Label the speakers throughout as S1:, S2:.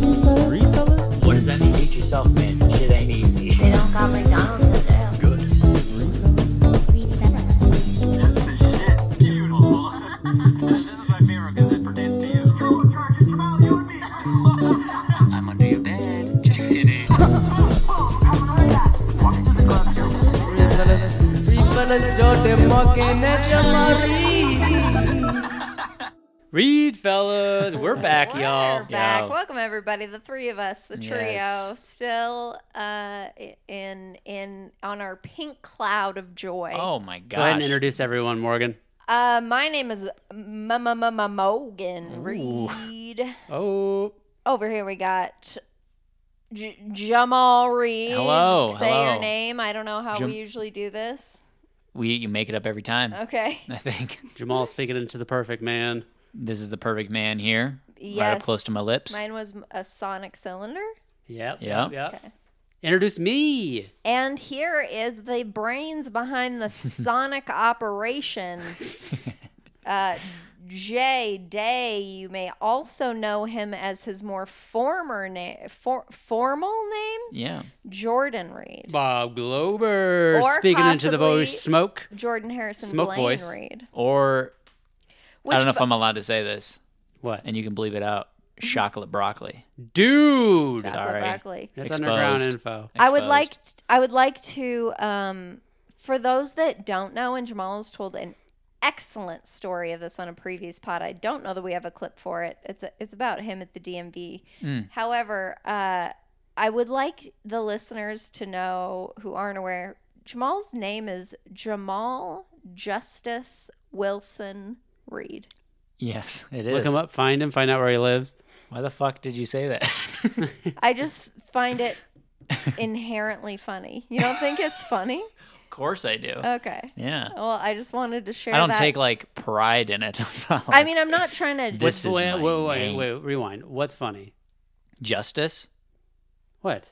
S1: What does that mean? Eat yourself, man. Shit ain't easy.
S2: They don't got McDonald's today.
S1: Good.
S3: That's the shit. Beautiful. this is my favorite because it pertains to you. I'm under your bed. Just kidding.
S4: Read, fellas, we're back, y'all.
S5: We're back.
S4: Yo.
S5: Welcome everybody, the three of us, the trio,
S4: Yes.
S5: still uh, i- in in on our pink cloud of joy.
S4: Oh my
S6: Go ahead and
S4: gosh.
S6: introduce everyone, Morgan.
S5: Uh, my name is Morgan Reed.
S4: Oh,
S5: Over here we got J- Jamal Reed.
S4: Hello,
S5: Say
S4: hello.
S5: your name. I don't know how
S4: Jam-
S5: we usually do this.
S4: we you make it up every time.
S5: Okay.
S4: I think
S6: Jamal speaking into the perfect man.
S4: this is the perfect man here. Right up
S5: Yes.
S4: close to my lips.
S5: Mine was a sonic cylinder.
S6: Yep.
S4: Yep.
S6: Yep. Introduce me.
S5: And here is the brains behind the sonic operation. Uh, Jay Day, you may also know him as his more former name, for- formal name,
S4: Yeah.
S5: Jordan Reed,
S6: Bob Glober
S5: Or
S6: speaking into the
S5: possibly-
S6: voice smoke.
S5: Jordan Harrison
S6: Smoke
S5: Blaine
S6: voice.
S5: Reed.
S4: Or
S5: Which
S4: I don't know if
S5: bu- Mm-hmm.
S4: I'm allowed to say this,
S6: What?
S4: and you can bleep it out. Chocolate broccoli.
S6: Dude.
S5: Chocolate
S4: sorry.
S5: broccoli.
S6: That's
S4: Exposed.
S6: underground info.
S5: I would
S4: Exposed.
S5: like I would like to um, for those that don't know, and Jamal's told an excellent story of this on a previous pod. I don't know that we have a clip for it. It's a, it's about him at the DMV. However, uh, I would like the listeners to know who aren't aware. Jamal's name is Jamal Justice Wilson Reed.
S4: Yes, it is.
S6: Look him up, find him, find out where he lives.
S4: Why the fuck did you say that?
S5: I just find it inherently funny. You don't think it's funny?
S4: of course I do.
S5: Okay.
S4: yeah.
S5: Well, I just wanted to Oh, share.
S4: I don't
S5: that.
S4: take like pride in it.
S5: I mean, I'm not trying to.
S4: This is
S6: wait,
S4: my
S6: wait, wait,
S4: name.
S6: wait, rewind. What's funny?
S4: justice.
S6: What?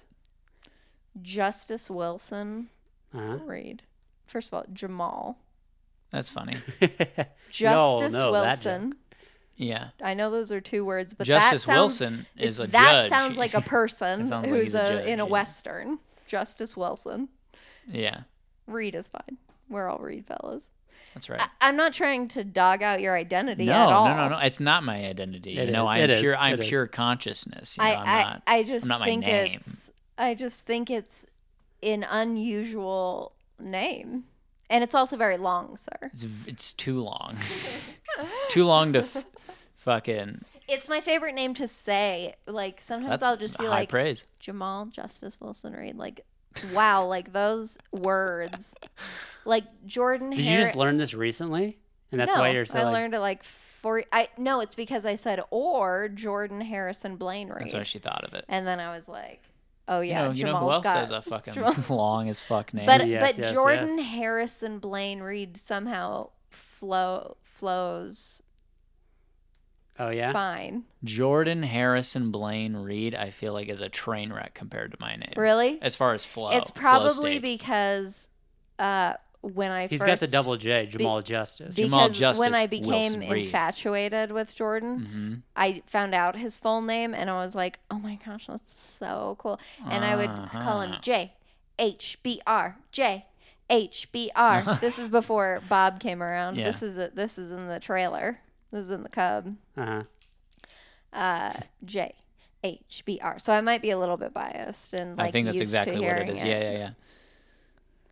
S5: Justice Wilson
S6: Uh-huh.
S5: Reed. First of all, Jamal.
S4: That's funny.
S5: Justice
S6: no, that
S5: Wilson.
S4: Yeah.
S5: I know those are two words, but
S4: Justice
S5: that sounds,
S4: Wilson is a judge.
S5: that sounds like a person
S4: It
S5: who's
S4: sounds like he's
S5: a,
S4: a judge,
S5: in a
S4: yeah.
S5: western. Justice Wilson.
S4: yeah.
S5: Reed is fine. We're all Reed fellas.
S4: That's right.
S5: I, I'm not trying to dog out your identity
S4: no,
S5: Uh, at all.
S4: no, no, no. It's not my identity.
S6: It
S4: you know,
S6: is,
S4: I'm
S6: it is,
S4: pure. I'm
S6: it is.
S4: pure consciousness. You know,
S5: I,
S4: I'm
S5: I,
S4: not.
S5: I just
S4: I'm not my
S5: think
S4: name.
S5: it's I just think it's an unusual name. And it's also very long, sir.
S4: It's v- it's too long. too long to f- fucking.
S5: It's my favorite name to say. Like sometimes
S4: That's
S5: I'll just be
S4: high
S5: like
S4: praise.
S5: Jamal Justice Wilson Reed. Like wow, like those words. Like Jordan
S6: Did you
S5: Harris.
S6: just learn this recently? And that's
S5: no,
S6: why you're so
S5: I
S6: like,
S5: learned it like four. I no, it's because I said or Jordan Harrison Blaine Reed,
S4: That's why she thought of it.
S5: and then I was like, oh
S4: You
S5: yeah,
S4: know, you know
S5: Jamal's
S4: who else
S5: got.
S4: has a fucking
S5: Jamal-
S4: long as fuck name?
S5: But
S6: Yes,
S5: but
S6: yes,
S5: Jordan
S6: yes.
S5: Harrison Blaine Reed somehow flow flows
S6: oh yeah?
S5: fine.
S4: Jordan Harrison Blaine Reed, I feel like is a train wreck compared to my name.
S5: Really?
S4: As far as flow,
S5: it's
S4: flow
S5: probably
S4: state.
S5: because uh, when I
S6: He's
S5: first,
S6: got the double J, Jamal Justice.
S5: because
S4: Jamal Justice
S5: when I became
S4: Wilson Mm. Reed.
S5: infatuated with Jordan,
S4: Mm-hmm.
S5: I found out his full name and I was like, oh my gosh, that's so cool. And I would s- call him
S4: Uh-huh.
S5: J H B R J H B R. This is before Bob came around.
S4: Yeah.
S5: This is a, this is in the trailer. This is in the Cub.
S6: Uh-huh.
S5: Uh, J H B R. So I might be a little bit biased and like
S4: I think that's
S5: used to
S4: exactly what it
S5: hearing
S4: is. Yeah, yeah, yeah.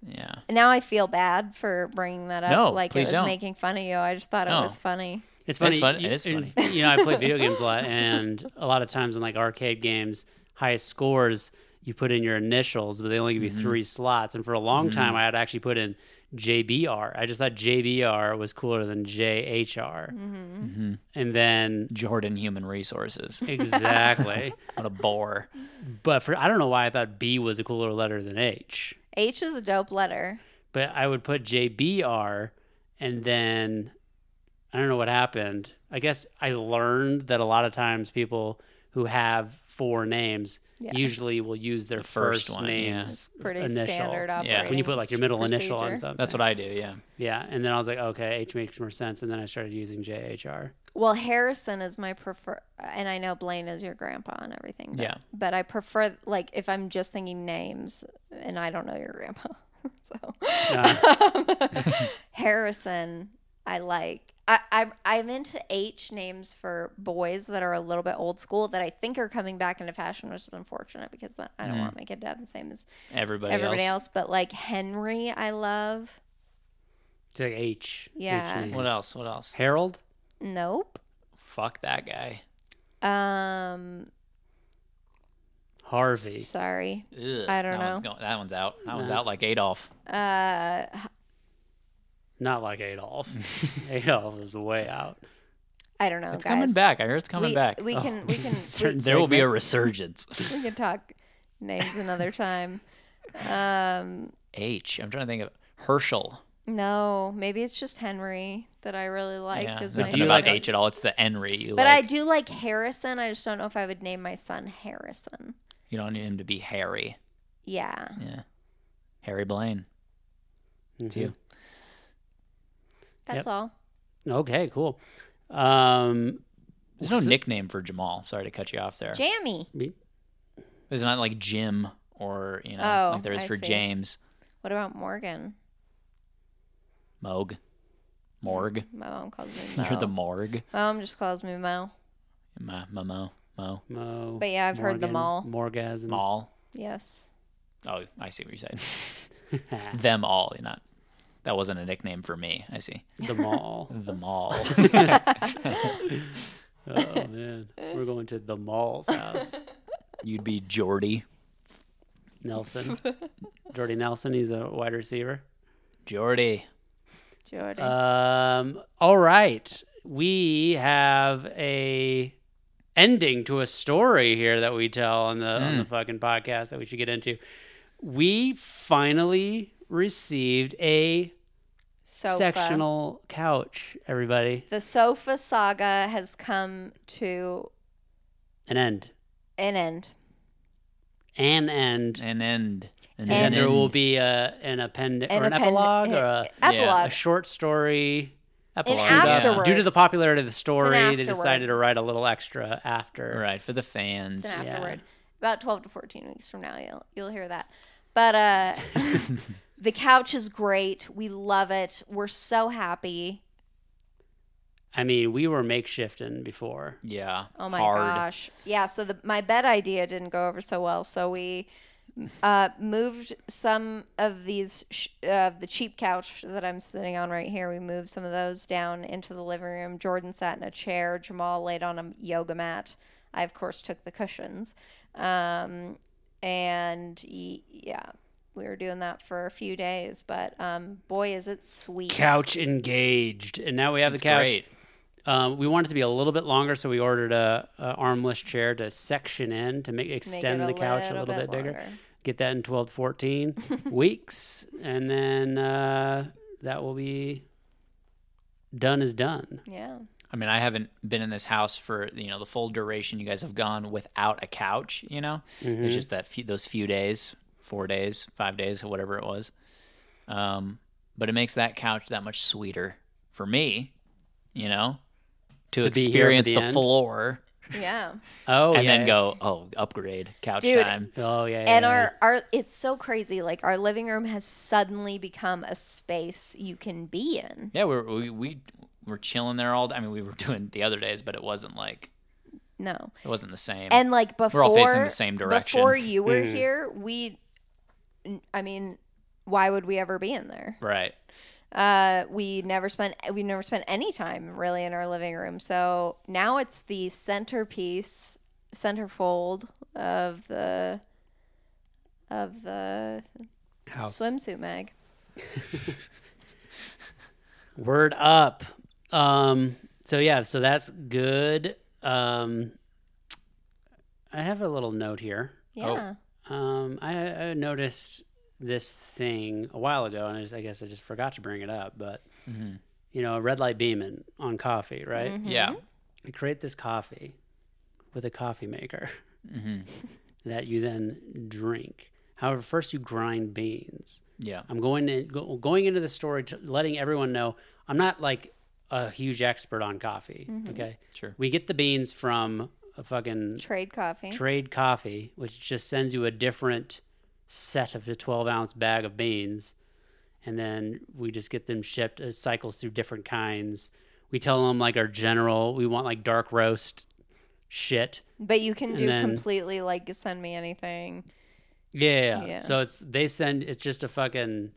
S4: Yeah.
S5: And now I feel bad for bringing that up.
S4: No,
S5: like
S4: please
S5: it was
S4: don't.
S5: making fun of you. I just thought
S4: No.
S5: it was funny.
S6: It's funny.
S4: fun-
S6: you-
S4: it is
S6: and,
S4: funny.
S6: You know, I play video games a lot, and a lot of times in like arcade games, highest scores you put in your initials, but they only give
S4: Mm-hmm.
S6: you three slots. And for a long time, I had actually put in JBR. I just thought JBR was cooler than JHR.
S5: Mm-hmm.
S6: And then
S4: Mm-hmm. Jordan Human Resources.
S6: exactly,
S4: What a bore.
S6: but for I don't know why I thought B was a cooler letter than H.
S5: H is a dope letter.
S6: but I would put JBR and then I don't know what happened. I guess I learned that a lot of times people who have four names
S5: Yeah.
S6: usually will use their
S4: first
S6: first,
S4: one, yeah.
S6: names
S5: It's pretty
S6: initial.
S5: standard
S4: Yeah.
S5: operating.
S6: When you put like your middle initial on
S5: procedure.
S6: something.
S4: That's what I do. Yeah.
S6: Yeah, and then I was like, okay, H makes more sense, and then I started using JHR.
S5: Well, Harrison is my prefer, and I know Blaine is your grandpa and everything. But,
S4: Yeah.
S5: But I prefer like if I'm just thinking names, and I don't know your grandpa, so Harrison I like. I, I I'm into H names for boys that are a little bit old school that I think are coming back into fashion, which is unfortunate because then I don't want my kid to have the same as
S4: Everybody,
S5: everybody
S4: else.
S5: else. But like Henry, I love.
S6: To H.
S5: Yeah.
S6: H names.
S4: What else? What else?
S6: Harold.
S5: Nope.
S4: Fuck that guy.
S5: Um.
S6: Harvey.
S5: Sorry.
S4: Ugh,
S5: I
S4: that
S5: don't
S4: One's
S5: know.
S4: going, that one's out. That one's out like Adolf.
S5: Uh.
S6: Not like Adolf. Adolf is way out.
S5: I don't know.
S4: It's
S5: Oh, guys.
S4: coming back. I hear it's coming
S5: we,
S4: back.
S5: We can we can we,
S6: Certain
S4: Oh, there will be a resurgence.
S5: we can talk names another time. Um,
S4: H. I'm trying to think of Herschel.
S5: no, maybe it's just Henry that I really like.
S4: yeah,
S5: is my
S4: nothing
S6: Do you
S4: about
S6: like-
S4: H at all. It's the Henry. You
S5: but I
S4: like.
S5: do like Harrison. I just don't know if I would name my son Harrison.
S4: You don't need him to be Harry.
S5: Yeah,
S4: Yeah, Harry Blaine. It's you.
S5: that's
S6: Yep.
S5: all.
S6: Okay, cool. Um,
S4: There's no
S6: So-
S4: nickname for Jamal. Sorry to cut you off there.
S5: Jammy.
S6: be-
S4: It's not like Jim or you know
S5: Oh,
S4: like there is
S5: I
S4: for
S5: see.
S4: James.
S5: What about Morgan?
S4: Moog. Morg.
S5: My mom calls me Mo.
S4: You're the Morg.
S5: my mom just calls me Mo.
S4: Ma, ma, mo, mo.
S6: Mo.
S5: But yeah, I've heard them all.
S6: Morgasm.
S4: Mall.
S5: Yes.
S4: Oh, I see what you said. Them all. You're not. That wasn't a nickname for me. I see.
S6: The mall.
S4: The mall.
S6: oh man, we're going to the mall's house.
S4: You'd be Jordy.
S6: Nelson. Jordy Nelson. He's a wide receiver.
S4: Jordy.
S5: Jordan.
S4: Uh,
S6: Um, all right. We have a ending to a story here that we tell on the on the
S4: Hmm.
S6: fucking podcast that we should get into. We finally received a
S5: sofa.
S6: sectional couch, everybody.
S5: The sofa saga has come to
S6: An end.
S5: an end.
S6: An end.
S4: An end. An
S6: And then there
S4: end.
S6: will be a an appendix or an
S5: append- eh, uh,
S6: epilogue or a, a
S5: epilogue.
S6: short story. uh,
S4: Epilogue,
S5: An
S4: yeah.
S5: afterword.
S6: Due to the popularity of the story, they
S5: afterword.
S6: decided to write a little extra after.
S4: Right, for the fans.
S5: It's an
S6: Yeah.
S5: afterward. About twelve to fourteen weeks from now, you'll you'll hear that. But uh, the couch is great. We love it. We're so happy.
S6: I mean, we were makeshifting before.
S4: Yeah.
S5: Oh my
S4: Hard.
S5: gosh! Yeah. So the, my bed idea didn't go over so well. So we uh, moved some of these sh- uh, the cheap couch that I'm sitting on right here. We moved some of those down into the living room. Jordan sat in a chair. Jamal laid on a yoga mat. I of course took the cushions. Um, and y- yeah, we were doing that for a few days. But um, boy, is it sweet!
S6: Couch engaged, and now we have
S4: It's
S6: the couch.
S4: great.
S6: Um, we want it to be a little bit longer, so we ordered a, a armless chair to section in to make
S5: Make it
S6: extend the couch a little bit, bigger.
S5: longer.
S6: Get that in 12 to 14 weeks, and then uh, that will be done. Is done.
S5: Yeah.
S4: I mean, I haven't been in this house for you know the full duration you guys have gone without a couch. You know,
S6: Mm-hmm.
S4: it's just that few, those few days, four days, five days, or whatever it was. Um, but it makes that couch that much sweeter for me. You know, to,
S6: To be here for
S4: experience
S6: the
S4: the
S6: end?
S4: floor
S5: Yeah.
S6: Oh,
S4: and
S6: yeah,
S4: then
S6: yeah.
S4: go, oh, upgrade couch
S5: Dude,
S4: time.
S6: Oh yeah, yeah,
S5: and
S6: yeah.
S5: our our it's so crazy like our living room has suddenly become a space you can be in
S4: Yeah, we were, we we were chilling there all. Day. I mean, we were doing the other days, but it wasn't like
S5: no
S4: it wasn't the same.
S5: and like before
S4: We're all facing the same direction.
S5: before you were here we i mean why would we ever be in there
S4: right.
S5: uh we never spent we never spent any time really in our living room so now it's the centerpiece centerfold of the of the
S6: House.
S5: swimsuit mag
S6: Word up. Um, so yeah, so that's good. Um, I have a little note here.
S4: Oh.
S5: yeah
S6: Um, I, I noticed this thing a while ago, and I, just, I guess I just forgot to bring it up. But
S4: Mm-hmm.
S5: Mm-hmm.
S6: Mm-hmm. you know, a red light beaming on coffee, right?
S4: Yeah.
S6: I create this coffee with a coffee maker that you then drink. However, first you grind beans.
S4: Yeah.
S6: I'm going in, go, going into the story, to letting everyone know I'm not like a huge expert on coffee. Okay,
S4: Sure.
S6: We get the beans from a fucking
S5: Trade coffee.
S6: trade coffee, which just sends you a different set of the 12 ounce bag of beans. And then we just get them shipped as cycles through different kinds. We tell them like our general, we want like dark roast shit.
S5: but you can
S6: and
S5: do
S6: then-
S5: completely like send me anything.
S6: Yeah.
S5: Yeah.
S6: So it's, they send, it's just a fucking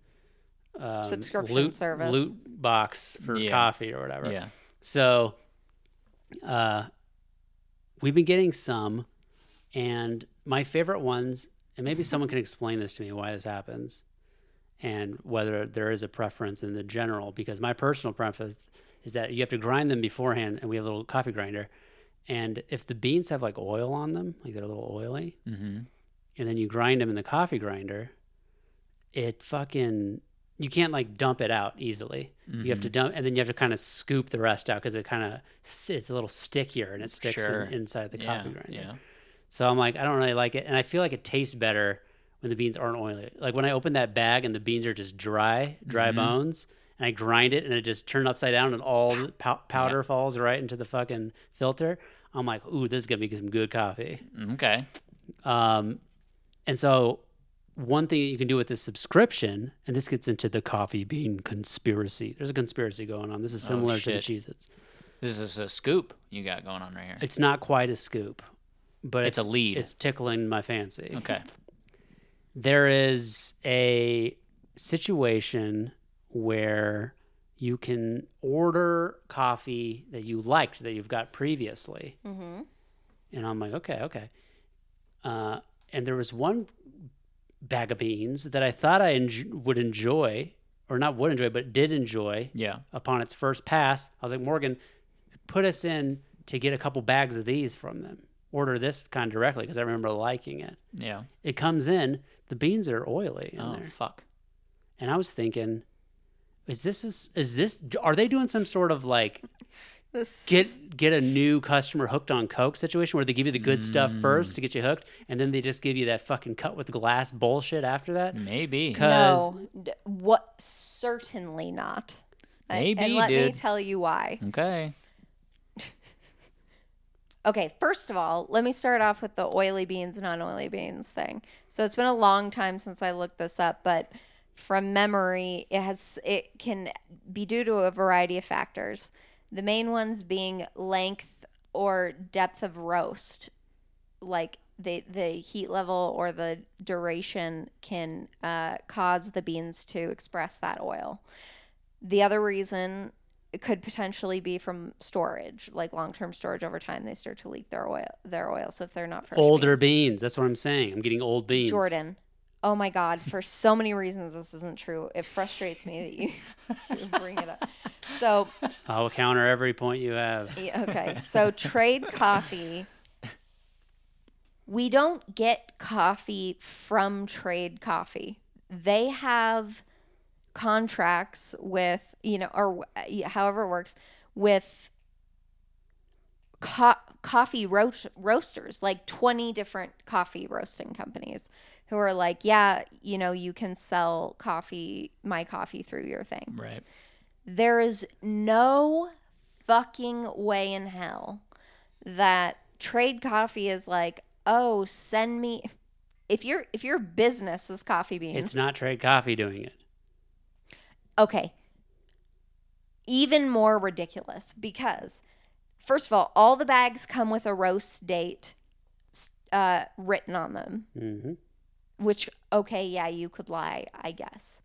S6: um,
S5: Subscription
S6: loot,
S5: service.
S6: loot box for
S4: Yeah.
S6: coffee or whatever.
S4: Yeah.
S6: So uh, we've been getting some, and my favorite ones, and maybe someone can explain this to me why this happens and whether there is a preference in the general, because my personal preference is that you have to grind them beforehand, and we have a little coffee grinder. And if the beans have like oil on them, like they're a little oily,
S4: Mm-hmm.
S6: and then you grind them in the coffee grinder, it fucking you can't like dump it out easily. You have to
S4: Mm-hmm.
S6: dump, and then you have to kind of scoop the rest out because it kind of it's a little stickier and it sticks
S4: Sure.
S6: in, inside the
S4: Mm-hmm. Yeah.
S6: coffee grinder.
S4: Yeah.
S6: So I'm like, I don't really like it, and I feel like it tastes better when the beans aren't oily. Like when I open that bag and the beans are just dry, dry
S4: Mm-hmm.
S6: bones, and I grind it and it just turned upside down and all the pow- powder falls right into the fucking filter. I'm like, ooh, this is gonna be some good coffee.
S4: Okay.
S6: Um, and so, one thing that you can do with this subscription, and this gets into the coffee bean conspiracy. There's a conspiracy going on. This is similar to the
S4: Oh, shit.
S6: Cheez Its.
S4: This is a scoop you got going on right here.
S6: It's not quite a scoop, but
S4: It's a lead.
S6: It's tickling my fancy.
S4: Okay.
S6: There is a situation where you can order coffee that you liked that you've got previously.
S5: Mm-hmm.
S6: And I'm like, okay, okay. Uh, and there was one bag of beans that I thought I enj- would enjoy, or not would enjoy, but did enjoy
S4: Yeah.
S6: upon its first pass. I was like, Morgan, put us in to get a couple bags of these from them. Order this kind directly because I remember liking it.
S4: Yeah.
S6: It comes in, the beans are oily in
S4: Oh
S6: there.
S4: fuck.
S6: And I was thinking, is this, is, is this, are they doing some sort of like
S5: This
S6: get get a new customer hooked on coke situation where they give you the good stuff first to get you hooked and then they just give you that fucking cut with glass bullshit after that
S4: Mm. Maybe.
S6: because
S5: no, d- what? Certainly not. I-
S4: Maybe,
S5: and let me
S4: dude.
S5: tell you why.
S4: Okay.
S5: Okay, first of all, let me start off with the oily beans, non oily beans thing. So it's been a long time since I looked this up, but from memory, it has it can be due to a variety of factors. The main ones being length or depth of roast, like the the heat level or the duration can uh, cause the beans to express that oil. The other reason it could potentially be from storage, like long term storage over time. They start to leak their oil. Their oil. So if they're not fresh
S6: older
S5: beans.
S6: beans. that's what i'm saying i'm getting old beans
S5: Jordan. Oh my God! For so many reasons, this isn't true. It frustrates me that you, you bring it up. So
S6: i'll counter every point you have
S5: yeah, E, okay, so trade coffee. We don't get coffee from trade coffee. They have contracts with you know or uh, however it works with co- coffee ro- roasters like 20 different coffee roasting companies who are like yeah you know you can sell coffee my coffee through your thing
S4: Right.
S5: there is no fucking way in hell that trade coffee is like, oh, send me. If your if your business is coffee beans,
S6: it's not trade coffee doing it
S5: okay. Even more ridiculous because, first of all, all the bags come with a roast date s- uh, written on them.
S6: hmm
S5: Which okay, yeah, you could lie, I guess.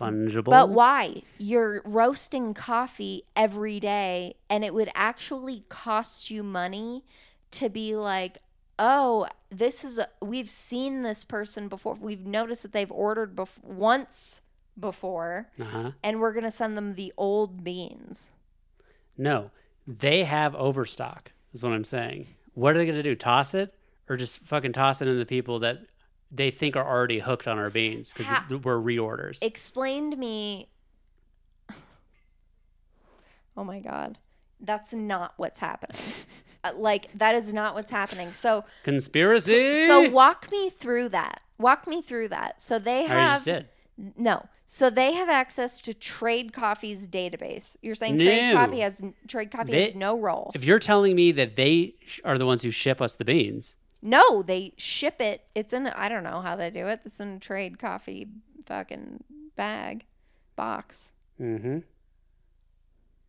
S6: fungible
S5: But why? You're roasting coffee every day, and it would actually cost you money to be like, oh, this is, a, we've seen this person before. We've noticed that they've ordered bef- once before,
S6: uh-huh.
S5: and we're going to send them the old beans.
S6: no they have overstock is what i'm saying what are they going to do toss it or just fucking toss it in the people that they think are already hooked on our beans because
S5: Ha-
S6: we're reorders
S5: Explain to me. Oh my God. That's not what's happening. uh, like that is not what's happening. So
S6: Conspiracy.
S5: so walk me through that. Walk me through that. So they
S6: I already
S5: have
S6: just did.
S5: no. So they have access to Trade Coffee's database. You're saying Trade
S6: No.
S5: Coffee has Trade Coffee
S6: They-
S5: has no role.
S6: If you're telling me that they sh- are the ones who ship us the beans,
S5: no, they ship it. It's in I don't know how they do it. It's in a Trade Coffee fucking bag box.
S6: Mm-hmm.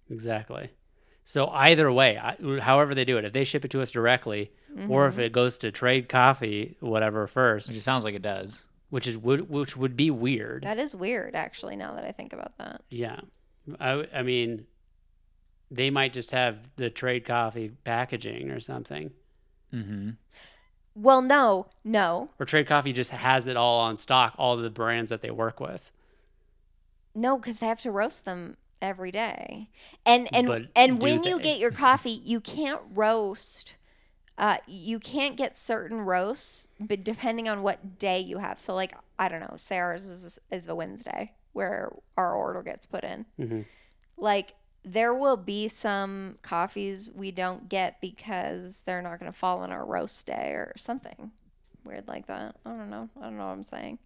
S6: Exactly. So either way, I, however they do it, if they ship it to us directly, or
S5: Mm-hmm.
S6: if it goes to Trade Coffee, whatever first,
S4: Which it sounds like it does.
S6: which is would which would be weird.
S5: That is weird actually now that I think about that.
S6: yeah, I, w- I mean, they might just have the Trade Coffee packaging or something,
S4: Mm-hmm.
S5: Well, no. No.
S6: or Trade Coffee just has it all on stock, all the brands that they work with.
S5: No, because they have to roast them every day. And and
S6: But
S5: and
S6: do
S5: when you
S6: they?
S5: get your coffee, you can't roast. Uh, you can't get certain roasts, but depending on what day you have. So, like I don't know, Sarah's is is the Wednesday where our order gets put in.
S6: Mhm.
S5: Like there will be some coffees we don't get because they're not going to fall on our roast day or something weird like that. I don't know. I don't know what I'm saying.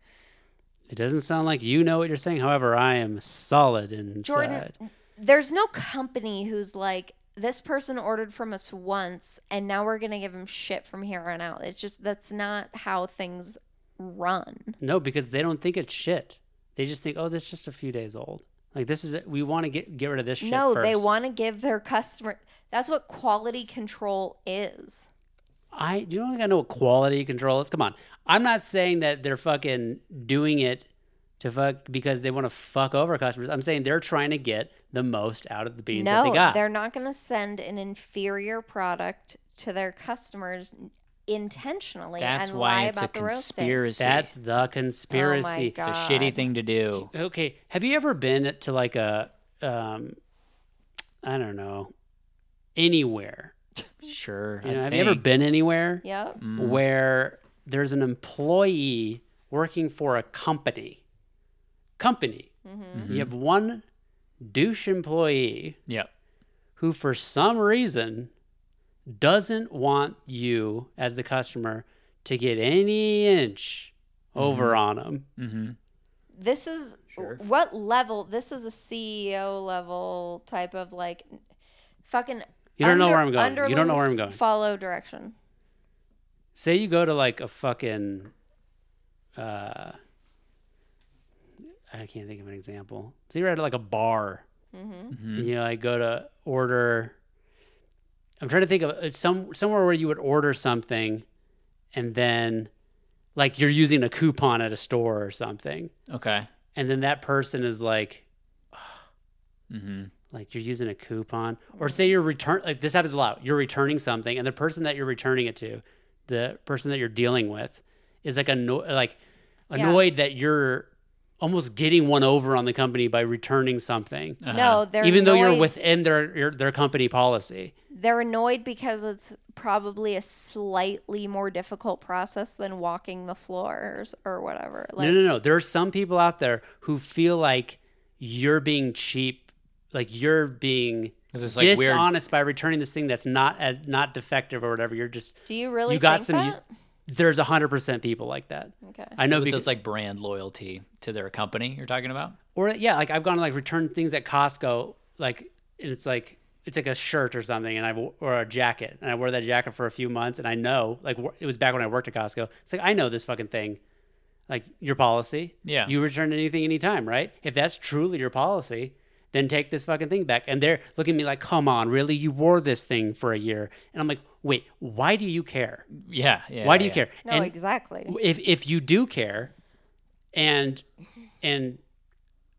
S6: It doesn't sound like you know what you're saying. However, I am solid inside.
S5: Jordan, there's no company who's like this person ordered from us once and now we're going to give him shit from here on out. It's just that's not how things run.
S6: No, because they don't think it's shit. They just think, oh, this is just a few days old. Like this is we want to get get rid of this shit.
S5: no,
S6: first.
S5: they want to give their customer That's what quality control is.
S6: I you don't think I know what quality control is. Come on, I'm not saying that they're fucking doing it to fuck because they want to fuck over customers. I'm saying they're trying to get the most out of the beans that
S5: no,
S6: they got.
S5: are not going to send an inferior product to their customers intentionally
S4: That's
S5: and
S4: why
S5: lie
S4: it's a
S5: about the roasting.
S4: conspiracy.
S6: That's the conspiracy.
S5: God.
S4: it's a shitty thing to do.
S6: okay have you ever been to like a um i don't know anywhere
S4: Sure.
S6: you
S4: I
S6: know, have you ever
S4: think. Mm,
S6: been anywhere
S5: Yep.
S6: where there's an employee working for a company company you have one douche employee
S4: Yep.
S6: who for some reason doesn't want you as the customer to get any inch over on them
S4: Mm-hmm.
S5: this is what level this is a ceo level type of like fucking
S6: You don't know where I'm going. You don't know where I'm
S5: underlings
S6: going.
S5: follow direction
S6: say you go to like a fucking uh i can't think of an example so you're at like a bar
S4: Mm-hmm. Hmm.
S6: and you like go to order i'm trying to think of uh, some somewhere where you would order something and then like you're using a coupon at a store or something
S4: Okay.
S6: and then that person is like
S4: Mm-hmm.
S6: like you're using a coupon or say you're return like this happens a lot you're returning something and the person that you're returning it to the person that you're dealing with is like anno- like
S5: Yeah.
S6: annoyed that you're almost getting one over on the company by returning something
S5: no they're
S6: Uh-huh. even though you're
S5: annoyed-
S6: within their your, their company policy
S5: they're annoyed because it's probably a slightly more difficult process than walking the floors or whatever like
S6: no no no there are some people out there who feel like you're being cheap like you're being
S4: This like weird-
S6: dishonest by returning this thing that's not as not defective or whatever you're just
S5: do you really
S6: you
S5: think
S6: got some
S5: that?
S6: use- there's 100% people like that
S5: okay
S6: i know
S4: With
S6: because
S4: this like brand loyalty to their company you're talking about?
S6: or yeah like i've gone to like return things at costco like and it's like it's like a shirt or something and i w- or a jacket and i wore that jacket for a few months and i know like wh- it was back when i worked at costco it's like i know this fucking thing like your policy
S4: Yeah.
S6: you return anything anytime right if that's truly your policy then take this fucking thing back and they're looking at me like come on really you wore this thing for a year and i'm like wait why do you care
S4: Yeah. yeah
S6: why do you
S4: yeah.
S6: care
S5: no
S6: and
S5: exactly
S6: if if you do care and and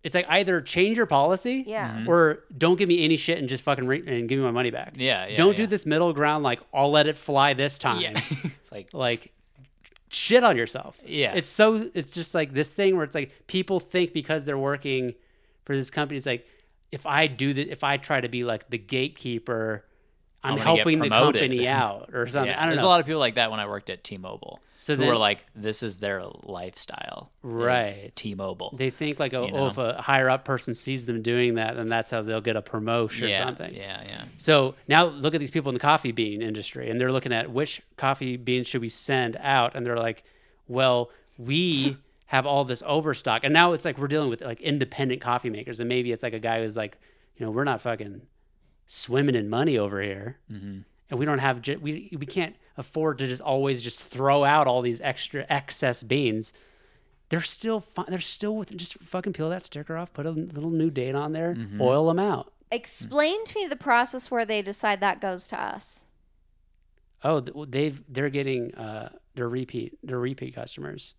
S6: it's like either change your policy
S5: Yeah.
S6: or don't give me any shit and just fucking re- and give me my money back
S4: Yeah, yeah,
S6: don't
S4: yeah.
S6: do this middle ground like i'll let it fly this time
S4: Yeah. it's like
S6: like shit on yourself
S4: Yeah.
S6: it's so it's just like this thing where it's like people think because they're working for this company it's like if i do that if i try to be like the gatekeeper I'm,
S4: gonna get
S6: helping the
S4: promoted.
S6: company out or something.
S4: Yeah,
S6: I don't
S4: there's
S6: know.
S4: a lot of people like that when I worked at T-Mobile.
S6: So
S4: So
S6: then-
S4: were like, this is their lifestyle, is
S6: Right.
S4: T-Mobile.
S6: they think like, oh,
S4: you know.
S6: if a higher up person sees them doing that, then that's how they'll get a promotion
S4: yeah,
S6: or something.
S4: Yeah, yeah.
S6: So now look at these people in the coffee bean industry, and they're looking at which coffee beans should we send out, and they're like, well, we have all this overstock, and now it's like we're dealing with like independent coffee makers, and maybe it's like a guy who's like, you know, we're not fucking swimming in money over here,
S4: Mm-hmm.
S6: and we don't have ju- we we can't afford to just always just throw out all these extra excess beans. They're still fine. They're still with just fucking peel that sticker off, put a little new date on there, oil them out.
S5: Explain to me the process where they decide that goes to us.
S6: Oh, th- well, they've they're getting uh they're repeat they're repeat customers.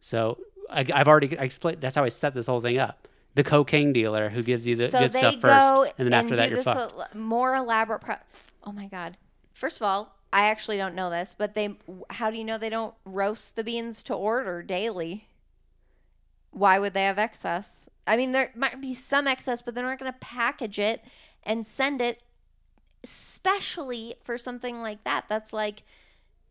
S6: So I, I've already I explained that's how I set this whole thing up. The cocaine dealer who gives you the
S5: so
S6: good
S5: they
S6: stuff first,
S5: go
S6: and then after
S5: do
S6: that you're
S5: this
S6: fucked.
S5: el- more elaborate. Pro- oh my god! First of all, I actually don't know this, but they. How do you know they don't roast the beans to order daily? Why would they have excess? I mean, there might be some excess, but they're not going to package it and send it, especially for something like that. That's like,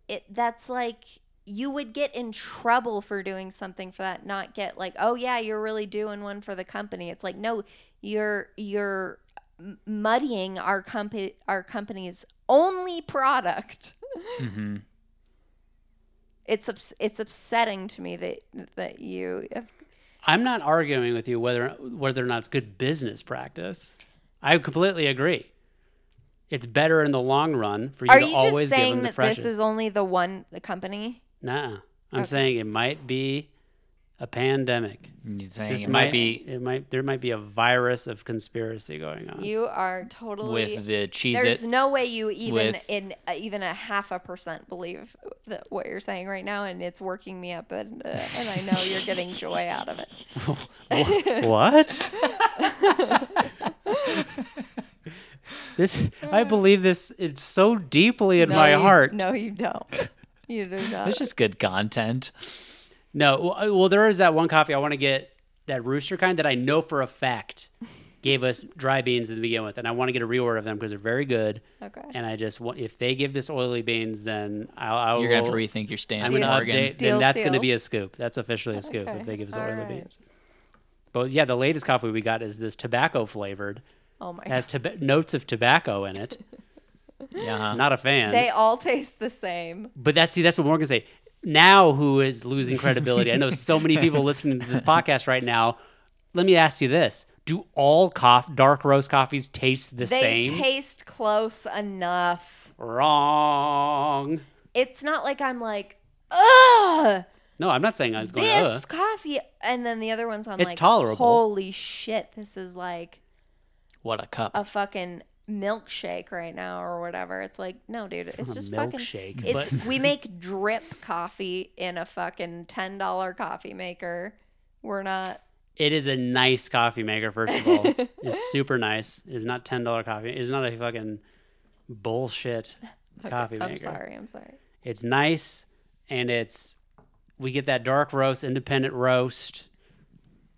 S5: it. That's like you would get in trouble for doing something for that not get like oh yeah you're really doing one for the company it's like no you're you're m- muddying our company our company's only product
S4: hmm
S5: it's ups- it's upsetting to me that that you
S6: I'm not arguing with you whether whether or not it's good business practice. I completely agree. It's better in the long run for you
S5: are
S6: to
S5: you
S6: always
S5: just
S6: give
S5: saying
S6: them the
S5: that
S6: fresh.
S5: this is only the one the company
S6: Nah, I'm saying it might be a pandemic.
S4: You're saying
S6: This
S4: it might be
S6: it might there might be a virus of conspiracy going on.
S5: you are totally
S4: with the cheese
S5: there's
S4: it.
S5: no way you even
S4: with-
S5: in uh, even a half a percent believe that what you're saying right now and it's working me up and uh, and I know you're getting joy out of it
S6: what? this I believe this it's so deeply in
S5: No,
S6: my
S5: you-
S6: heart.
S5: no you don't you do not
S4: It's just good content.
S6: No, uh, well, well, there is that one coffee I want to get that rooster kind that I know for a fact gave us dry beans to begin with, and I want to get a reorder of them because they're very good.
S5: Okay.
S6: And I just want if they give this oily beans, then I'll, I'll
S4: You're gonna have to rethink your stance,
S6: I'm gonna
S4: Morgan.
S6: update.
S5: Deal
S6: Then that's gonna
S5: sealed.
S6: be a scoop. That's officially a scoop
S5: Okay.
S6: if they give us
S5: All
S6: oily
S5: right.
S6: beans. But yeah, the latest coffee we got is this tobacco flavored.
S5: oh my
S6: It has toba- notes of tobacco in it.
S4: Yeah, huh?
S6: Not a fan.
S5: They all taste the same.
S6: But that's see, that's what Morgan say. Now, who is losing credibility? I know so many people listening to this podcast right now. Let me ask you this: Do all coff- dark roast coffees taste the
S5: They
S6: same?
S5: taste close enough.
S6: Wrong.
S5: It's not like I'm like, ugh,
S6: No, I'm not saying I was going.
S5: this
S6: This-
S5: coffee, and then the other ones I'm
S6: It's
S5: like,
S6: tolerable.
S5: Holy shit, this is like
S4: what a cup.
S5: a fucking milkshake right now or whatever. It's like, no, dude, it's,
S6: not a
S5: just
S6: milkshake,
S5: fucking. It's we make drip coffee in a fucking ten dollar coffee maker. We're not.
S6: it is a nice coffee maker. First of all, it's super nice. It is not ten dollar coffee. It is not a fucking bullshit coffee maker.
S5: I'm sorry. I'm sorry.
S6: It's nice, and it's we get that dark roast, independent roast.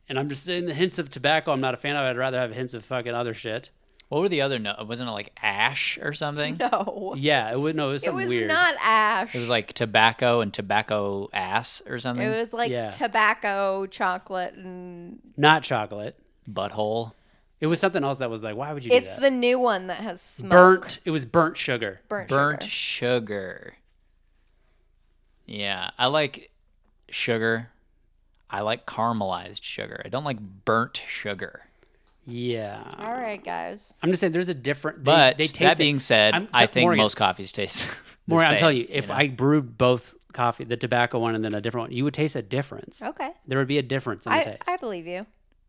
S6: And I'm just saying the hints of tobacco. I'm not a fan of. I'd rather have hints of fucking other shit.
S4: What were the other? No, wasn't it like ash or something?
S5: No,
S6: Yeah, it would no. It was
S5: it
S6: something
S5: was
S6: weird.
S5: not ash.
S4: It was like tobacco and tobacco ass or something.
S5: It was like
S6: Yeah.
S5: tobacco, chocolate, and
S6: Not chocolate.
S4: Butthole.
S6: It was something else that was like, why would you do
S5: it's
S6: that?
S5: the new one that has smoke.
S6: burnt. It was burnt sugar.
S5: burnt,
S4: burnt
S5: sugar.
S4: sugar. Yeah, I like sugar. I like caramelized sugar. I don't like burnt sugar.
S6: Yeah,
S5: All right, guys.
S6: I'm just saying there's a different. They,
S4: But
S6: they
S4: that
S6: taste
S4: being
S6: it.
S4: said,
S6: I'm-
S4: I think
S6: Morgan,
S4: most coffees taste. the
S6: Morgan, I'm
S4: same,
S6: telling you, if
S4: know?
S6: I brewed both coffee, the tobacco one and then a different one, you would taste a difference.
S5: Okay.
S6: There would be a difference in the
S5: Oh. I,
S6: taste.
S5: I believe you.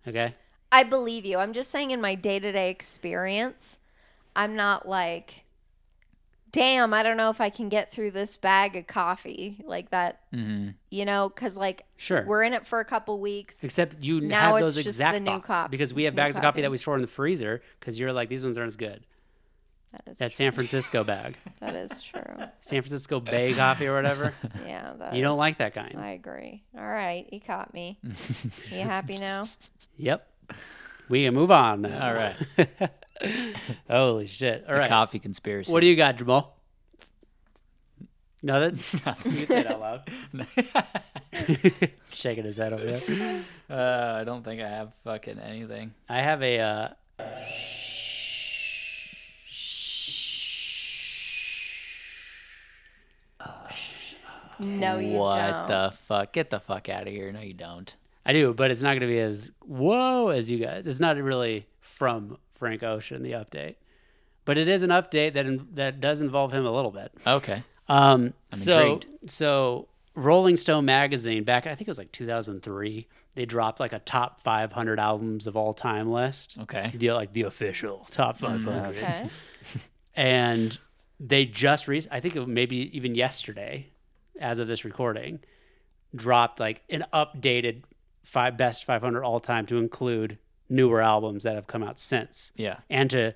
S6: okay.
S5: I believe you. I'm just saying, in my day to day experience, I'm not like, damn, I don't know if I can get through this bag of coffee like that, you know, because like
S6: Mm-hmm. Sure.
S5: we're in it for a couple weeks.
S6: Except you n-
S5: Now
S6: have
S5: it's
S6: those
S5: just
S6: exact
S5: the new
S6: thoughts
S5: cop-
S6: because we have
S5: new
S6: bags of coffee
S5: coffee.
S6: that we store in the freezer because you're like these ones aren't as good.
S5: that, is,
S6: That San Francisco bag,
S5: that is true.
S6: San Francisco Bay coffee or whatever.
S5: Yeah. that
S6: You don't
S5: is-
S6: like that kind.
S5: I agree. All right. He caught me. you happy now?
S6: Yep. We can move on. Now.
S4: All right.
S6: Holy shit! All
S4: The
S6: right,
S4: Coffee conspiracy.
S6: what do you got, Jamal? Nothing. you said out loud. Shaking his head over there.
S4: Uh, I don't think I have fucking anything.
S6: I have a. Uh,
S5: No, you
S4: what
S5: don't.
S4: the fuck? Get the fuck out of here. No, you don't.
S6: I do, but it's not going to be as whoa as you guys. It's not really from Frank Ocean the update, but it is an update that in, that does involve him a little bit.
S4: Okay.
S6: Um, so
S4: intrigued.
S6: so Rolling Stone magazine back I think it was like 2003. They dropped like a top 500 albums of all time list.
S4: Okay.
S6: The, like the official top 500
S5: Okay.
S6: and they just re- I think it maybe even yesterday, as of this recording, dropped like an updated five best 500 all time to include newer albums that have come out since.
S4: Yeah.
S6: and to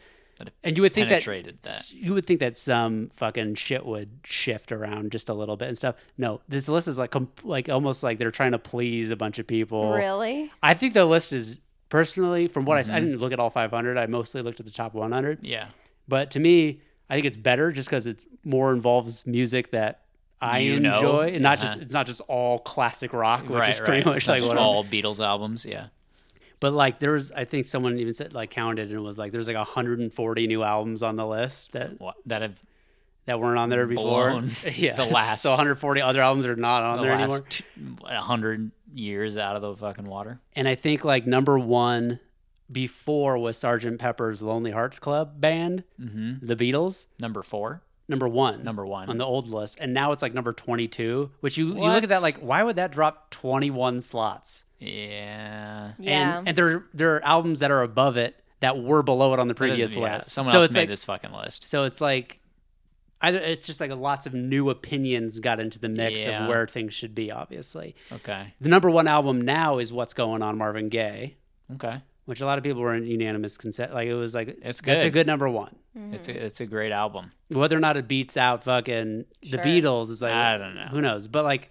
S6: and you would think
S4: penetrated that.
S6: you would think that some fucking shit would shift around just a little bit and stuff. No, this list is like com- like almost like they're trying to please a bunch of people.
S5: Really?
S6: I think the list is personally from what I s- I didn't look at all 500. I mostly looked at the top 100.
S4: Yeah.
S6: But to me, I think it's better just because it's more involves music that I
S4: You know.
S6: enjoy, and not just
S4: Uh-huh.
S6: it's not just all classic rock, which
S4: right.
S6: is pretty
S4: right.
S6: much
S4: It's not
S6: like
S4: just
S6: what. I'm-
S4: all Beatles albums. Yeah.
S6: But like there was, I think someone even said like counted and was like there's like 140 new albums on the list that
S4: Wha- That have
S6: that weren't on there before.
S4: Blown
S6: yeah,
S4: the last-
S6: so 140 other albums are not on
S4: the
S6: there anymore.
S4: last hundred years out of the fucking water.
S6: And I think like number one before was Sgt. Pepper's Lonely Hearts Club Band,
S4: Mm-hmm.
S6: the Beatles.
S4: Number four.
S6: number one.
S4: Number one.
S6: on the old list, and now it's like number twenty-two. Which you, you look at that
S4: What?
S6: like, why would that drop twenty-one slots?
S4: Yeah.
S5: Yeah.
S6: And, and there there are albums that are above it that were below it on the
S4: That
S6: previous
S4: doesn't- yeah,
S6: list.
S4: Someone
S6: so
S4: else
S6: it's
S4: made
S6: like,
S4: this fucking list.
S6: So it's like, either it's just like lots of new opinions got into the mix
S4: Yeah.
S6: of where things should be. Obviously,
S4: Okay.
S6: the number one album now is what's going on, Marvin Gaye.
S4: Okay.
S6: Which a lot of people were in unanimous consent. Like it was like
S4: It's
S6: That's a
S4: good.
S6: good number one.
S4: It's
S5: Mm-hmm.
S4: a, it's a great album.
S6: whether or not it beats out fucking the
S5: Sure.
S6: Beatles is like
S4: I don't know.
S6: Who knows? But like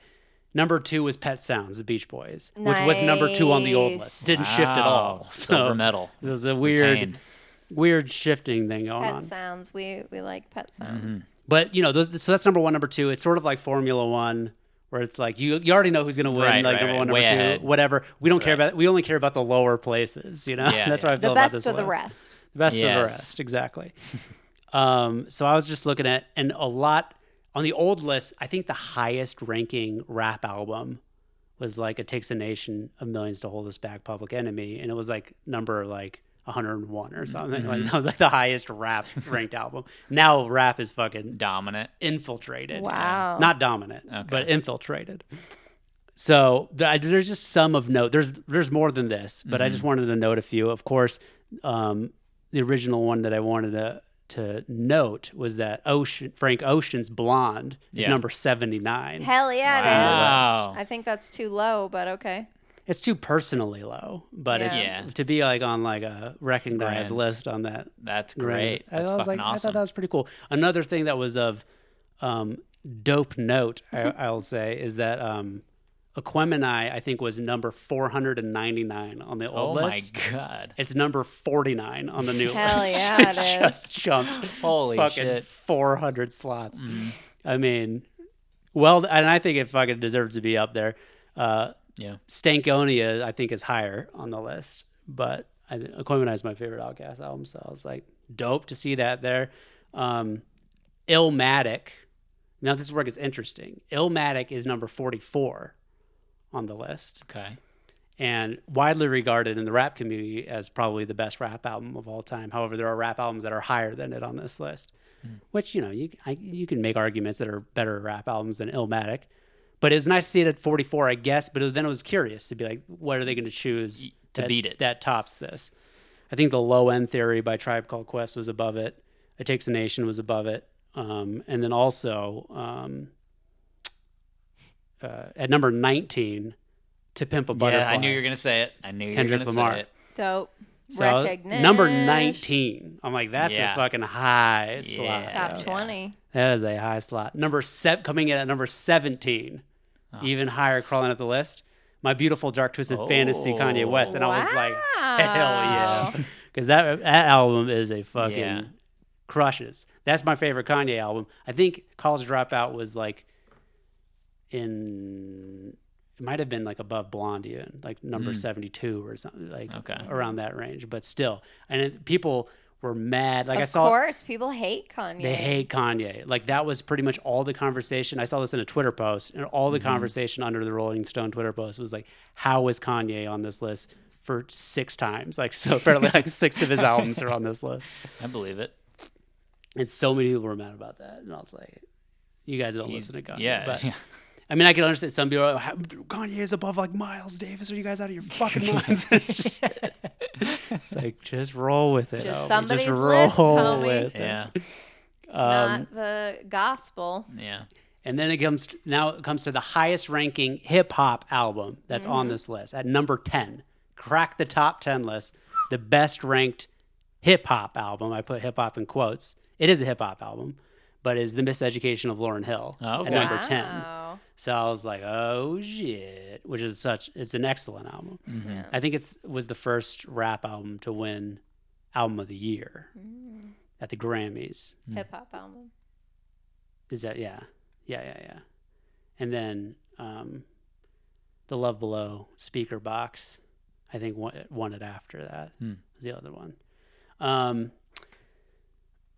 S6: number two was Pet Sounds, the Beach Boys, which was number two on the old
S5: Nice.
S6: list. Didn't shift at all.
S4: Wow,
S6: So
S4: Silver medal.
S6: it was a weird,
S4: Retained.
S6: weird shifting thing going
S5: Pet
S6: on. Mm-hmm.
S5: sounds. We we like pet sounds.
S6: But you know, those, so that's number one, number two. It's sort of like Formula One. Where it's like you you already know who's gonna win,
S4: Right,
S6: like
S4: right,
S6: number
S4: right.
S6: one, number
S4: Way
S6: two,
S4: ahead.
S6: whatever. We don't care about we only care about the lower places, you know?
S4: Yeah,
S6: that's
S4: yeah.
S6: why I feel
S5: The
S6: about
S5: best
S6: this
S5: of the
S6: list.
S5: rest.
S6: The best of the
S4: Yes.
S6: rest, exactly. um, so I was just looking at, and a lot on the old list, I think the highest ranking rap album was like It Takes a Nation of Millions to Hold Us Back, Public Enemy. And it was like number like 101 or something. Like that was like the highest rap ranked album. Now rap is fucking
S4: Dominant.
S6: infiltrated.
S5: Wow.
S6: Not dominant, but infiltrated. So th- I- there's just some of note. There's there's more than this, but I just
S4: Mm-hmm.
S6: wanted to note a few. Of course, um, the original one that I wanted to to note was that Ocean Frank Ocean's Blonde is
S4: Yeah.
S6: number 79.
S5: Hell yeah,
S4: Wow.
S5: it is. I think that's too low, but okay.
S6: It's too personally low, but it's
S4: Yeah. Yeah.
S6: to be like on like a recognized
S4: Grants.
S6: list on that
S4: That's
S6: Right.
S4: great. That's
S6: I was
S4: fucking
S6: like, I
S4: awesome.
S6: thought that was pretty cool. Another thing that was of um, dope note, I,
S4: Mm-hmm.
S6: I'll say, is that um, Aquemini, I think, was number 499 on the
S4: oh
S6: old list.
S4: my god.
S6: It's number 49 on the new
S5: Hell
S6: list.
S5: yeah, it is.
S6: just jumped
S4: Holy
S6: fucking
S4: shit. Mm.
S6: 400 slots. I mean, well, and I think it fucking deserves to be up there. Uh,
S4: Yeah.
S6: Stankonia, I think, is higher on the list, but I think Aquemini is my favorite Outcast album, so I was like, dope to see that there. Um, Illmatic. Now this is where it gets interesting. Illmatic is number forty-four on the list,
S4: Okay.
S6: and widely regarded in the rap community as probably the best rap album of all time. However, there are rap albums that are higher than it on this list, which you know you I, you can make arguments that are better rap albums than Illmatic. But it's nice to see it at 44, I guess. But it was, then it was curious to be like, what are they going to choose
S4: Y- to
S6: that-
S4: beat it.
S6: that tops this? I think the low end theory by Tribe Called Quest was above it. It Takes a Nation was above it, um, and then also um, uh, at number 19, To Pimp a Butterfly.
S4: Yeah, I knew you were gonna say it. I knew you
S6: Kendrick
S4: were gonna
S6: Lamar.
S4: say it.
S5: Dope.
S6: So
S5: Recognition.
S6: number 19. I'm like, that's a
S4: Yeah.
S6: fucking high
S4: Yeah.
S6: slot.
S5: Top
S4: Yeah.
S5: twenty.
S6: That is a high slot. Number seven, coming in at number 17,
S4: Oh.
S6: even higher, crawling up the list. My beautiful dark twisted fantasy, Kanye West. And I was like, hell
S5: Wow.
S6: yeah. because that that album is a fucking
S4: Yeah.
S6: crushes. That's my favorite Kanye album. I think College Dropout was like in it might have been like above Blonde even like number seventy two or something like
S4: Mm. Okay.
S6: around that range, but still, and it, people were mad. Like I
S5: of
S6: saw.
S5: course, people hate Kanye.
S6: They hate Kanye. Like that was pretty much all the conversation. I saw this in a Twitter post, and all
S5: Mm-hmm.
S6: the conversation under the Rolling Stone Twitter post was like, "How is Kanye on this list for six times? Like so, apparently, like six of his albums are on this list."
S4: I believe it.
S6: And so many people were mad about that, and I was like, "You guys don't listen to Kanye."
S4: Yeah.
S6: but,
S4: yeah.
S6: I mean, I can understand some people are like, "How- Kanye is above like Miles Davis. Are you guys out of your fucking minds? it's just, it's like just roll with it.
S5: Just
S6: homie.
S5: somebody's list, homie.
S6: it.
S4: Yeah.
S5: It's
S6: um,
S5: not the gospel.
S4: Yeah.
S6: And then it comes now it comes to the highest ranking hip hop album that's
S4: Mm-hmm.
S6: on this list at number 10. Crack the top 10 list, the best ranked hip hop album. I put hip hop in quotes. It is a hip hop album, but is The Miseducation of Lauren Hill
S4: Oh,
S6: at
S4: okay.
S6: number 10.
S5: Wow.
S6: So I was like, "Oh shit," which is such it's an excellent album.
S4: Mm-hmm.
S6: I think it's was the first rap album to win album of the year at the Grammys.
S5: Mm. Hip hop album.
S6: Is that yeah, yeah, yeah, yeah. And then um, the Love Below speaker box, I think won, won it after that.
S4: Hmm.
S6: Was the other one. Um,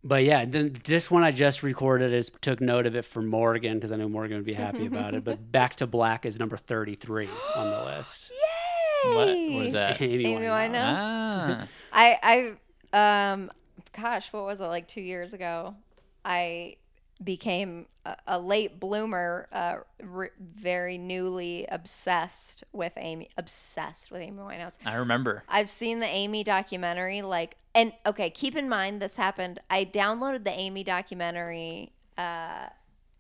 S6: but yeah, then this one I just recorded is took note of it for Morgan because I knew Morgan would be happy about it. But Back to Black is number thirty three on the list.
S5: Yay!
S4: What was that?
S6: Amy
S5: Amy
S6: Winehouse.
S5: Winehouse.
S4: Ah.
S5: I I um gosh, what was it like 2 years ago? I became a, a late bloomer, uh, re- very newly obsessed with Amy, obsessed with Amy Winehouse.
S4: I remember.
S5: I've seen the Amy documentary, like, and okay, keep in mind this happened. I downloaded the Amy documentary. Uh,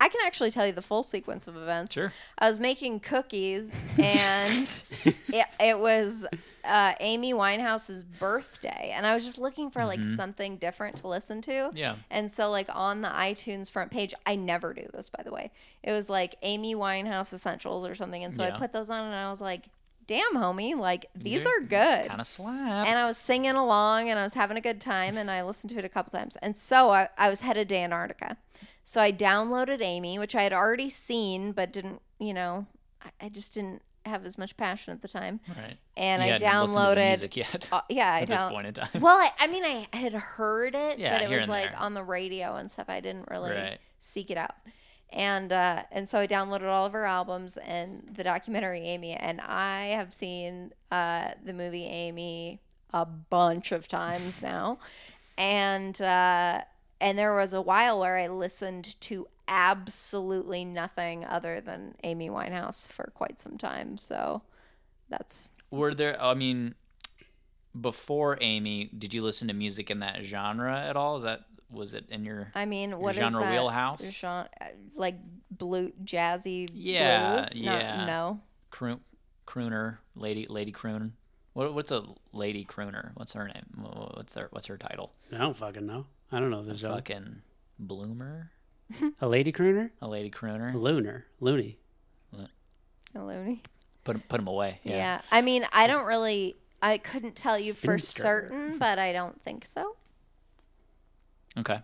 S5: I can actually tell you the full sequence of events.
S4: Sure.
S5: I was making cookies, and it, it was uh, Amy Winehouse's birthday, and I was just looking for like something different to listen to.
S4: Yeah.
S5: And so, like on the iTunes front page, I never do this, by the way. It was like Amy Winehouse Essentials or something, and so
S4: Yeah.
S5: I put those on, and I was like, "Damn, homie, like these
S4: They're
S5: are good."
S4: Kind of slap.
S5: and I was singing along and I was having a good time and I listened to it a couple times. And so I, I was headed to Antarctica. So I downloaded Amy, which I had already seen, but didn't, you know, I, I just didn't have as much passion at the time.
S4: right.
S5: And
S4: You
S5: I
S4: hadn't listened to the
S5: downloaded.
S4: music yet
S5: uh, yeah, I
S4: at this
S5: down-
S4: point in time.
S5: Well, I, I mean, I had heard it,
S4: Yeah,
S5: but it
S4: here
S5: was
S4: and
S5: like
S4: there.
S5: on the radio and stuff. I didn't really
S4: Right.
S5: seek it out. And uh, and so I downloaded all of her albums and the documentary Amy. And I have seen uh, the movie Amy a bunch of times now. And uh, and there was a while where I listened to absolutely nothing other than Amy Winehouse for quite some time. So that's
S4: Were there? I mean, before Amy, did you listen to music in that genre at all? Is that was it in your?
S5: I mean, Uh, what is
S4: genre
S5: that?
S4: wheelhouse?
S5: Your genre, uh, like blue jazzy
S4: Yeah,
S5: blues? Not-
S4: yeah.
S5: no.
S4: croon, crooner, lady, lady croon. What, what's a lady crooner? What's her name? Wha- What's her What's her title?
S6: I don't fucking know. I don't know this genre.
S4: Fucking bloomer,
S6: A lady crooner,
S4: a lady
S6: a
S4: crooner.
S6: lunar, loony.
S5: Maloney.
S4: Put 'em- put them away.
S5: Yeah.
S4: Yeah.
S5: I mean, I don't really I couldn't tell you for
S6: Spinster.
S5: certain, but I don't think so.
S4: Okay.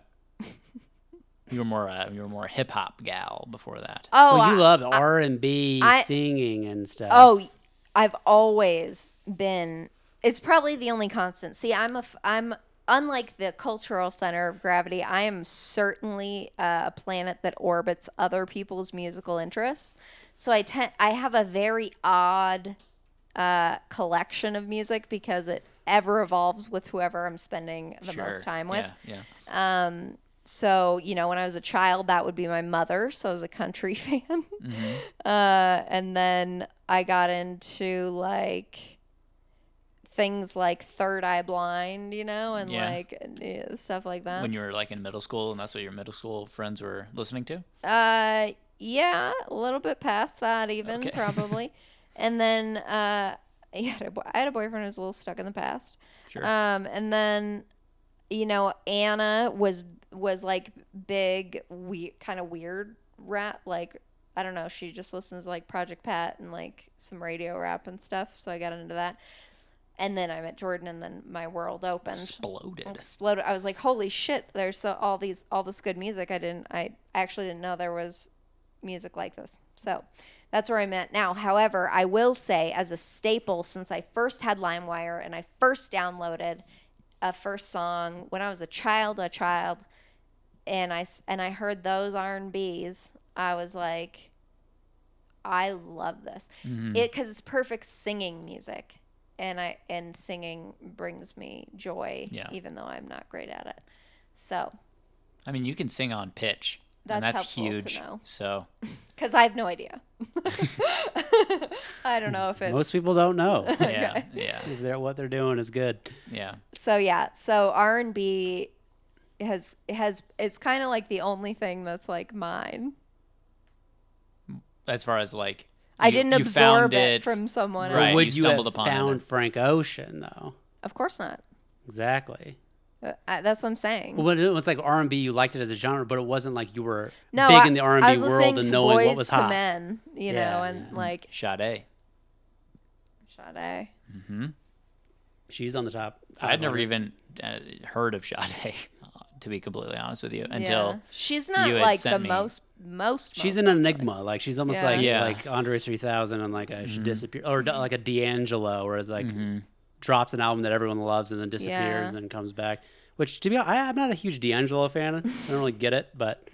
S4: you were more uh, you were more hip hop gal before that.
S5: Oh,
S6: well, you
S5: I-
S6: love R and B
S5: I-
S6: singing and stuff.
S5: Oh, I've always been. It's probably the only constant. See, I'm a. f- I'm unlike the cultural center of gravity. I am certainly uh, a planet that orbits other people's musical interests. So I tend. I have a very odd uh, collection of music because it ever evolves with whoever I'm spending the most time with.
S4: Yeah. Yeah.
S5: So, you know, when I was a child, that would be my mother. So I was a country fan.
S4: Mm-hmm.
S5: Uh, and then I got into like things like Third Eye Blind, you know, and
S4: Yeah.
S5: like eh, stuff like that.
S4: When you were like in middle school, and that's what your middle school friends were listening to.
S5: Uh, yeah, a little bit past that, even
S4: Okay.
S5: probably. and then uh, I had a boy- I had a boyfriend who was a little stuck in the past.
S4: Sure.
S5: Um, and then, you know, Anna was was like big, we kind of weird rat. Like I don't know, she just listens to like Project Pat and like some radio rap and stuff. So I got into that. and then I met Jordan, and then my world opened.
S4: Exploded.
S5: exploded. I was like, "Holy shit! There's so, all these all this good music. I didn't. I actually didn't know there was music like this." So that's where I'm at now. However, I will say, as a staple, since I first had LimeWire and I first downloaded a first song when I was a child, a child, and I s- and I heard those R and B's, I was like, I love this
S4: Mm-hmm.
S6: Mm-hmm.
S5: it because it's perfect singing music and i and singing brings me joy
S4: Yeah.
S5: even though i'm not great at it so
S4: I mean, you can sing on pitch. and
S5: That's
S4: that's
S5: helpful to
S4: huge.
S5: know.
S4: So
S5: because i have no idea i don't know if it's
S6: Most people don't know.
S4: yeah, yeah,
S6: If they're, what they're doing is good.
S4: yeah.
S5: so yeah so r&b has has is kind of like the only thing that's like mine
S4: As far as like,
S5: i
S4: you-
S5: didn't
S4: you
S5: absorb
S4: found
S5: it, from someone
S4: Right,
S5: else.
S6: But
S4: you
S6: would you,
S4: stumbled
S6: have
S4: upon it.
S6: found Frank Ocean though?
S5: of course not
S6: Exactly.
S5: Uh, I, that's what i'm saying
S6: Well, it was like R and B. You liked it as a genre, but it wasn't like you were
S5: no
S6: big
S5: I,
S6: in the
S5: I
S6: R and
S5: was
S6: B
S5: listening
S6: world and
S5: to
S6: knowing
S5: boys
S6: what was
S5: to
S6: hot.
S5: men you
S6: Yeah,
S5: know and like
S4: Sade.
S5: Sade.
S6: She's on the top.
S4: I'd never
S6: 500.
S4: even uh, heard of Sade, uh, to be completely honest with you,
S5: Yeah.
S4: until
S5: she's not
S4: you had
S5: like the
S4: sent me-
S5: most most
S6: She's
S5: most-
S6: an enigma. Like she's almost
S5: Yeah.
S6: like
S4: Yeah. Mm-hmm.
S6: like Andre 3000 and like a, she disappear or d- like a D'Angelo, where it's like drops an album that everyone loves and then disappears
S5: Yeah.
S6: and then comes back. Which to be honest, I, I'm not a huge D'Angelo fan. I don't really get it, but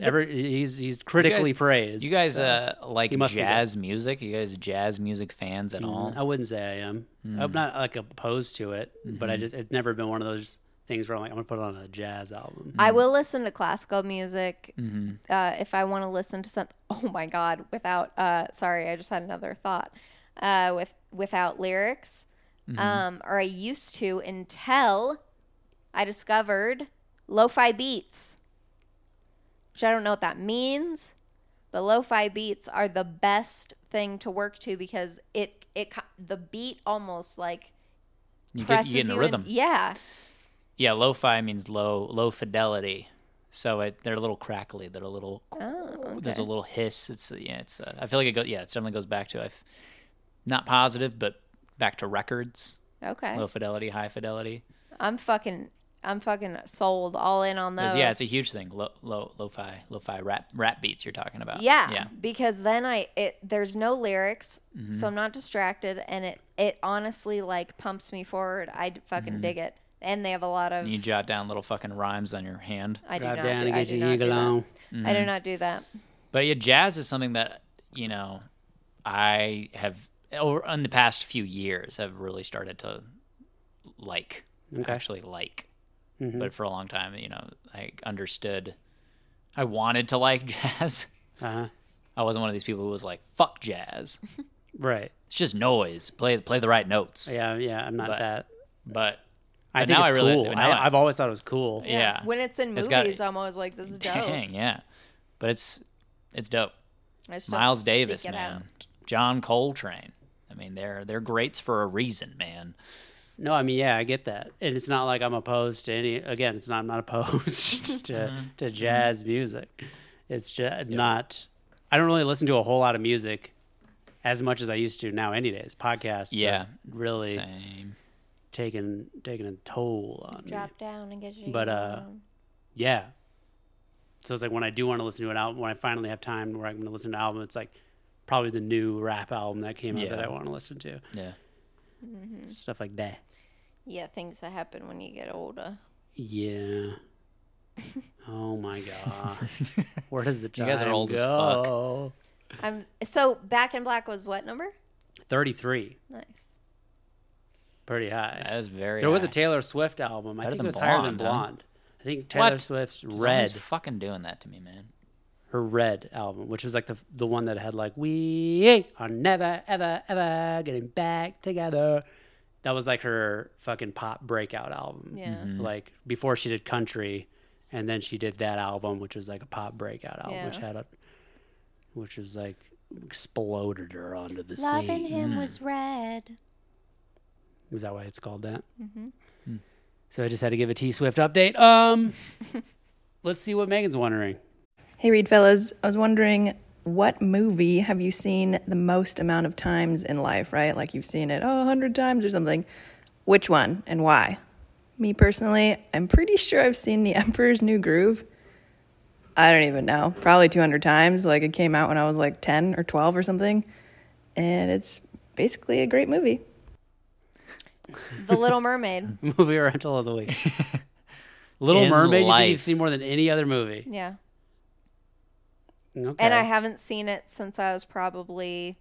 S6: every he's he's critically
S4: guys-
S6: praised.
S4: you guys uh, like
S6: He must be good.
S4: jazz music. You guys jazz music fans at all?
S6: Mm-hmm.
S4: Mm.
S6: I wouldn't say I am. I'm not like opposed to it, but
S4: Mm-hmm.
S6: I just it's never been one of those things where I'm like I'm gonna put on a jazz album.
S4: Mm.
S5: I will listen to classical music
S4: Mm-hmm.
S5: uh, if I want to listen to something. Oh my god! Without uh, sorry, I just had another thought. Uh, with without lyrics,
S4: Mm-hmm.
S5: um, or I used to until I discovered lo-fi beats, which I don't know what that means, but lo-fi beats are the best thing to work to because it it co- the beat almost like
S4: You get
S5: presses
S4: you get in a
S5: you
S4: rhythm.
S5: In, E- yeah,
S4: Yeah, lo-fi means low low fidelity. So it, they're a little crackly. They're a little
S5: Oh,
S4: there's a little hiss. It's yeah. It's uh, I feel like it goes yeah. It definitely goes back to I've not positive, but back to records.
S5: okay.
S4: Low fidelity, high fidelity.
S5: I'm fucking I'm fucking sold all in on
S4: 'Cause,
S5: those.
S4: Yeah, it's a huge thing. Low low lo-fi lo-fi rap rap beats. You're talking about.
S5: yeah,
S4: yeah. Mm-hmm.
S5: because then I it there's no lyrics, so I'm not distracted and it it honestly like pumps me forward. I d- fucking dig it. And they have a lot of
S4: And Mm-hmm. you jot down little fucking rhymes on your hand.
S5: I do
S6: Drive
S5: not
S6: down
S5: do,
S6: and
S5: I
S6: get
S5: do
S6: your
S5: not do
S6: eagle
S5: that.
S6: on.
S4: Mm-hmm.
S5: I do not do that.
S4: But yeah, jazz is something that you know I have over in the past few years have really started to like, actually like. But for a long time, you know, I understood. I wanted to like jazz.
S6: Uh-huh.
S4: I wasn't one of these people who was like, "Fuck jazz.
S6: Right.
S4: It's just noise. Play play the right notes."
S6: Yeah. Yeah. I'm not
S4: But-
S6: that.
S4: But
S6: I
S4: but
S6: think
S4: now I
S6: it's
S4: really-
S6: cool.
S4: now I-
S6: I, I've always thought it was cool.
S4: yeah,
S5: When it's in
S4: It's
S5: movies,
S4: got-
S5: I'm always like, this is dope.
S4: dang, yeah. But it's it's dope.
S5: I just don't
S4: Miles
S5: seek
S4: Davis,
S5: it out.
S4: man. John Coltrane. I mean, they're they're greats for a reason, man.
S6: No, I mean, yeah, I get that, and it's not like I'm opposed to any. Again, it's not I'm not
S4: Mm-hmm.
S6: opposed to to jazz music. It's just not. I don't really listen to a whole lot of music as much as I used to now. Any days, podcasts, have
S4: Yeah.
S6: really
S4: Same.
S6: taking taking a toll on me.
S5: Drop down and get your
S6: But,
S5: eagle
S6: uh,
S5: on.
S6: Yeah. So it's like when I do want to listen to an album, when I finally have time where I'm going to listen to an album, it's like probably the new rap album that came out
S4: Yeah.
S6: that I want to listen to.
S4: Yeah.
S6: Stuff like that.
S5: Yeah, things that happen when you get older.
S6: Yeah. Oh my gosh. Where does the time
S4: guys are old
S6: go?
S4: as fuck.
S5: I'm so Back in Black was what number?
S6: Thirty-three,
S5: Nice.
S6: pretty high.
S4: That is very.
S6: there was a
S4: high.
S6: Taylor Swift album. I
S4: Better
S6: think
S4: than
S6: it was higher than
S4: Blonde,
S6: Blonde. I think Taylor
S4: What?
S6: Swift's
S4: Somebody's
S6: Red,
S4: fucking doing that to me, man.
S6: her Red album, which was like the the one that had like we are never ever ever getting back together. That was like her fucking pop breakout
S4: Mm-hmm.
S6: album.
S5: Yeah.
S6: Like before she did country, and then she did that album, which was like a pop breakout album,
S5: Yeah.
S6: which had a, which was like exploded her onto the
S5: Loving
S6: scene.
S5: him was red.
S6: Is that why it's called that?
S5: Mm-hmm.
S4: Hmm.
S6: So I just had to give a T Swift update. Um, let's see what Megan's wondering.
S7: Hey, Reed fellas. I was wondering what movie have you seen the most amount of times in life, right? Like you've seen it, oh, 100 times or something. Which one and why? Me personally, I'm pretty sure I've seen The Emperor's New Groove. I don't even know, probably 200 times. Like it came out when I was like 10 or 12 or something. And it's basically a great movie.
S5: The Little Mermaid.
S6: movie rental of the week. Little
S4: In
S6: Mermaid, you think
S4: life.
S6: you've seen more than any other movie.
S5: Yeah.
S6: Okay.
S5: And I haven't seen it since I was probably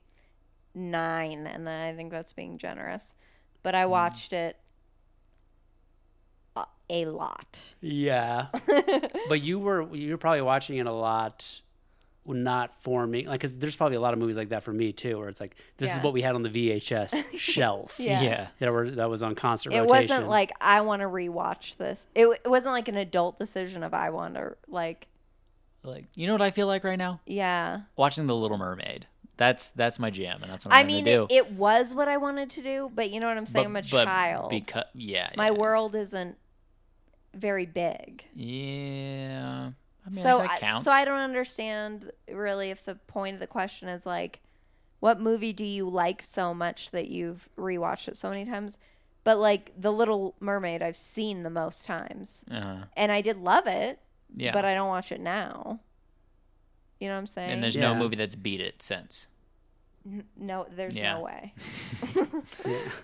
S5: nine, and I think that's being generous. But I watched it a, a lot.
S6: Yeah. but you were you were probably watching it a lot not for me like cuz there's probably a lot of movies like that for me too where it's like this
S5: Yeah.
S6: is what we had on the VHS shelf.
S5: Yeah.
S4: Yeah.
S6: That were that was on concert
S5: It
S6: rotation.
S5: wasn't like I want to rewatch this. It, w- it wasn't like an adult decision of I want to like
S4: Like, you know what I feel like right now?
S5: yeah.
S4: Watching The Little Mermaid. That's that's my jam, and that's what I'm
S5: I
S4: gonna
S5: mean,
S4: do.
S5: it, it was what I wanted to do, but you know what I'm saying. I'm a child.
S4: Because yeah,
S5: My
S4: yeah,
S5: world isn't very big.
S4: Yeah. I mean,
S5: so
S4: that
S5: I,
S4: counts.
S5: so I don't understand really if the point of the question is like, what movie do you like so much that you've rewatched it so many times? But like The Little Mermaid, I've seen the most times,
S4: Uh,
S5: and I did love it,
S4: yeah.
S5: but I don't watch it now. You know what I'm saying?
S4: and there's no
S6: Yeah.
S4: movie that's beat it since.
S5: no, there's
S4: Yeah.
S5: no way.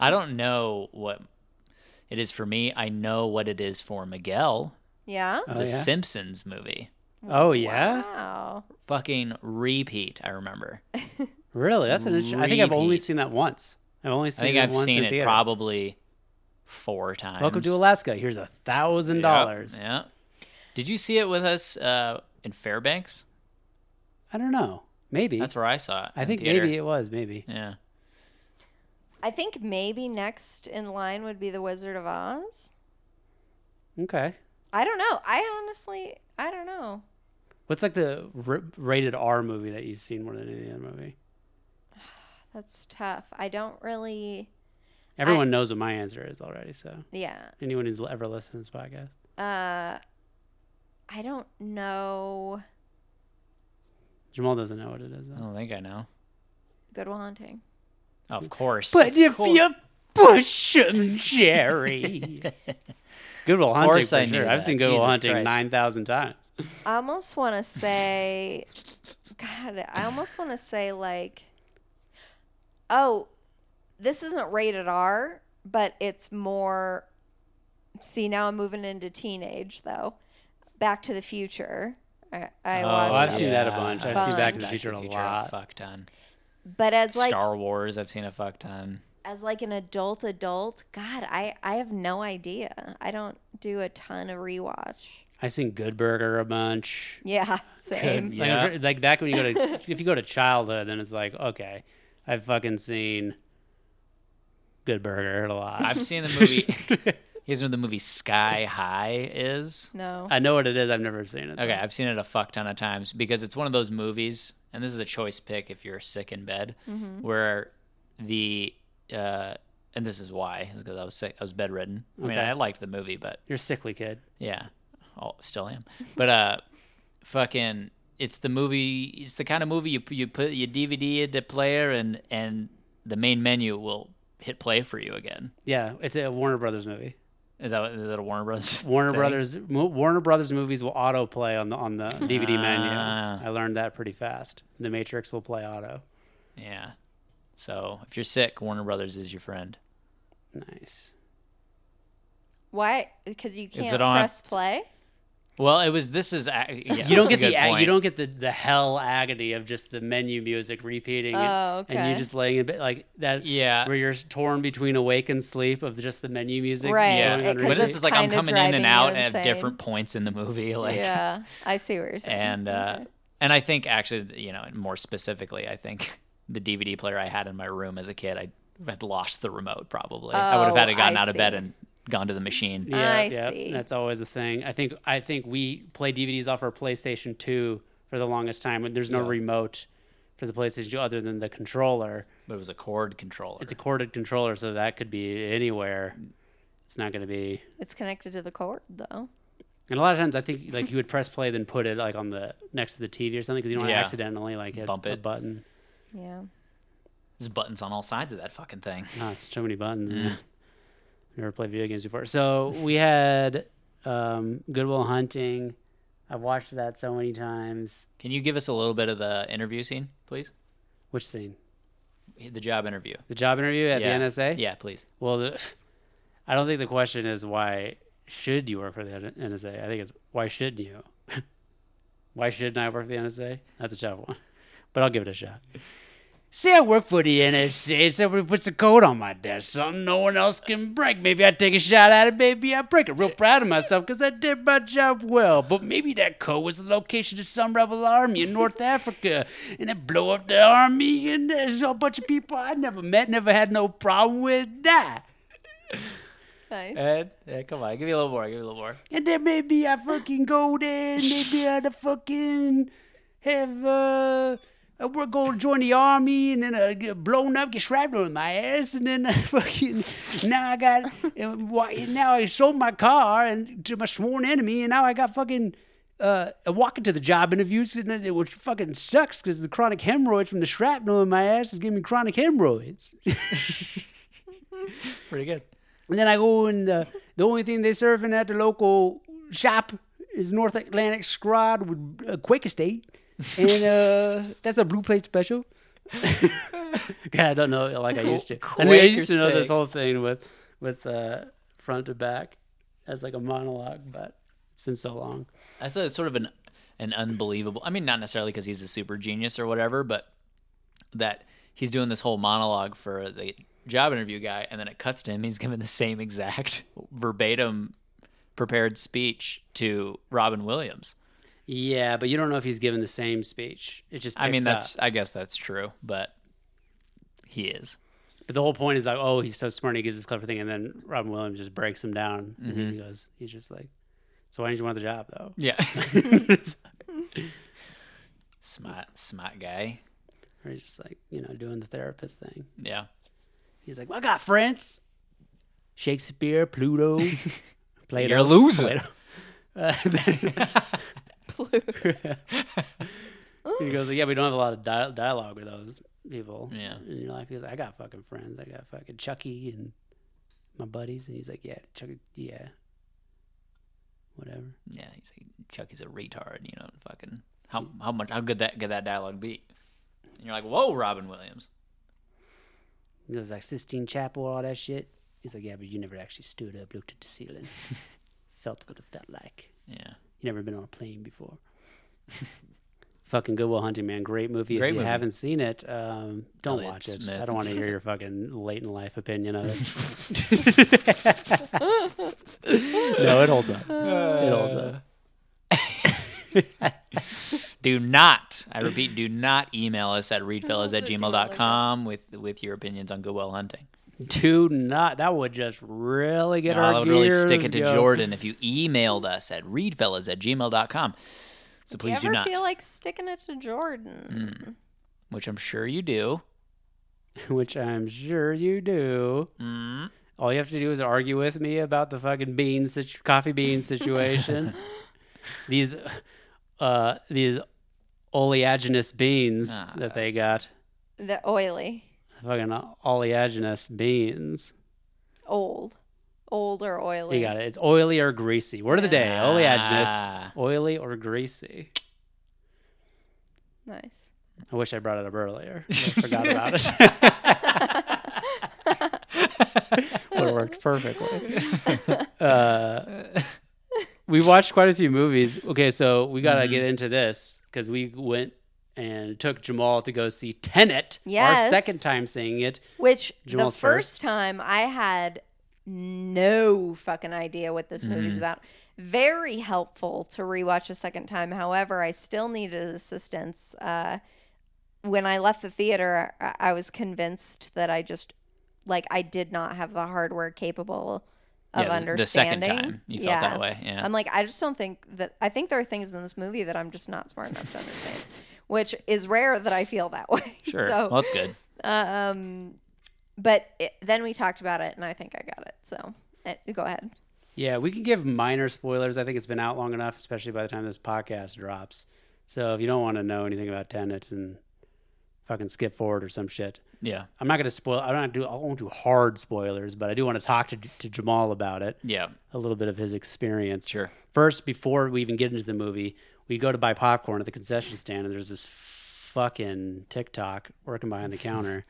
S4: I don't know what it is for me. I know what it is for Miguel,
S5: Yeah.
S6: Oh
S4: the
S6: yeah.
S4: Simpsons movie.
S6: oh yeah.
S5: Wow.
S4: Fucking repeat, I remember. I
S6: Really? That's an interesting. I think I've only
S4: Repeat.
S6: seen that once. I've only seen
S4: think
S6: it
S4: I've
S6: once
S4: seen
S6: in
S4: it
S6: theater.
S4: probably four times.
S6: Welcome to Alaska. Here's a thousand
S4: Yep,
S6: dollars.
S4: Yeah. Did you see it with us uh, in Fairbanks?
S6: I don't know. Maybe.
S4: That's where I saw it.
S6: I
S4: in
S6: think
S4: theater.
S6: maybe it was. Maybe.
S4: Yeah.
S5: I think maybe next in line would be The Wizard of Oz.
S6: Okay.
S5: I don't know. I honestly, I don't know.
S6: What's like the r- rated R movie that you've seen more than any other movie?
S5: That's tough. I don't really.
S6: Everyone knows what my answer is already. So
S5: Yeah.
S6: anyone who's ever listened to this podcast,
S5: Uh, I don't know.
S6: Jamal doesn't know what it is.
S4: I
S6: Though.
S4: don't think I know.
S5: Good Will Hunting.
S4: Of course.
S6: But if you push him, Jerry. Good Will Hunting.
S4: course
S6: for
S4: I knew
S6: sure. I've
S4: that.
S6: seen Good Will
S4: Jesus
S6: Hunting
S4: Christ.
S6: nine thousand times.
S5: I almost want to say, God, I almost want to say like, oh, this isn't rated R, but it's more. See, now I'm moving into teenage though. Back to the Future. I, I
S4: Oh,
S5: watched
S6: I've
S5: that.
S6: seen that a bunch. I've
S5: seen Back to
S6: the Future a lot.
S4: Fuck ton.
S5: but as like
S4: Star Wars. I've seen a fuck ton.
S5: as like an adult adult, God, I I have no idea. I don't do a ton of rewatch.
S6: I've seen Good Burger a bunch.
S5: Yeah, same.
S6: Like, I'm
S4: Yeah.
S6: sure- like back when you go to if you go to childhood, then it's like okay, I've fucking seen Good Burger a lot.
S4: I've seen the movie. you guys know what the movie Sky High is?
S5: No.
S6: I know what it is. I've never seen it.
S4: Okay, I've seen it a fuck ton of times because it's one of those movies, and this is a choice pick if you're sick in bed,
S6: Mm-hmm.
S4: where the uh, and this is why is because I was sick, I was bedridden. I mean,
S6: Okay.
S4: I liked the movie, but
S6: You're a sickly kid.
S4: yeah, oh, still am. But uh, fucking, it's the movie. It's the kind of movie you you put your DVD into player, and and the main menu will hit play for you again.
S6: Yeah, it's a Warner Brothers movie.
S4: Is that is that a Warner Brothers?
S6: Warner
S4: thing?
S6: Brothers mo- Warner Brothers movies will autoplay on the on the DVD menu.
S4: Ah.
S6: I learned that pretty fast. The Matrix will play auto.
S4: Yeah. So if you're sick, Warner Brothers is your friend.
S6: Nice.
S5: Why? Because you can't
S4: it on-
S5: press play.
S4: Well, it was. This is ac- yeah,
S6: You don't
S4: that's a
S6: get the
S4: good
S6: ag- you
S4: point.
S6: don't get the, the hell agony of just the menu music repeating and-
S5: Oh,
S6: and you
S5: okay.
S6: just laying in bed like that
S4: Yeah.
S6: where you're torn between awake and sleep of just the menu music
S5: Right,
S4: Yeah,
S6: going on
S5: because
S4: but this
S5: it's
S4: is like I'm
S5: kinda
S4: coming in
S5: driving
S4: and
S5: you
S4: out at
S5: insane.
S4: different points in the movie, like,
S5: yeah, I see what you're saying.
S4: and uh,
S5: Okay.
S4: and I think actually, you know, more specifically, I think the DVD player I had in my room as a kid, I had lost the remote. Probably, I would have had
S5: Oh,
S4: to gotten
S5: I
S4: out of bed
S5: see.
S4: and gone to the machine.
S6: Yeah,
S5: I
S6: yeah,
S5: see.
S6: that's always a thing. I think I think we play DVDs off our PlayStation 2 for the longest time when there's no remote for the PlayStation 2 other than the controller.
S4: But it was a cord controller.
S6: It's a corded controller, so that could be anywhere. It's not going to be.
S5: it's connected to the cord though.
S6: And a lot of times, I think like you would press play, then put it like on the next to the TV or something because you don't
S4: Yeah.
S6: accidentally like hit
S4: Bump
S6: a
S4: it.
S6: button.
S5: Yeah.
S4: There's buttons on all sides of that fucking thing.
S6: Oh, it's so many buttons. man. Never played video games before. So we had um, Goodwill Hunting. I've watched that so many times.
S4: Can you give us a little bit of the interview scene, please?
S6: Which scene?
S4: The job interview.
S6: The job interview at
S4: yeah.
S6: the NSA?
S4: Yeah, please.
S6: Well, the, I don't think the question is why should you work for the NSA. I think it's why should you? why shouldn't I work for the NSA? That's a tough one, but I'll give it a shot. Say I work for the NSA. Somebody puts a code on my desk, something no one else can break. Maybe I take a shot at it. Maybe I break it. Real proud of myself because I did my job well. But maybe that code was the location of some rebel army in North Africa, and it blew up the army. And there's a bunch of people I never met, never had no problem with that.
S5: Nice.
S4: Ed, yeah, come on, give me a little more. Give me a little more.
S6: And then maybe I fucking go there. and Maybe I the fucking have uh, I work go join the army, and then I get blown up, get shrapnel in my ass, and then I fucking now I got uh, why- now I sold my car and to my sworn enemy, and now I got fucking. Uh, walking to the job interviews, and it which fucking sucks because the chronic hemorrhoids from the shrapnel in my ass is giving me chronic hemorrhoids.
S4: Pretty good.
S6: And then I go and the, the only thing they serving at the local shop is North Atlantic Scrod with uh, Quake Estate. And uh, that's a blue plate special. God, I don't know it like I used to. I, mean, I
S4: Quake
S6: used to know this
S4: Estate.
S6: whole thing with with uh, front to back as like a monologue, but it's been so long.
S4: That's a sort of an an unbelievable. I mean, not necessarily because he's a super genius or whatever, but that he's doing this whole monologue for the job interview guy, and then it cuts to him. He's giving the same exact verbatim prepared speech to Robin Williams.
S6: Yeah, but you don't know if he's given the same speech. It just
S4: I mean,
S6: picks
S4: that's
S6: up.
S4: I guess that's true, but he is.
S6: but the whole point is like, oh, he's so smart, he gives this clever thing, and then Robin Williams just breaks him down. And
S4: Mm-hmm.
S6: he goes, he's just like, so why didn't you want the job though?
S4: Yeah,
S6: or
S4: smart smart guy.
S6: he's just like, you know, doing the therapist thing.
S4: Yeah.
S6: He's like, well, I got friends. Shakespeare, Pluto, Plato.
S4: You're a loser.
S6: he goes, like, yeah, we don't have a lot of dia- dialogue with those people.
S4: Yeah.
S6: In your life, he goes, I got fucking friends. I got fucking Chucky and my buddies. And he's like, yeah, Chucky, yeah, whatever.
S4: Yeah, he's like Chucky's a retard. You know, fucking how how much how good that could that dialogue be? And you're like, whoa, Robin Williams.
S6: He goes like Sistine Chapel, all that shit. He's like, yeah, but you never actually stood up, looked at the ceiling, felt what it felt like.
S4: Yeah,
S6: You never been on a plane before. fucking Goodwill Hunting, man, great movie.
S4: Great
S6: if you
S4: movie.
S6: haven't seen it, um, don't
S4: Elliot
S6: watch it.
S4: Smith.
S6: I don't want to hear your fucking late in life opinion of it. no, it holds up.
S4: Uh,
S6: it holds up.
S4: do not, I repeat, do not email us at readfellas at gmail.com with with your opinions on Goodwill Hunting.
S6: Do not. That would just really get
S4: I
S6: our
S4: would really stick
S6: gears
S4: it to
S6: going.
S4: Jordan if you emailed us at readfellas at gmail.com. So please
S5: you
S4: do
S5: ever
S4: not,
S5: feel like sticking it to Jordan?
S4: which I'm sure you do.
S6: which I'm sure you do.
S4: Mm.
S6: All you have to do is argue with me about the fucking bean situ- coffee bean situation. these uh these oleaginous beans that they got.
S4: Mm.
S5: The oily,
S6: Fucking oleaginous beans.
S5: old, old or oily.
S6: You got it. It's oily or greasy. Word of the day.
S4: Ah.
S6: Oleaginous. Oily or greasy.
S5: Nice.
S6: I wish I brought it up earlier. I forgot about it. it worked perfectly. Uh, we watched quite a few movies. Okay, so we got to get into this because we went and took Jamal to go see Tenet. Our
S5: Yes.
S6: second time seeing it.
S5: Which
S6: Jamal's
S5: the
S6: first.
S5: first, time I had no fucking idea what this
S4: Mm-hmm.
S5: movie's about. Very helpful to rewatch a second time. However, I still needed assistance. Uh, when I left the theater, I, I was convinced that I just like I did not have the hardware capable of
S4: Yeah, the- the second
S5: understanding.
S4: time you felt that way, yeah.
S5: I'm like, I just don't think that. I think there are things in this movie that I'm just not smart enough to understand, which is rare that I feel that way.
S4: Sure.
S5: So,
S4: well, that's good.
S5: um, but it, then we talked about it, and I think I got it. So eh, go ahead.
S6: Yeah, we can give minor spoilers. I think it's been out long enough, especially by the time this podcast drops. So if you don't want to know anything about Tenet and fucking skip forward or some shit,
S4: Yeah.
S6: I'm not going to spoil. I don't do. I won't do hard spoilers, but I do want to talk to, to Jamal about it.
S4: Yeah.
S6: a little bit of his experience.
S4: Sure.
S6: First, before we even get into the movie, we go to buy popcorn at the concession stand, and there's this fucking TikTok working behind the counter.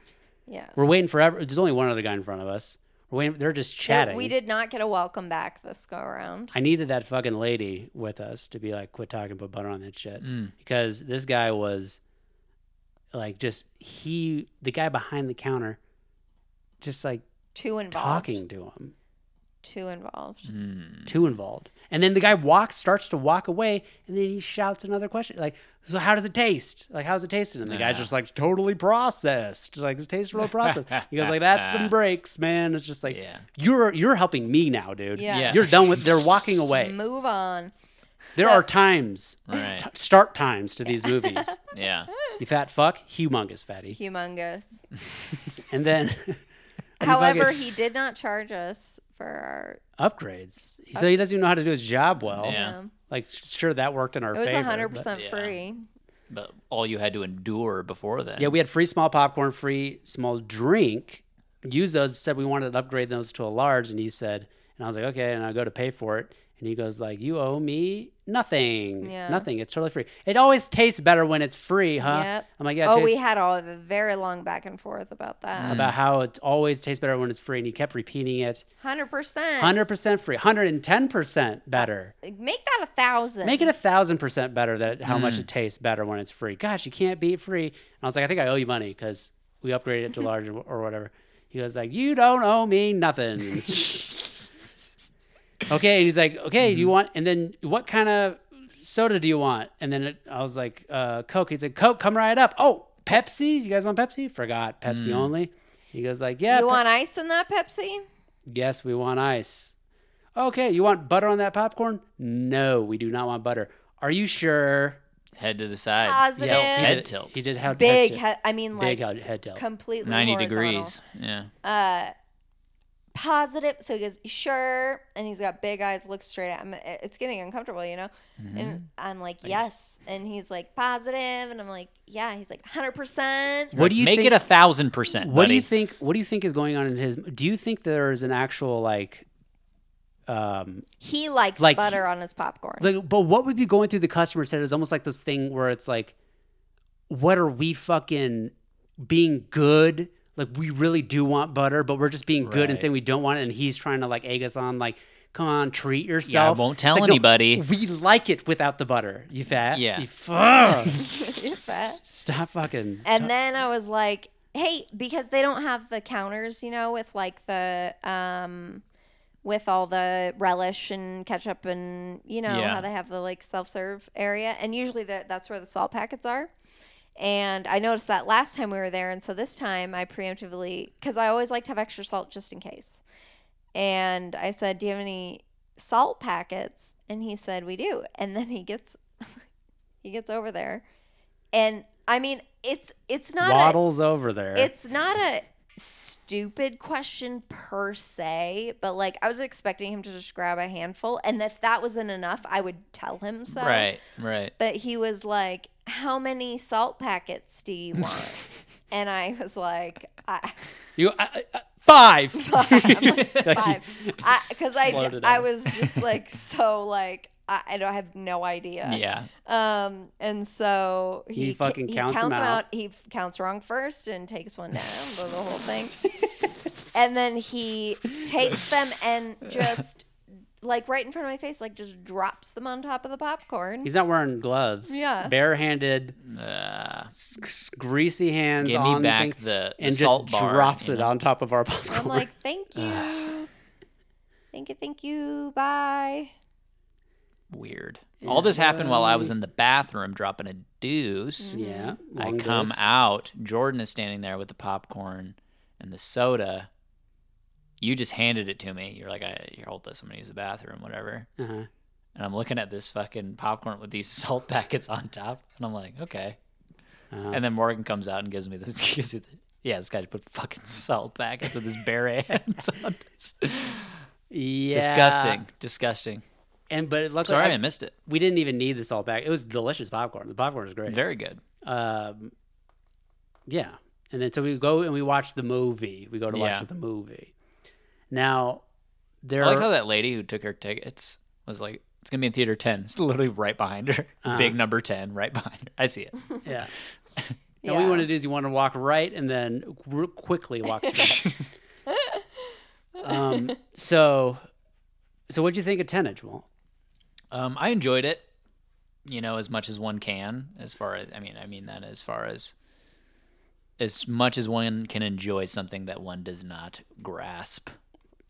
S5: Yes.
S6: We're waiting forever. There's only one other guy in front of us. We're waiting. They're just
S5: Yeah,
S6: chatting.
S5: we did not get a welcome back this go around.
S6: I needed that fucking lady with us to be like, quit talking, put butter on that shit. Because this guy was like, just he, the guy behind the counter, just like
S5: Too involved.
S6: talking Mm-hmm. to him,
S5: Too involved.
S6: too involved. And then the guy walks, starts to walk away, and then he shouts another question like, so how does it taste? Like, how's it tasting? And the guy's just like, totally processed. Like, it tastes real processed. he goes like, that's the breaks, man. It's just like,
S4: Yeah.
S6: you're you're helping me now, dude.
S5: Yeah.
S4: Yeah.
S6: You're done with. They're walking away.
S5: Move on.
S6: There
S5: So-
S6: are times,
S4: Right.
S6: t- start times to these movies.
S4: Yeah.
S6: you fat fuck, humongous fatty.
S5: Humongous.
S6: And then and
S5: However,
S6: fucking
S5: he did not charge us for our.
S6: upgrades. So he doesn't even know how to do his job well.
S4: Yeah.
S6: Like, sure, that worked in our
S5: It was
S6: favor.
S5: hundred
S6: but-
S5: percent
S4: yeah.
S5: free.
S4: But all you had to endure before then.
S6: Yeah, we had free small popcorn, free small drink. Used those. Said we wanted to upgrade those to a large, and he said, and I was like, okay, and I go to pay for it, and he goes like, you owe me nothing,
S5: Yeah.
S6: nothing. It's totally free. It always tastes better when it's free, huh?
S5: Yep.
S6: I'm like, yeah. it
S5: oh, we
S6: tastes-
S5: had all of a very long back and forth about that.
S6: about how it always tastes better when it's free, and he kept repeating it.
S5: Hundred percent.
S6: Hundred percent free, hundred and ten percent better.
S5: Make that a thousand.
S6: Make it a thousand percent better that how much it tastes better when it's free. Gosh, you can't beat free. And I was like, I think I owe you money because we upgraded it to large or or whatever. He was like, you don't owe me nothing. okay, and he's like, okay, do you want? And then what kind of soda do you want? And then it, I was like, uh, Coke. He's like, Coke, come right up. Oh, Pepsi. You guys want Pepsi? Forgot Pepsi only. He goes like, yeah.
S5: You
S6: Pe-
S5: want ice in that Pepsi?
S6: Yes, we want ice. Okay, you want butter on that popcorn? No, we do not want butter. Are you sure?
S4: Head to the side.
S5: Positive.
S6: Yes, he
S4: Head
S6: did-
S4: tilt.
S6: He did have
S5: Big.
S6: head,
S5: He- I mean, like
S6: big head, head tilt.
S5: completely
S4: 90
S5: horizontal. Uh,
S4: degrees. Yeah.
S5: positive. So he goes, sure. And he's got big eyes, looks straight at him. It's getting uncomfortable, you know? And I'm like, yes. And he's like, positive. And I'm like, yeah. He's like, 100%.
S6: What do you
S4: Make
S6: think?
S4: it a thousand percent.
S6: what do you
S4: buddy.
S6: think? What do you think is going on in his? Do you think there is an actual like, um,
S5: He likes
S6: Like,
S5: butter on his popcorn.
S6: like? But what would be going through the customer's head is almost like this thing where it's like, what are we fucking being good? Like we really do want butter, but we're just being good and
S4: Right.
S6: saying we don't want it. And he's trying to like egg us on, like, come on, treat yourself.
S4: won't
S6: It's
S4: tell
S6: like, no,
S4: anybody.
S6: we like it without the butter. You fat.
S4: Yeah.
S6: You fuck.
S5: You're fat.
S6: Stop fucking.
S5: And then I was like, hey, because they don't have the counters, you know, with like the, um, with all the relish and ketchup and you know
S4: Yeah.
S5: how they have the like self-serve area and usually that that's where the salt packets are and i noticed that last time we were there and so this time i preemptively because i always like to have extra salt just in case and i said do you have any salt packets and he said we do and then he gets he gets over there and i mean it's it's not a,
S6: waddles over there.
S5: it's not a stupid question per se, but like I was expecting him to just grab a handful, and if that wasn't enough, I would tell him so.
S4: Right. Right.
S5: But he was like, "How many salt packets do you want?" and I was like, I,
S6: you I, I, five.
S5: five. Because I,
S6: Slowed it
S5: I,
S6: down.
S5: was just like so like I, I don't I have no idea.
S4: Yeah.
S5: Um, and so he, ca-
S6: fucking counts 'em
S5: them
S6: out.
S5: He f- counts wrong first and takes one down, the the whole thing. and then he takes them and just like right in front of my face, like just drops them on top of the popcorn.
S6: He's not wearing gloves.
S5: Yeah.
S6: Barehanded,
S4: Uh,
S6: s- s- greasy hands.
S4: give
S6: on
S4: me back
S6: thing,
S4: the, the
S6: and just
S4: salt bar.
S6: drops
S4: you
S6: it
S4: know?
S6: on top of our
S5: I'm
S6: popcorn.
S5: like, thank you, thank you, thank you, bye.
S4: Weird. All this happened while I was in the bathroom dropping a deuce.
S6: yeah.
S5: "Mm,
S4: I
S6: long
S4: come
S6: goes.
S4: out. Jordan is standing there with the popcorn and the soda. You just handed it to me. You're like, I, here, hold this. I'm going to use the bathroom, whatever.
S6: Uh-huh.
S4: And I'm looking at this fucking popcorn with these salt packets on top. And I'm like, okay.
S6: Uh-huh.
S4: And then Morgan comes out and gives me this. Gives you the, yeah, this guy just put fucking salt packets with his bare hands on this.
S6: Yeah.
S4: Disgusting. Disgusting.
S6: And but it looks
S4: Sorry,
S6: like
S4: I missed it.
S6: we didn't even need this all back. It was delicious popcorn. The popcorn was great.
S4: Very good.
S6: Um, yeah. And then so we go and we watch the movie. We go to watch
S4: Yeah.
S6: the movie. Now there
S4: I like
S6: are-
S4: how that lady who took her tickets was like, "It's gonna be in theater 10." It's literally right behind her.
S6: Uh-huh.
S4: Big number 10, right behind her. I see it.
S6: Yeah. And what
S5: Yeah.
S6: you want to do is you want to walk right and then r- quickly walk straight. um, so, so what'd you think of Tenet, Jamal?
S4: Um, I enjoyed it, you know, as much as one can. As far as I mean, I mean that as far as as much as one can enjoy something that one does not grasp.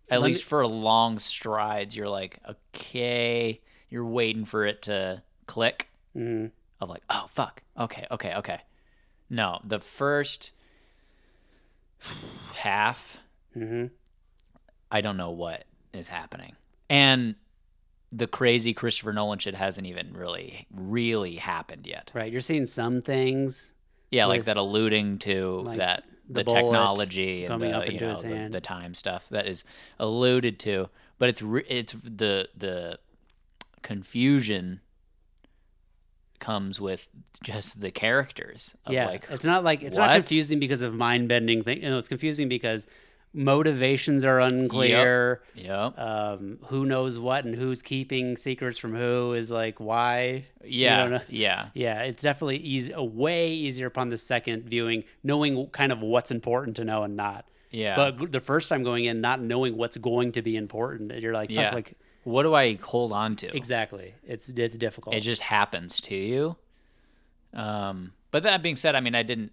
S4: At
S6: Let me-
S4: least for long strides, you're like, okay, you're waiting for it to click.
S6: Mhm.
S4: Of like, oh fuck, okay, okay, okay. No, the first half,
S6: Mhm.
S4: I don't know what is happening, and the crazy Christopher Nolan shit hasn't even really, really happened yet.
S6: Right. You're seeing some things.
S4: Yeah, like
S6: With-
S4: that alluding to
S6: like
S4: that
S6: the
S4: the,
S6: bullet
S4: technology and
S6: coming
S4: the,
S6: up
S4: you
S6: into
S4: know,
S6: his
S4: the-
S6: hand.
S4: the time stuff that is alluded to, but it's re- it's the the confusion comes with just the characters. Of
S6: yeah.
S4: like,
S6: it's not like, it's not
S4: what?
S6: confusing because of mind bending thing. You know, it's confusing because motivations are unclear.
S4: yeah,
S6: Um, who knows what and who's keeping secrets from who is like why. you don't
S4: yeah,
S6: know.
S4: yeah,
S6: Yeah, it's definitely easy, a way easier upon the second viewing, knowing kind of what's important to know and not.
S4: yeah.
S6: But g- the first time going in, not knowing what's going to be important, you're like, fuck,
S4: yeah,
S6: like
S4: what do I hold on to?
S6: exactly. It's it's difficult.
S4: It just happens to you. Um, but that being said, I mean, I didn't,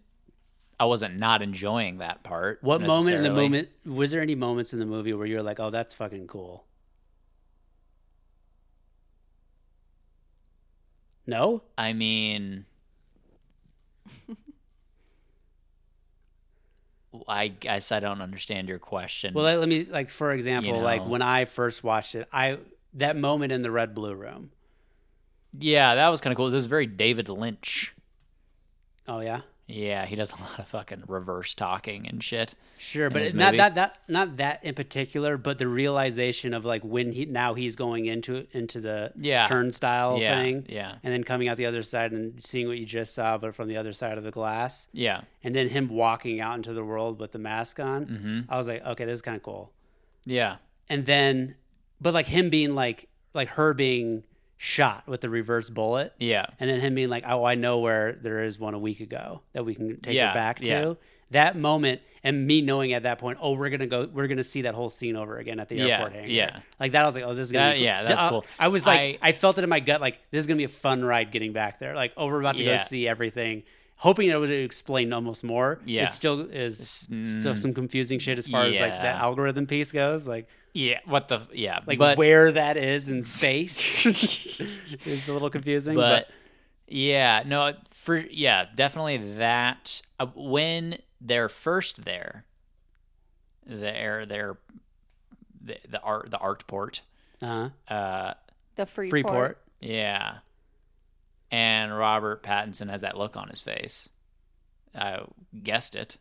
S4: I wasn't not enjoying that part.
S6: what moment in the
S4: necessarily.
S6: moment was there any moments in the movie where you're like, oh, that's fucking cool? No,
S4: I mean, I guess I don't understand your question.
S6: Well, let, let me like for example, like
S4: know.
S6: when I first watched it, I that moment in the red blue room.
S4: yeah, that was kind of cool. This is very David Lynch.
S6: Oh yeah.
S4: Yeah, he does a lot of fucking reverse talking and shit.
S6: Sure,
S4: in
S6: but
S4: his
S6: it- not
S4: movies.
S6: that that not that in particular, but the realization of like when he now he's going into into the
S4: Yeah.
S6: turnstile
S4: Yeah,
S6: thing,
S4: yeah.
S6: and then coming out the other side and seeing what you just saw, but from the other side of the glass,
S4: Yeah,
S6: and then him walking out into the world with the mask on. I was like, okay, this is kind of cool.
S4: yeah,
S6: And then, but like him being like like her being shot with the reverse bullet,
S4: yeah,
S6: and then him being like, "Oh, I know where there is one a week ago that we can take
S4: Yeah,
S6: her back to."
S4: yeah.
S6: That moment, and me knowing at that point, "Oh, we're gonna go, we're gonna see that whole scene over again at the
S4: Yeah,
S6: airport hangar."
S4: yeah.
S6: like that. I was like, "Oh, this is gonna
S4: That-
S6: be cool.
S4: yeah, that's
S6: Uh,
S4: cool.
S6: I was like, I,
S4: I-
S6: felt it in my gut, like this is gonna be a fun ride getting back there. Like, oh, we're about to go
S4: Yeah.
S6: see everything. Hoping it would explain almost more.
S4: Yeah.
S6: it still is still some confusing shit as far as like
S4: yeah.
S6: that algorithm piece goes. Like,
S4: yeah. What the? Yeah,
S6: like
S4: but,
S6: where that is in space is a little confusing.
S4: but yeah, no, for yeah, definitely that. Uh, when they're first there, their their the, the art the art port.
S6: but uh,
S4: Uh,
S5: The Freeport.
S6: Freeport.
S4: yeah, and Robert Pattinson has that look on his face. I guessed it.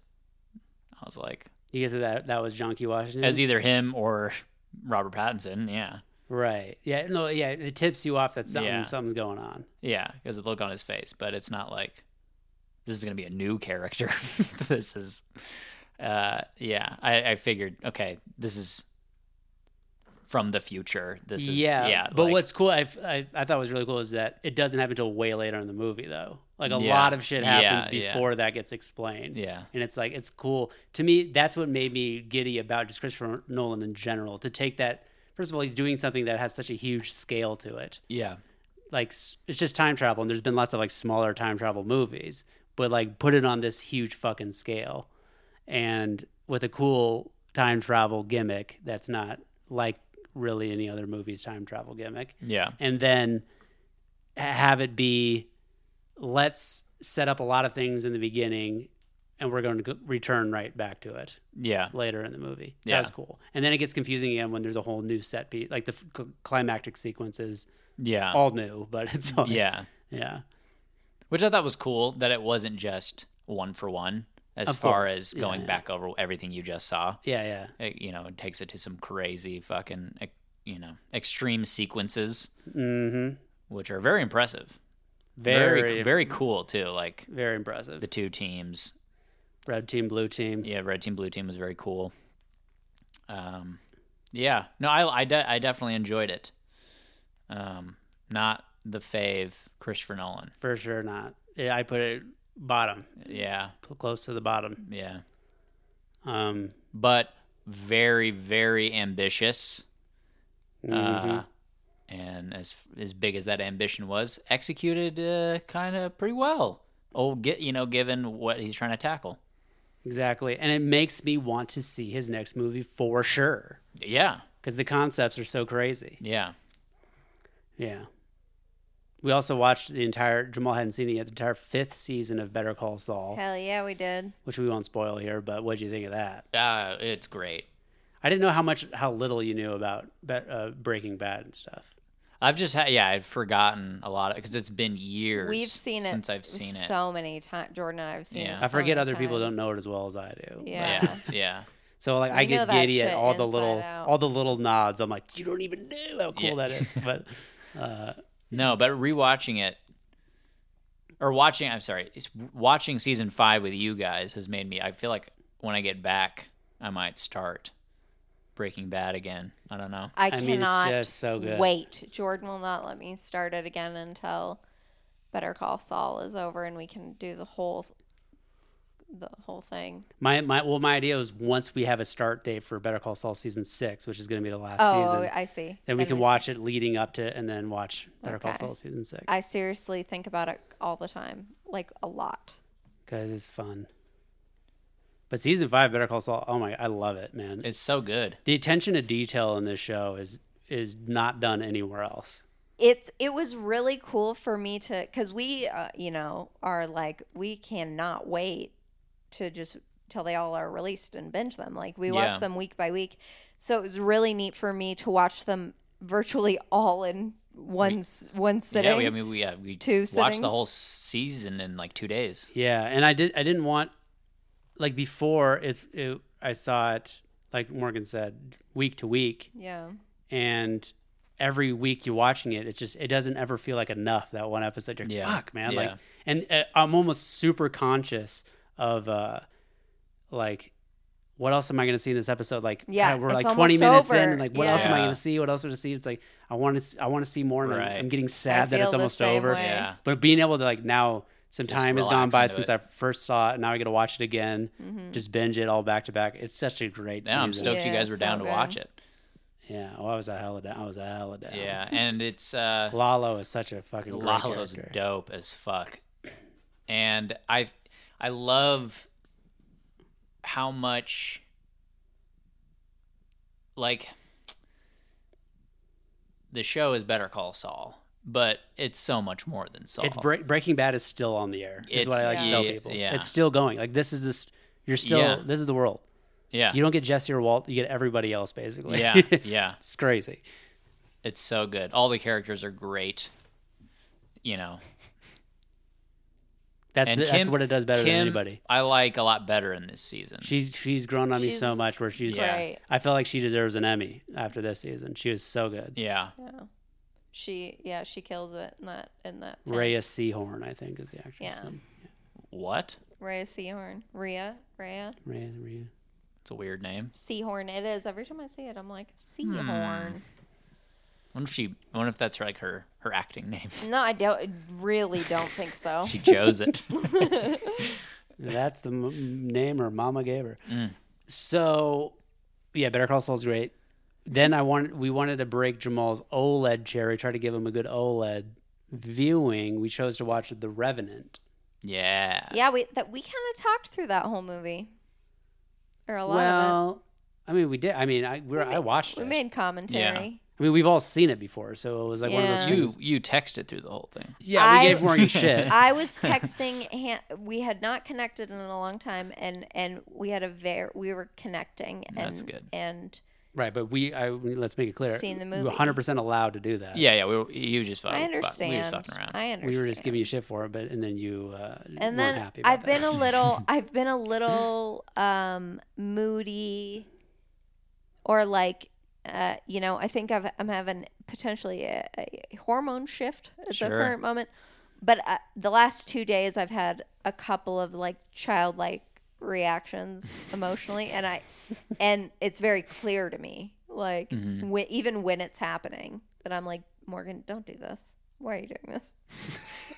S4: I was like,
S6: You guys said that that was John Key Washington.
S4: as either him or Robert Pattinson. Yeah,
S6: right? Yeah. No. Yeah. It tips you off that something
S4: Yeah.
S6: something's going on.
S4: yeah, because the look on his face. But it's not like this is gonna be a new character. this is, uh, yeah. I, I figured, okay, this is from the future. This is yeah, yeah.
S6: But
S4: like-
S6: what's cool, I, f- I- I thought was really cool is that it doesn't happen until way later in the movie, though. Like a
S4: Yeah.
S6: lot of shit happens
S4: Yeah, yeah.
S6: before that gets explained.
S4: Yeah.
S6: And it's like it's cool to me. That's what made me giddy about just Christopher Nolan in general. To take that, first of all, he's doing something that has such a huge scale to it.
S4: Yeah.
S6: like s- it's just time travel and there's been lots of like smaller time travel movies but like put it on this huge fucking scale and with a cool time travel gimmick that's not like really any other movie's time travel gimmick
S4: Yeah.
S6: and then ha- have it be let's set up a lot of things in the beginning and we're going to go- return right back to it
S4: Yeah.
S6: later in the movie. That
S4: Yeah.
S6: was cool. And then it gets confusing again when there's a whole new set piece. Like the f- cl- climactic sequence is
S4: Yeah.
S6: all new, but it's all
S4: Uh, yeah.
S6: yeah.
S4: Which I thought was cool that it wasn't just one for one. as
S6: Of
S4: far
S6: course,
S4: as
S6: yeah,
S4: going
S6: yeah.
S4: back over everything you just saw.
S6: Yeah, yeah.
S4: It, you know, it takes it to some crazy fucking, ex- you know, extreme sequences,
S6: Mm-hmm.
S4: which are very impressive.
S6: Very,
S4: very,
S6: very,
S4: very cool too. Like
S6: impressive.
S4: the two teams.
S6: Red team, blue team.
S4: Yeah, red team, blue team was very cool. Um, yeah, no, I, I, de- I definitely enjoyed it. Um, not the fave Christopher Nolan.
S6: For sure not. Yeah, I put it bottom,
S4: Yeah,
S6: cl- close to the bottom.
S4: yeah,
S6: Um,
S4: but very, very ambitious. Uh, and as as big as that ambition was, executed uh, kind of pretty well. Oh, get you know, given what he's trying to tackle.
S6: exactly. And it makes me want to see his next movie for sure
S4: Yeah,
S6: because the concepts are so crazy.
S4: yeah.
S6: Yeah. We also watched the entire Jamal hadn't seen it yet, the entire fifth season of Better Call Saul,
S5: Hell yeah, we did.
S6: which we won't spoil here. But what do you think of that?
S4: Uh, it's great.
S6: I didn't know how much, how little you knew about Be- uh, Breaking Bad and stuff.
S4: I've just had yeah, I've forgotten a lot of because it's been years.
S5: We've seen it
S4: since I've
S5: s-
S4: seen it.
S5: so many times. Jordan and I have seen
S4: Yeah.
S5: it.
S4: I
S6: I
S5: so
S6: forget
S5: many
S6: other people don't
S5: times.
S6: know it as well as I do.
S5: Yeah.
S4: yeah, yeah,
S6: So like
S5: We
S6: I
S5: know
S6: get
S5: that
S6: giddy at
S5: shit
S6: all the
S5: inside
S6: little
S5: out.
S6: all the little nods. I'm like, you don't even know how cool
S4: Yeah.
S6: that is. But
S4: No, but rewatching it or watching, I'm sorry, it's watching season five with you guys has made me. I feel like when I get back, I might start Breaking Bad again. I don't know.
S5: I
S6: I mean, it's
S5: cannot
S6: just so good.
S5: wait. Jordan will not let me start it again until Better Call Saul is over and we can do the whole the whole thing.
S6: my my well, my idea was once we have a start date for Better Call Saul season six, which is going to be the last
S5: Oh,
S6: season,
S5: I see.
S6: then we can
S5: s-
S6: watch it leading up to, and then watch Better Call
S5: Okay.
S6: Saul season six
S5: I seriously think about it all the time, like a lot.
S6: because it's fun. But season five, Better Call Saul, oh my, I love it, man.
S4: It's so good.
S6: the attention to detail in this show is is not done anywhere else.
S5: it's it was really cool for me to because we uh, you know are like we cannot wait to just till they all are released and binge them like we watch
S4: Yeah.
S5: them week by week so it was really neat for me to watch them virtually all in one s one sitting
S4: Yeah, we, I mean, we, yeah, we
S5: Two
S4: watched the
S5: sittings?
S4: whole season in like two days.
S6: Yeah, and I did. I didn't want like before. It's it, I saw it like Morgan said, week to week,
S5: yeah
S6: and every week you're watching it. It's just it doesn't ever feel like enough. That one episode, you're
S4: Yeah.
S6: fuck, man.
S4: Yeah.
S6: Like, and uh, I'm almost super conscious of uh, like. What else am I going to see in this episode? Like,
S5: Yeah,
S6: God, we're
S5: it's
S6: like 20
S5: almost
S6: minutes in,
S5: over.
S6: and like, what
S5: Yeah.
S6: else am I
S4: Yeah.
S6: going to see? What else am I going to see? It's like, I want to, I want to see more. And I'm-
S4: Right.
S6: I'm getting sad that
S5: feel
S6: it's
S5: the
S6: almost
S5: same
S6: over.
S5: way.
S4: Yeah.
S6: But being able to like now some
S4: Just
S6: time has
S4: relax
S6: gone by
S4: into
S6: since
S4: it.
S6: I first saw it. Now I got to watch it again.
S5: Mm-hmm. Mm.
S6: Just binge it all back to back. It's such a great
S4: Now I'm
S6: season.
S4: stoked you
S5: Yeah,
S4: guys were
S5: so
S4: down to
S5: good.
S4: watch it.
S6: Yeah. Oh, I was a hella down. I was a hella down.
S4: Yeah, and it's uh,
S6: Lalo is such a fucking great
S4: Lalo's
S6: character.
S4: dope as fuck, and I, I love how much, like, the show is Better Call Saul, but it's so much more than Saul.
S6: It's Bre- Breaking Bad is still on the air. Is what
S4: It's-
S6: I like to tell
S4: yeah,
S6: people.
S4: yeah.
S6: It's still going. Like this is this. You're still.
S4: Yeah.
S6: This is the world.
S4: yeah,
S6: You don't get Jesse or Walt. You get everybody else basically.
S4: yeah, yeah.
S6: it's crazy.
S4: It's so good. All the characters are great. You know,
S6: That's
S4: and
S6: the,
S4: Kim,
S6: that's what it does better
S4: Kim,
S6: than anybody.
S4: I like a lot better in this season.
S6: She's she's grown on me so
S5: She's
S6: much. Where she's
S4: Yeah.
S5: right
S6: I feel like she deserves an Emmy after this season. She was so good.
S4: yeah,
S5: she yeah she kills it in that in that
S6: Rhea Seahorn, I think, is the actress.
S5: Yeah.
S6: name.
S4: what?
S5: Rhea Seahorn Rhea Rhea
S6: Rhea, Rhea.
S4: It's a weird name.
S5: Seahorn it is every time I see it I'm like
S4: Hmm.
S5: Seahorn
S4: I wonder if she. I wonder if that's like her her acting name.
S5: no I don't really don't think so
S4: She chose it.
S6: That's the m- name her mama gave her.
S5: Mm.
S6: So, yeah, Better Call Saul's great. Then I wanted we wanted to break Jamal's E OLED cherry, try to give him a good OLED viewing. We chose to watch The Revenant.
S4: yeah.
S5: Yeah, we that we kind of talked through that whole movie, or a lot of
S6: well, I mean, we did. I mean, I we were, I watched
S5: it. We
S6: it.
S5: made commentary.
S6: I mean, we've all seen it before, so it was like one of those.
S5: Yeah.
S4: You
S6: things-
S4: you texted through the whole thing.
S6: yeah, we
S5: I-
S6: gave Morgan shit.
S5: I was texting. Han- we had not connected in a long time, and and we had a very we were connecting. And,
S4: That's good.
S5: And
S6: Right, but we I let's make it clear.
S5: Seen the
S6: We were
S5: movie.
S6: 100% allowed to do that.
S4: Yeah, yeah. We were, you were just fucking.
S5: I
S4: fuck-
S5: understand.
S4: We were just fucking around.
S5: I understand.
S6: We were just giving you shit for it, but and then you uh, weren't
S5: and then
S6: happy. About
S5: I've been a
S6: that.
S5: little I've been a little um moody or like uh, you know, I think I've, I'm having potentially a, a hormone shift at
S4: Sure.
S5: the current moment. But uh, the last two days, I've had a couple of like childlike reactions emotionally, and I, and it's very clear to me, like
S6: Mm-hmm.
S5: whe- even when it's happening, that I'm like, Morgan, don't do this. Why are you doing this?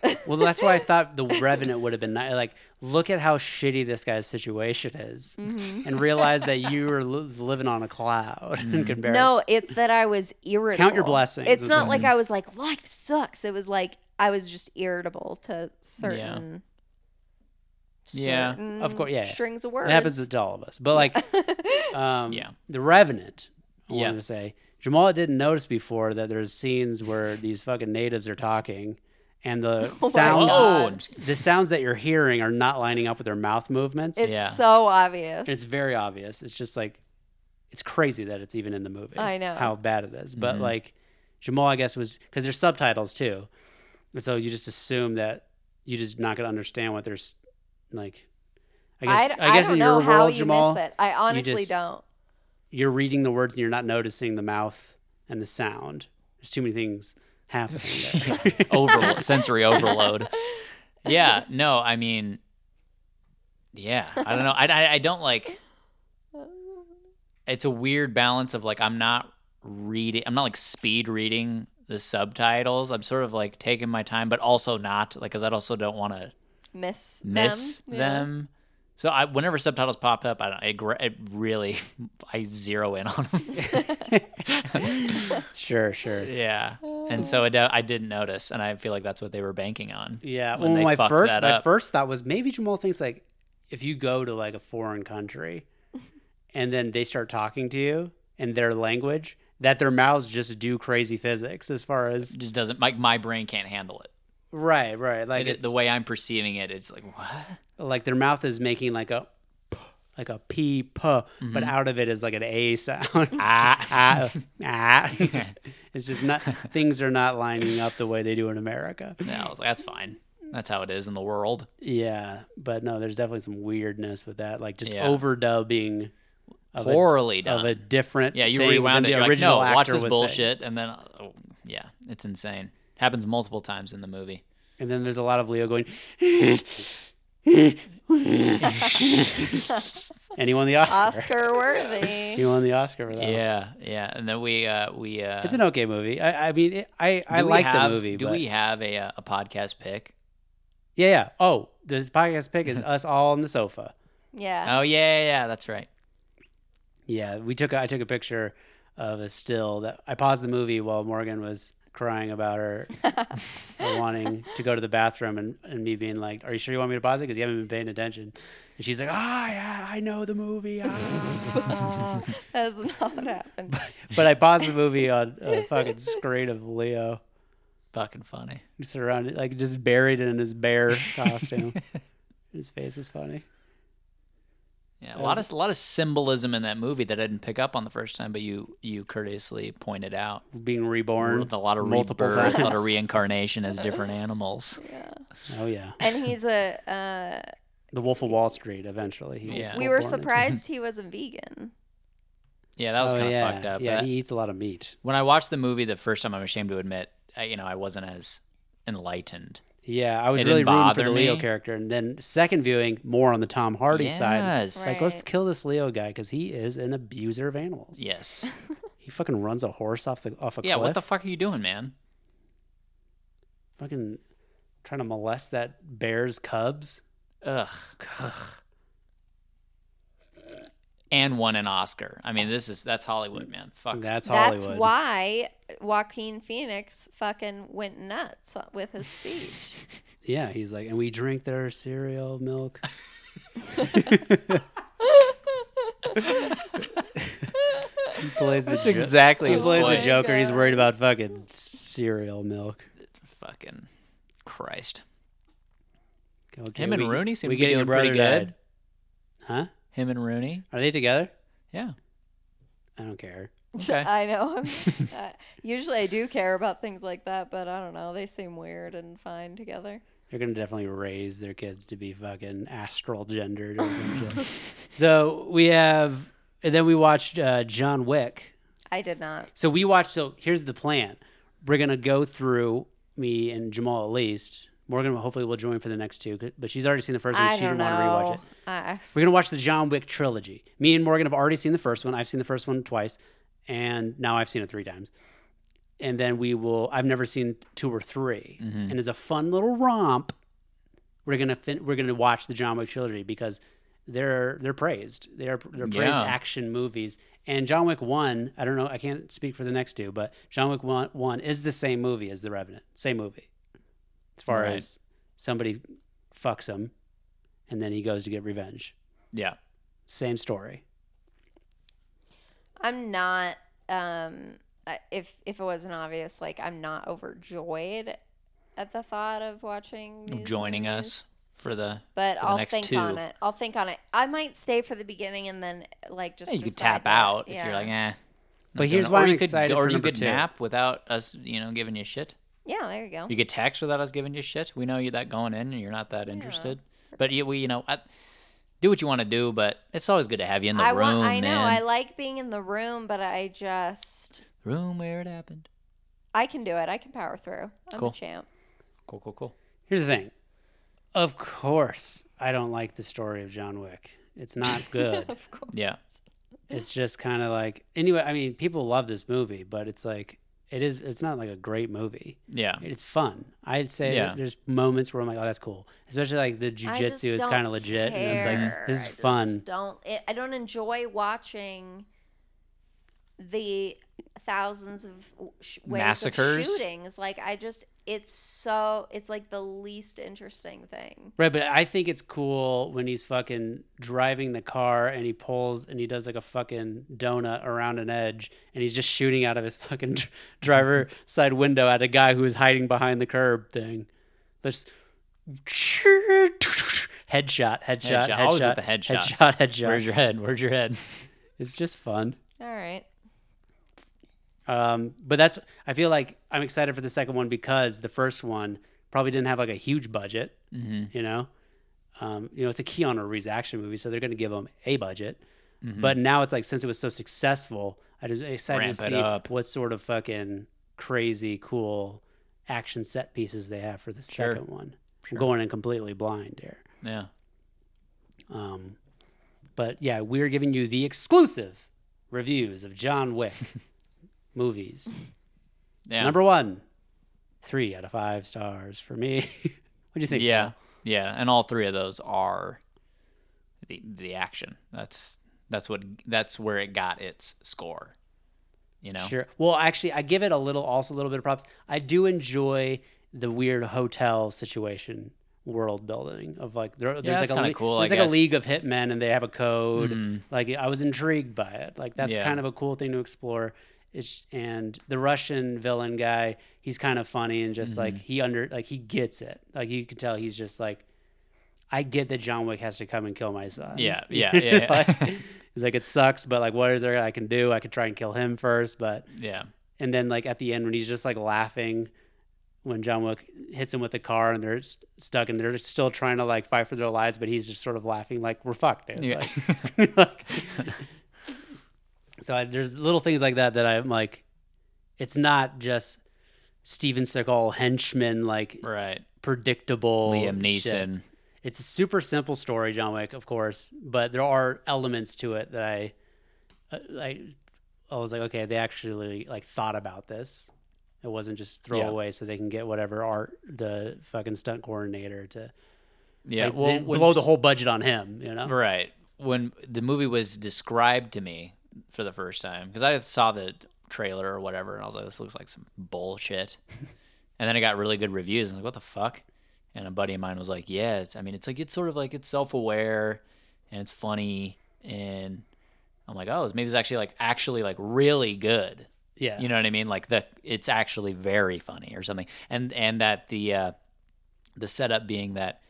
S6: Well, that's why I thought the Revenant would have been nice. Like, look at how shitty this guy's situation is,
S5: Mm-hmm.
S6: and realize that you were li- living on a cloud
S4: Mm-hmm.
S6: in comparison.
S5: No, it's that I was irritable.
S6: blessings
S5: It's
S6: is
S5: not
S6: what-
S5: like I was like life sucks. It was like I was just irritable to certain.
S4: Yeah,
S5: certain
S6: of course, yeah.
S5: Strings of words.
S6: it happens to all of us. But like, um,
S4: Yeah.
S6: the Revenant. I
S4: Yeah.
S6: wanted to say Jamal didn't notice before that there's scenes where these fucking natives are talking, and the
S5: Oh
S6: sounds,
S4: God.
S6: the sounds that you're hearing are not lining up with their mouth movements.
S5: it's
S4: Yeah.
S5: so obvious.
S6: It's very obvious. It's just like it's crazy that it's even in the movie.
S5: I know.
S6: how bad it is. But like Jamal, I guess was because there's subtitles too, and so you just assume that you just not gonna understand what there's like. I guess
S5: I,
S6: I, guess
S5: don't
S6: in
S5: know
S6: your
S5: how
S6: world,
S5: you
S6: Jamal,
S5: miss it. I honestly
S6: just-
S5: don't.
S6: you're reading the words and you're not noticing the mouth and the sound. There's too many things happening. there.
S4: overload, sensory overload. Yeah, no, I mean, yeah, I don't know. I, I, I don't like.
S5: uh,
S4: It's a weird balance of like I'm not reading. I'm not like speed reading the subtitles. I'm sort of like taking my time, but also not like because I also don't want to
S5: Miss
S4: miss
S5: them.
S4: them.
S5: Yeah.
S4: So I, whenever subtitles popped up, I don't. It, gr- it really, I zero in on them.
S6: sure, sure.
S4: yeah, and so I, don't- I didn't notice, and I feel like that's what they were banking on.
S6: Yeah.
S4: when
S6: well,
S4: they
S6: my
S4: fucked
S6: first
S4: that
S6: my
S4: up.
S6: first thought was maybe Jamal thinks like if you go to like a foreign country and then they start talking to you in their language, that their mouths just do crazy physics as far as
S4: just doesn't like my brain can't handle it.
S6: right, right. Like
S4: It-
S6: it's,
S4: the way I'm perceiving it, it's like what?
S6: like their mouth is making like a p- like a p p, but
S4: Mm-hmm.
S6: out of it is like an a sound. ah, ah, ah. it's just not things are not lining up the way they do in America.
S4: Yeah, I was like, that's fine. That's how it is in the world.
S6: Yeah, but no, there's definitely some weirdness with that, like just
S4: Yeah.
S6: overdubbing of a-
S4: Poorly done.
S6: of a different
S4: yeah, you
S6: thing
S4: rewound it.
S6: than the
S4: You're like,
S6: original
S4: no, watch
S6: actor
S4: this
S6: was saying.
S4: bullshit, and then oh, yeah, it's insane. happens multiple times in the movie.
S6: And then there's a lot of Leo going. and he won the Oscar.
S5: Oscar worthy.
S6: He won the Oscar for that. one.
S4: Yeah, yeah, and then we uh, we uh,
S6: it's an okay movie. I, I mean, it, I I
S4: do we
S6: like
S4: have-
S6: the movie.
S4: Do
S6: but,
S4: we have a uh, a podcast pick?
S6: Yeah, yeah. Oh, this podcast pick is us all on the sofa.
S5: yeah.
S6: Uh,
S4: Oh yeah, yeah, yeah, that's right.
S6: Yeah, we took. A, I took a picture of a still that I paused the movie while Morgan was crying about her wanting to go to the bathroom and, and me being like, "Are you sure you want me to pause it? Because you haven't been paying attention." And she's like, "Ah, yeah, I know the movie." ah."
S5: That is not what happened.
S6: but I paused the movie on a fucking screen of Leo
S4: Fucking funny.
S6: surrounded, like just buried in his bear costume. his face is funny.
S4: Yeah, a
S6: um,
S4: lot of a lot of symbolism in that movie that I didn't pick up on the first time, but you you courteously pointed out.
S6: Being reborn
S4: with a lot of
S6: multiple
S4: rebirth, a lot
S6: times.
S4: of reincarnation as different animals.
S6: oh yeah,
S5: And he's a. Uh,
S6: the Wolf of Wall Street. Eventually, he
S4: Yeah.
S5: we were
S6: born into-
S5: surprised he wasn't vegan.
S4: Yeah, that was
S6: Oh,
S4: kind of
S6: yeah.
S4: fucked up.
S6: Yeah,
S4: But
S6: he eats a lot of meat.
S4: when I watched the movie the first time, I'm ashamed to admit, I, you know, I wasn't as enlightened.
S6: Yeah, I was
S4: It
S6: really
S4: didn't
S6: rooting for the
S4: bother
S6: Leo
S4: me.
S6: character, and then second viewing, more on the Tom Hardy side.
S4: Yes.
S6: Like,
S5: Right.
S6: let's kill this Leo guy because he is an abuser of animals.
S4: Yes.
S6: He fucking runs a horse off the off a
S4: Yeah.
S6: cliff.
S4: What the fuck are you doing, man?
S6: fucking trying to molest that bear's cubs.
S4: Ugh. And won an Oscar. I mean, this is that's Hollywood, man. Fuck.
S6: That's Hollywood.
S5: That's why Joaquin Phoenix fucking went nuts with his speech.
S6: Yeah, he's like, and we drink their cereal milk. he plays the That's
S4: exactly
S6: He
S4: his
S6: plays the
S4: point.
S6: Joker. He's worried about fucking cereal milk.
S4: Fucking Christ.
S6: Okay,
S4: Him and Rooney seem
S6: we
S4: to be
S6: getting
S4: doing
S6: your brother
S4: pretty good.
S6: died. Huh?
S4: Him and Rooney.
S6: Are they together?
S4: Yeah.
S6: I don't care.
S4: Okay.
S5: I know. uh, usually I do care about things like that, but I don't know. They seem weird and fine together.
S6: They're gonna definitely raise their kids to be fucking astral gendered. Or some shit. so we have, and then we watched uh, John Wick.
S5: I did not.
S6: So we watched. So here's the plan: we're gonna go through me and Jamal at least. Morgan hopefully will join for the next two, but she's already seen the first one.
S5: I
S6: she
S5: don't know.
S6: didn't want to rewatch it.
S5: I-
S6: We're gonna watch the John Wick trilogy. Me and Morgan have already seen the first one. I've seen the first one twice, and now I've seen it three times. And then we will. I've never seen two or 3
S4: Mm. Mm-hmm.
S6: and as a fun little romp, we're gonna fin- we're gonna watch the John Wick trilogy because they're they're praised. They are they're praised
S4: Yeah.
S6: action movies. And John Wick one, I don't know. I can't speak for the next two, but John Wick one one is the same movie as The Revenant. Same movie, as far
S4: Right.
S6: as somebody fucks him, and then he goes to get revenge
S4: yeah.
S6: same story.
S5: I'm not. Um, I- if if it wasn't obvious, like I'm not overjoyed at the thought of watching. these
S4: Joining
S5: movies,
S4: us for the
S5: but
S4: for the
S5: I'll
S4: next
S5: think
S4: two.
S5: on it. I'll think on it. I might stay for the beginning and then like just.
S4: Yeah, you could
S5: decide
S4: tap
S5: that.
S4: out if
S5: Yeah.
S4: you're like, eh. not
S6: But
S4: doing
S6: here's
S4: it.
S6: why
S4: or
S6: I'm
S4: you could,
S6: excited
S4: Or
S6: for
S4: you
S6: number
S4: could
S6: two.
S4: nap without us, you know, giving you shit.
S5: Yeah, there you go.
S4: You could text without us giving you shit. We know you that going in, and you're not that interested. But you, we, you know, I, do what you want to do. But it's always good to have you in the
S5: I
S4: room,
S5: want. I know.
S4: man.
S5: I like being in the room, but I just.
S4: room where it happened.
S5: I can do it. I can power through. I'm
S4: Cool.
S5: a champ.
S4: Cool, cool, cool.
S6: Here's the thing. Of course, I don't like the story of John Wick. It's not good.
S4: Yeah,
S6: it's just kind of like anyway. I mean, people love this movie, but it's like it is. It's not like a great movie.
S4: yeah.
S6: It's fun. I'd say
S4: Yeah.
S6: there's moments where I'm like, oh, that's cool. Especially like the
S5: I just
S6: jujitsu is
S5: don't
S6: kind of legit, and it's
S5: care.
S6: like this
S5: I
S6: is
S5: just
S6: fun.
S5: Don't it, I don't enjoy watching the thousands of w- sh- ways
S4: Massacres?
S5: of shootings. Like I just, it's so it's like the least interesting thing.
S6: Right, but I think it's cool when he's fucking driving the car and he pulls and he does like a fucking donut around an edge and he's just shooting out of his fucking dr- driver side window at a guy who is hiding behind the curb thing. Let's headshot, headshot, headshot,
S4: Headshot, always with the headshot.
S6: headshot, headshot.
S4: Where's your head? Where's your head?
S6: It's just fun.
S5: All right.
S6: Um, but that's I feel like I'm excited for the second one because the first one probably didn't have like a huge budget.
S4: Mm-hmm,
S6: You know, um, you know it's a Keanu Reeves action movie, so they're going to give him a budget.
S4: mm-hmm.
S6: But now it's like since it was so successful, I just excited
S4: Hmm. Ramp
S6: to
S4: it
S6: see
S4: up.
S6: what sort of fucking crazy cool action set pieces they have for the
S4: Sure.
S6: second one. I'm going in completely blind here.
S4: Yeah.
S6: Um, but yeah, we're giving you the exclusive reviews of John Wick movies.
S4: Yeah.
S6: Number one, three out of five stars for me. what do you think?
S4: yeah.
S6: Joe?
S4: Yeah. And all three of those are the the action. That's that's what that's where it got its score. You know.
S6: Sure. Well, actually, I give it a little, also a little bit of props. I do enjoy the weird hotel situation world building of like there,
S4: that's
S6: there's like a
S4: kinda
S6: lea-
S4: cool, I
S6: there's like a
S4: guess. Mm-hmm.
S6: league of hitmen and they have a code like i was intrigued by it like that's
S4: Yeah.
S6: kind of a cool thing to explore it's and the russian villain guy he's kind of funny and just
S4: Mm-hmm.
S6: like he under like he gets it like you can tell he's just like i get that john wick has to come and kill my son
S4: Yeah, yeah, yeah, yeah.
S6: like, he's like it sucks but like what is there i can do i could try and kill him first but
S4: Yeah.
S6: and then like at the end when he's just like laughing when John Wick hits him with the car and they're st- stuck and they're still trying to like fight for their lives, but he's just sort of laughing like we're fucked, dude.
S4: Yeah.
S6: Like, like- so I, there's little things like that that I'm like, it's not just Steven Seagal henchman like
S4: Right.
S6: predictable
S4: Liam
S6: shit.
S4: Neeson.
S6: It's a super simple story, John Wick, of course, but there are elements to it that I, uh, I, I was like, okay, they actually like thought about this. It wasn't just throwaway, so they can get whatever art the fucking stunt coordinator to
S4: Yeah.
S6: like,
S4: well,
S6: they
S4: when-
S6: blow the whole budget on him. You know,
S4: Right. When the movie was described to me for the first time, because I saw the trailer or whatever, and I was like, this looks like some bullshit. and then I got really good reviews. And I was like, what the fuck? And a buddy of mine was like, yeah, it's, I mean, it's like, it's sort of like it's self aware and it's funny. And I'm like, oh, this maybe it's actually like, actually like really good.
S6: yeah,
S4: You know what I mean? Like the it's actually very funny or something. And and that the uh the setup being that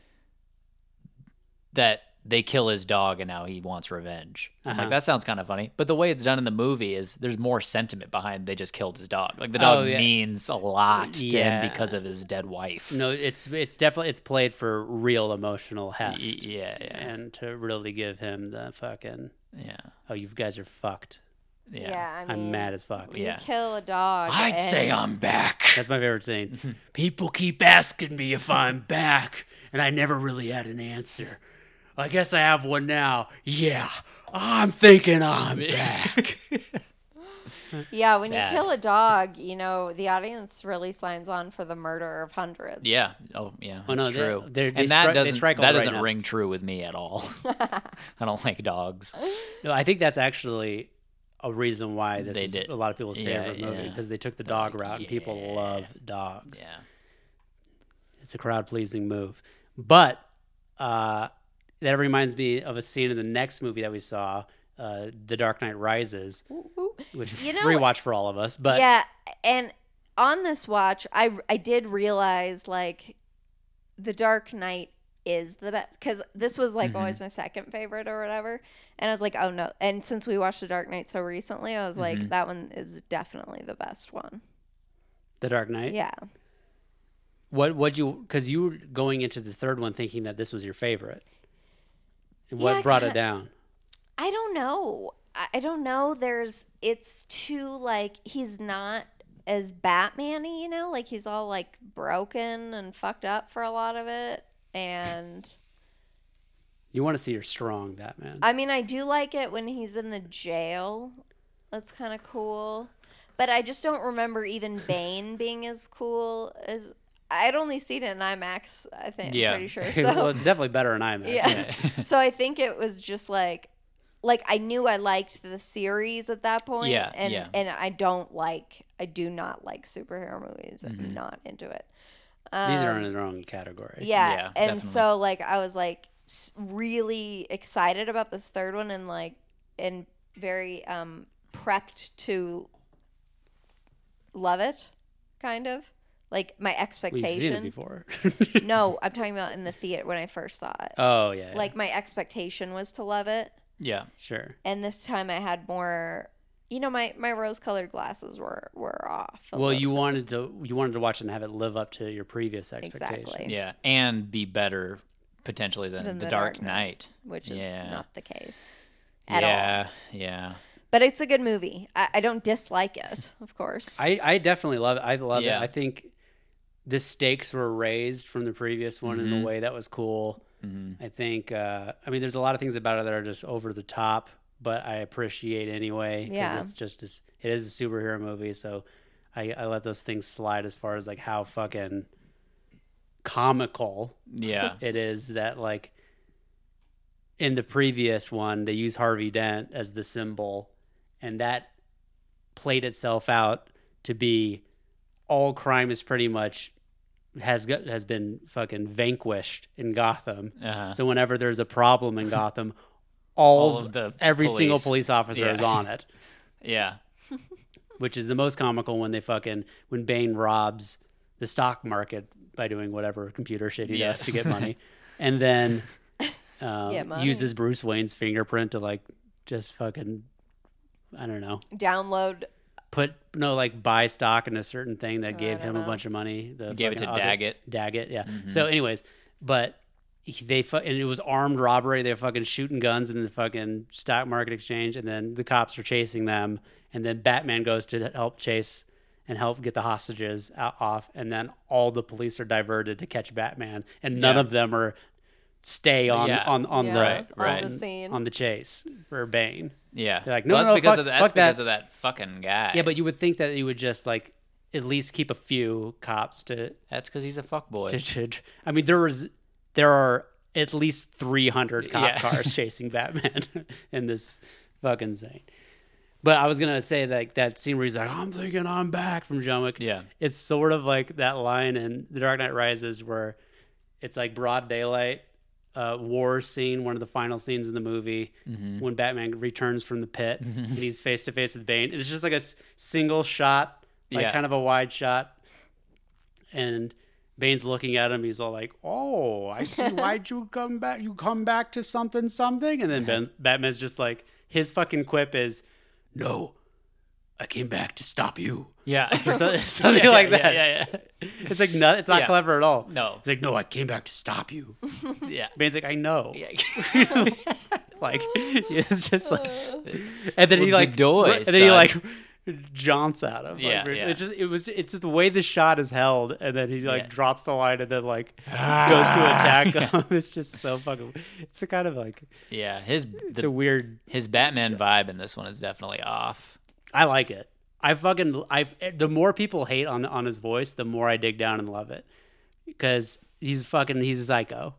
S4: that they kill his dog and now he wants revenge. I'm
S6: Uh-huh.
S4: Like that sounds kind of funny, but the way it's done in the movie is there's more sentiment behind they just killed his dog. Like the dog
S6: Oh, yeah.
S4: means a lot to
S6: Yeah.
S4: him because of his dead wife.
S6: No, it's it's definitely it's played for real emotional heft.
S4: Y- yeah, yeah.
S6: and to really give him the fucking
S4: Yeah.
S6: oh, you guys are fucked.
S4: Yeah.
S5: Yeah, I mean,
S6: I'm mad as fuck.
S5: You
S4: Yeah.
S5: kill a dog.
S4: I'd
S5: and-
S4: say I'm back.
S6: That's my favorite scene. People keep asking me if I'm back, and I never really had an answer. I guess I have one now. Yeah, I'm thinking I'm back.
S5: Yeah, when
S4: Bad.
S5: you kill a dog, you know the audience really signs on for the murder of hundreds.
S4: Yeah. Oh, yeah. That's
S6: no, they-
S4: true.
S6: they're- they
S4: and that
S6: stri- they
S4: doesn't
S6: strike all
S4: that
S6: the right
S4: doesn't ring
S6: notes.
S4: true with me at all. I don't like dogs.
S6: no, I think that's actually a reason why this
S4: They
S6: is
S4: did-
S6: a lot of people's
S4: yeah,
S6: favorite movie
S4: yeah.
S6: because they took the dog route, and people love dogs.
S4: Yeah.
S6: It's a crowd pleasing move. But uh, that reminds me of a scene in the next movie that we saw, uh, The Dark Knight Rises, which
S5: You know-
S6: rewatch for all of us. But
S5: yeah, and on this watch, I I did realize like the Dark Knight is the best because this was
S4: Mm-hmm.
S5: like always my second favorite or whatever, and I was like, oh no! And since we watched the Dark Knight so recently, I was
S4: Mm-hmm.
S5: like, that one is definitely the best one.
S6: The Dark Knight.
S5: Yeah,
S6: What what you because you were going into the third one thinking that this was your favorite. What
S5: Yeah, I
S6: brought it
S5: kinda-
S6: down?
S5: I don't know. I I don't know. There's it's too like he's not as Batman-y, you know, like he's all like broken and fucked up for a lot of it, and.
S6: You want to see your strong Batman.
S5: I mean, I do like it when he's in the jail. That's kind of cool. But I just don't remember even Bane being as cool as I'd only seen it in IMAX. I think
S4: Yeah.
S5: I'm pretty sure.
S6: well,
S5: So
S6: it's definitely better in IMAX.
S5: yeah. so I think it was just like, like I knew I liked the series at that point.
S4: Yeah,
S5: and
S4: yeah.
S5: and I don't like. I do not like superhero movies. I'm not into it.
S6: These are in the wrong category.
S5: Um, Yeah.
S4: Yeah,
S5: and
S4: definitely.
S5: so like I was like s- really excited about this third one and like and very um prepped to love it kind of like my
S6: We've seen
S5: expectation.
S6: it before.
S5: no, I'm talking about in the theater when I first saw it.
S6: oh yeah, yeah.
S5: Like my expectation was to love it
S4: Yeah.
S6: sure.
S5: and this time I had more you know my my rose-colored glasses were were off. a
S6: Well,
S5: little.
S6: you wanted to you wanted to watch it and have it live up to your previous expectations.
S5: Exactly.
S4: Yeah. And be better potentially than,
S5: Than
S4: the,
S5: The
S4: Dark
S5: Dark
S4: Knight.
S5: which is
S4: yeah.
S5: not the case at all.
S4: yeah. Yeah.
S5: But it's a good movie. I, I don't dislike it, of course.
S6: I, I definitely love it. I love
S4: Yeah.
S6: it. I think the stakes were raised from the previous one in a way that was cool.
S4: Mm-hmm.
S6: I think, uh, I mean, there's a lot of things about it that are just over the top, but I appreciate anyway. 'cause
S5: Yeah.
S6: It's just, this, it is a superhero movie. So I, I let those things slide as far as like how fucking comical
S4: Yeah.
S6: it is that like in the previous one they use Harvey Dent as the symbol and that played itself out to be all crime is pretty much has got, has been fucking vanquished in Gotham.
S4: Uh-huh.
S6: So whenever there's a problem in Gotham, all,
S4: All of the
S6: every single
S4: police.
S6: police officer is
S4: Yeah.
S6: on it,
S4: yeah.
S6: which is the most comical when they fucking when Bane robs the stock market by doing whatever computer shit he
S4: Yes.
S6: does to get money, and then um,
S5: Get money.
S6: uses Bruce Wayne's fingerprint to like just fucking I don't know
S5: Download.
S6: put no like buy stock in a certain thing that
S5: Oh,
S6: gave
S5: don't
S6: him a
S5: know.
S6: bunch of money. The
S4: Gave it
S6: fucking
S4: to
S6: other-
S4: Daggett. Mm-hmm.
S6: Daggett, yeah. So, anyways, but he- they fu- and it was armed robbery. They're fucking shooting guns in the fucking stock market exchange, and then the cops are chasing them, and then Batman goes to help chase. And help get the hostages o- off, and then all the police are diverted to catch Batman, and none
S4: Yeah.
S6: of them are stay on
S4: Yeah.
S6: on on the
S4: Right,
S5: on
S4: right.
S5: the scene.
S6: on the chase for Bane.
S4: Yeah.
S6: They're like, no,
S4: that's
S6: no,
S4: because
S6: fuck-
S4: of the,
S6: fuck
S4: that's because
S6: that.
S4: of that fucking guy.
S6: Yeah, but you would think that you would just like at least keep a few cops to.
S4: that's because he's a fuckboy.
S6: to, to- I mean, there was there are at least three hundred cop
S4: Yeah.
S6: cars chasing Batman in this fucking thing. But I was gonna say like that scene where he's like, "I'm thinking I'm back" from John Wick.
S4: Yeah.
S6: it's sort of like that line in The Dark Knight Rises where it's like broad daylight. Uh, war scene, one of the final scenes in the movie, when Batman returns from the pit and he's face to face with Bane, and it's just like a s- single shot, like
S4: Yeah.
S6: kind of a wide shot, and Bane's looking at him. He's all like, "Oh, I see. Why'd you come back? You come back to something, something." And then ben, Batman's just like, his fucking quip is, "No, I came back to stop you."
S4: Yeah.
S6: Or so- something
S4: Yeah,
S6: like
S4: yeah,
S6: that.
S4: Yeah, yeah.
S6: It's like no, it's not
S4: Yeah.
S6: clever at all.
S4: No.
S6: it's like no, I came back to stop you.
S4: Yeah.
S6: Bane's like, I know.
S4: yeah.
S6: Like it's just like, and then he
S4: Well, the
S6: like
S4: doy,
S6: and then he
S4: son.
S6: like jaunts at him. Like,
S4: Yeah, yeah.
S6: It's just it was it's just the way the shot is held, and then he like
S4: Yeah.
S6: drops the line, and then like goes to attack him. It's just so fucking. It's a kind of like
S4: Yeah. His
S6: it's
S4: the,
S6: a weird.
S4: his Batman vibe in this one is definitely off.
S6: I like it. I fucking I. The more people hate on on his voice, the more I dig down and love it because he's fucking he's a psycho.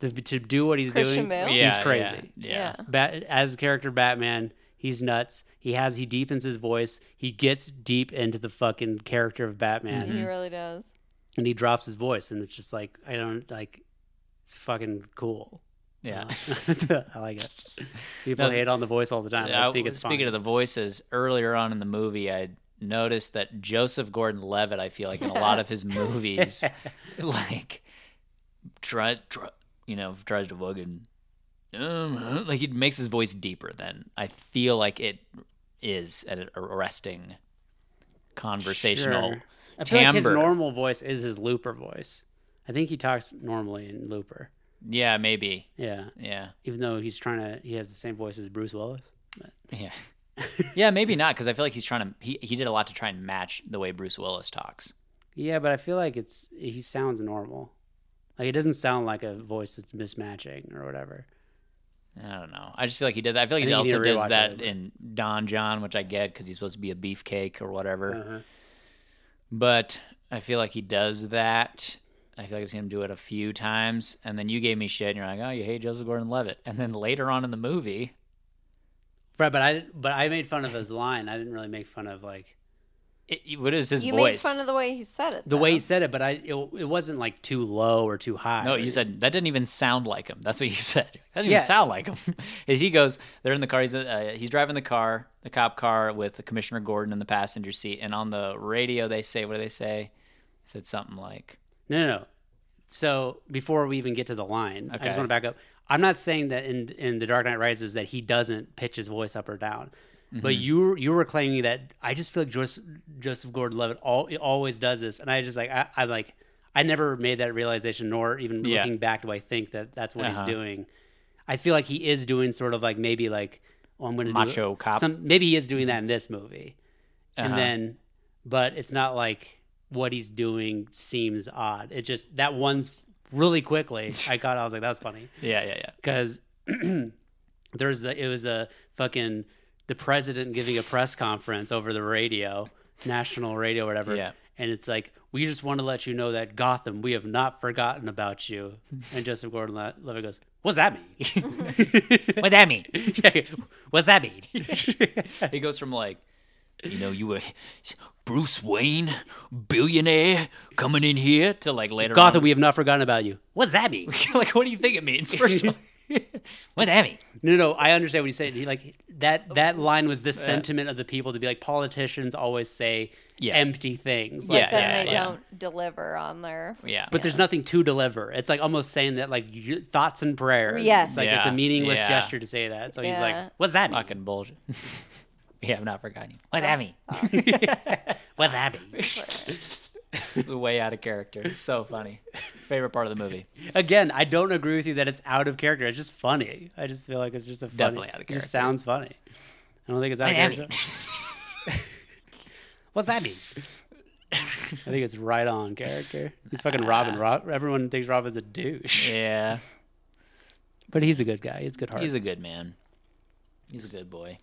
S6: To, to do what he's
S5: Christian
S6: doing,
S5: Bale?
S4: Yeah.
S6: he's
S4: yeah,
S6: crazy.
S4: Yeah.
S6: Bat, as character Batman, he's nuts. He has he deepens his voice. He gets deep into the fucking character of Batman,
S4: Mm-hmm.
S5: He really does.
S6: and he drops his voice, and it's just like I don't like. It's fucking cool.
S4: Yeah.
S6: Uh, I like it. People hate on the voice all the time. I
S4: Uh,
S6: think it's
S4: speaking
S6: fine.
S4: of the voices, earlier on in the movie, I noticed that Joseph Gordon-Levitt. I feel like in a lot of his movies, like try, try you know, tries to fucking um, like he makes his voice deeper than I feel like it is at an arresting conversational
S6: Sure. I feel like his
S4: timbre.
S6: normal voice is his Looper voice. I think he talks normally in Looper.
S4: yeah, maybe.
S6: Yeah,
S4: Yeah.
S6: even though he's trying to, he has the same voice as Bruce Willis. But
S4: Yeah. yeah, maybe not because I feel like he's trying to. He, he did a lot to try and match the way Bruce Willis talks.
S6: Yeah, but I feel like it's he sounds normal. Like it doesn't sound like a voice that's mismatching or whatever.
S4: I don't know. I just feel like he did that. I feel like
S6: I
S4: he
S6: think you
S4: also
S6: need to
S4: does
S6: rewatch
S4: that
S6: it.
S4: in Don John, which I get because he's supposed to be a beefcake or whatever.
S6: Uh-huh.
S4: But I feel like he does that. I feel like I've seen him do it a few times. And then you gave me shit, and you're like, "Oh, you hate Joseph Gordon-Levitt." And then later on in the movie,
S6: Right, but I but I made fun of his line. I didn't really make fun of like
S4: it, what is his
S5: You made
S4: voice?
S5: fun of the way he said it.
S6: the way
S5: though.
S6: he said it, but I it, it wasn't like too low or too high.
S4: No, you said that didn't even sound like him. That's what you said. That didn't
S6: Yeah.
S4: even sound like him. As he goes, they're in the car. He's uh, he's driving the car, the cop car, with Commissioner Gordon in the passenger seat. And on the radio, they say, "What do they say?" They said something like,
S6: No, no, no. So before we even get to the line, I
S4: Okay.
S6: just want to back up. I'm not saying that in in The Dark Knight Rises that he doesn't pitch his voice up or down, but
S4: Mm-hmm.
S6: you you were claiming that I just feel like Joseph, Joseph Gordon-Levitt all, always does this, and I just like I, I'm like I never made that realization, nor even
S4: Yeah.
S6: looking back do I think that that's what
S4: Uh-huh.
S6: he's doing. I feel like he is doing sort of like maybe like oh I'm going to
S4: Macho
S6: do
S4: cop.
S6: Some, maybe he is doing that in this movie and
S4: Uh-huh.
S6: then but it's not like what he's doing seems odd it just that one's really quickly i caught i was like that's funny
S4: "Yeah, yeah, yeah."
S6: because there's a, it was a fucking the president giving a press conference over the radio national radio whatever
S4: Yeah.
S6: and it's like we just want to let you know that gotham we have not forgotten about you and joseph gordon-levitt goes what's that mean
S4: What that mean?
S6: what's that mean
S4: he goes from like, you know, you were Bruce Wayne, billionaire, coming in here to like later.
S6: gotham
S4: on.
S6: we have not forgotten about you what's that mean
S4: like, what do you think it means? First of all, what that mean?
S6: No, no, I understand what you said. He like
S4: Oh.
S6: that that line was the sentiment of the people to be like politicians always say
S4: Yeah.
S6: empty things. Like,
S4: Yeah,
S5: Then
S4: yeah,
S5: they
S4: yeah.
S5: don't deliver on their.
S4: Yeah,
S6: But there's nothing to deliver. It's like almost saying that like your thoughts and prayers.
S5: Yes.
S6: It's like it's
S4: Yeah,
S6: a meaningless
S4: yeah.
S6: gesture to say that. So he's
S5: Yeah.
S6: like, "What's that mean?
S4: fucking bullshit. yeah, I've not forgotten you. What
S6: Uh,
S4: that mean?
S6: What that mean?"
S4: the way out of character. It's so funny. Favorite part of the movie.
S6: Again, I don't agree with you that it's out of character. It's just funny. I just feel like it's just a funny,
S4: Definitely out of
S6: It
S4: character.
S6: just sounds funny. I don't think it's out of
S4: Miami.
S6: character. What's that mean? I think it's right on character. He's fucking Robin. Rob, everyone thinks Robin's a douche,
S4: Yeah,
S6: but he's a good guy. He's good heart.
S4: he's a good man. He's a good boy.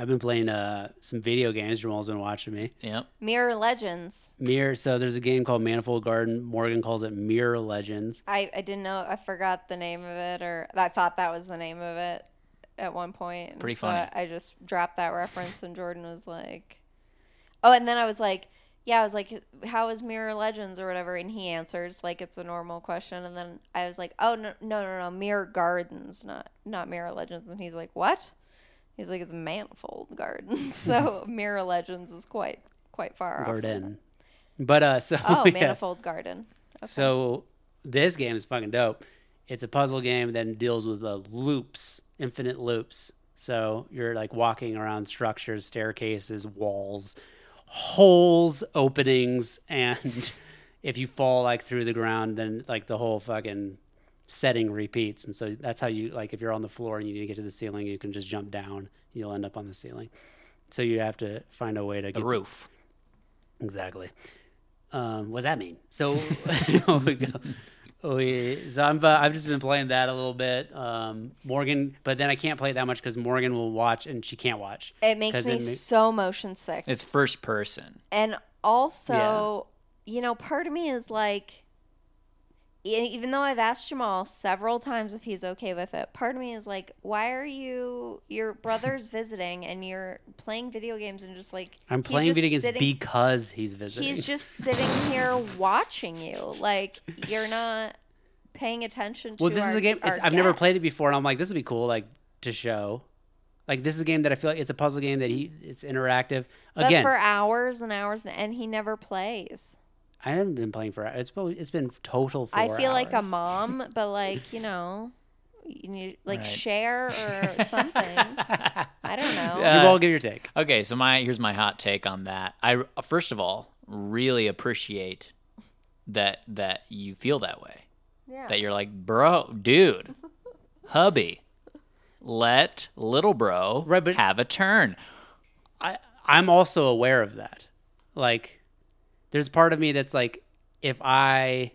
S6: I've been playing uh, some video games. Jamal's been watching me.
S4: Yep.
S5: Mirror Legends.
S6: Mirror. So there's a game called Manifold Garden. Morgan calls it Mirror Legends.
S5: I, I didn't know. I forgot the name of it, or I thought that was the name of it at one point. and
S4: Pretty
S5: so
S4: funny.
S5: I just dropped that reference, and Jordan was like, "Oh," and then I was like, "Yeah," I was like, "How is Mirror Legends or whatever?" And he answers like it's a normal question, and then I was like, "Oh no, no, no, no, Mirror Gardens, not not Mirror Legends," and he's like, "What?" He's like, "It's Manifold Gardens." so Mirror Legends is quite quite far off.
S6: Garden. But uh, so
S5: Oh,
S6: yeah.
S5: Manifold Garden.
S6: So this game is fucking dope. It's a puzzle game that deals with uh, loops, infinite loops. So you're like walking around structures, staircases, walls, holes, openings, and if you fall like through the ground, then like the whole fucking setting repeats. And so that's how you like if you're on the floor and you need to get to the ceiling, you can just jump down. You'll end up on the ceiling. So you have to find a way to get
S4: The roof.
S6: Exactly. Um, what does that mean? So, oh we go. Oh, We, so I'm, uh, I've just been playing that a little bit. Um, Morgan, but then I can't play it that much because Morgan will watch and she can't watch.
S5: It makes
S6: 'Cause
S5: me
S6: ma-
S5: so motion sick.
S4: It's first person.
S5: and also, you know, part of me is like, e- even though I've asked Jamal several times if he's okay with it, part of me is like, why are you, your brother's visiting and you're playing video games and just like,
S6: I'm
S5: he's
S6: playing
S5: just
S6: video games
S5: sitting-
S6: because he's visiting.
S5: He's just sitting here watching you. Like, you're not paying attention to
S6: well, this
S5: our-
S6: is a game it's,
S5: our
S6: I've never played it
S5: guests.
S6: before, and I'm like, this would be cool, like to show. Like this is a game that I feel like it's a puzzle game that he it's interactive.
S5: But
S6: Again,
S5: for hours and hours, and, and he never plays.
S6: I haven't been playing for it's probably it's been total. Four
S5: I feel like a
S6: hours.
S5: mom, but like you know, you need like
S4: Right.
S5: share or something. I don't know.
S4: Yeah.
S6: Jabal, give your take.
S4: Okay, so my here's my hot take on that. I first of all really appreciate that that you feel that way.
S5: Yeah.
S4: That you're like, bro, dude, hubby, let little bro
S6: Right, but-
S4: have a turn.
S6: I I'm also aware of that. Like there's part of me that's like if I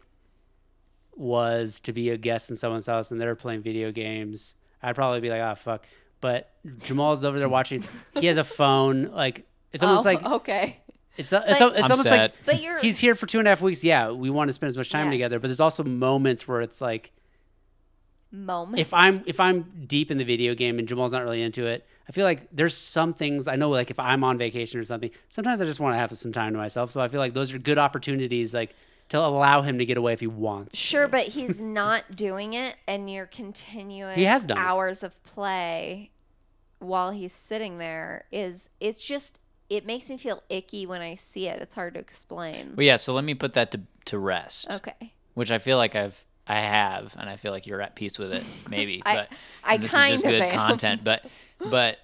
S6: was to be a guest in someone's house and they're playing video games, I'd probably be like, "Ah, fuck." But Jamal's over there watching. He has a phone. Like it's almost like
S5: Oh, okay.
S6: it's it's,
S5: But-
S6: it's
S4: I'm
S6: almost
S4: sad.
S6: like
S5: But you're-
S6: he's here for two and a half weeks. Yeah, we want to spend as much time
S5: Yes.
S6: together. But there's also moments where it's like
S5: Moments.
S6: if I'm if I'm deep in the video game and Jamal's not really into it, I feel like there's some things I know like if I'm on vacation or something, sometimes I just want to have some time to myself. So I feel like those are good opportunities like to allow him to get away if he wants.
S5: sure, but he's not doing it, and you're continuous
S6: He has done it.
S5: hours of play while he's sitting there is it's just it makes me feel icky when I see it. It's hard to explain.
S4: Well, yeah. So let me put that to to rest,
S5: Okay.
S4: which I feel like I've I have, and I feel like you're at peace with it. Maybe,
S5: I-
S4: but
S5: I
S4: and this is just
S5: kind of
S4: good
S5: am.
S4: content. But but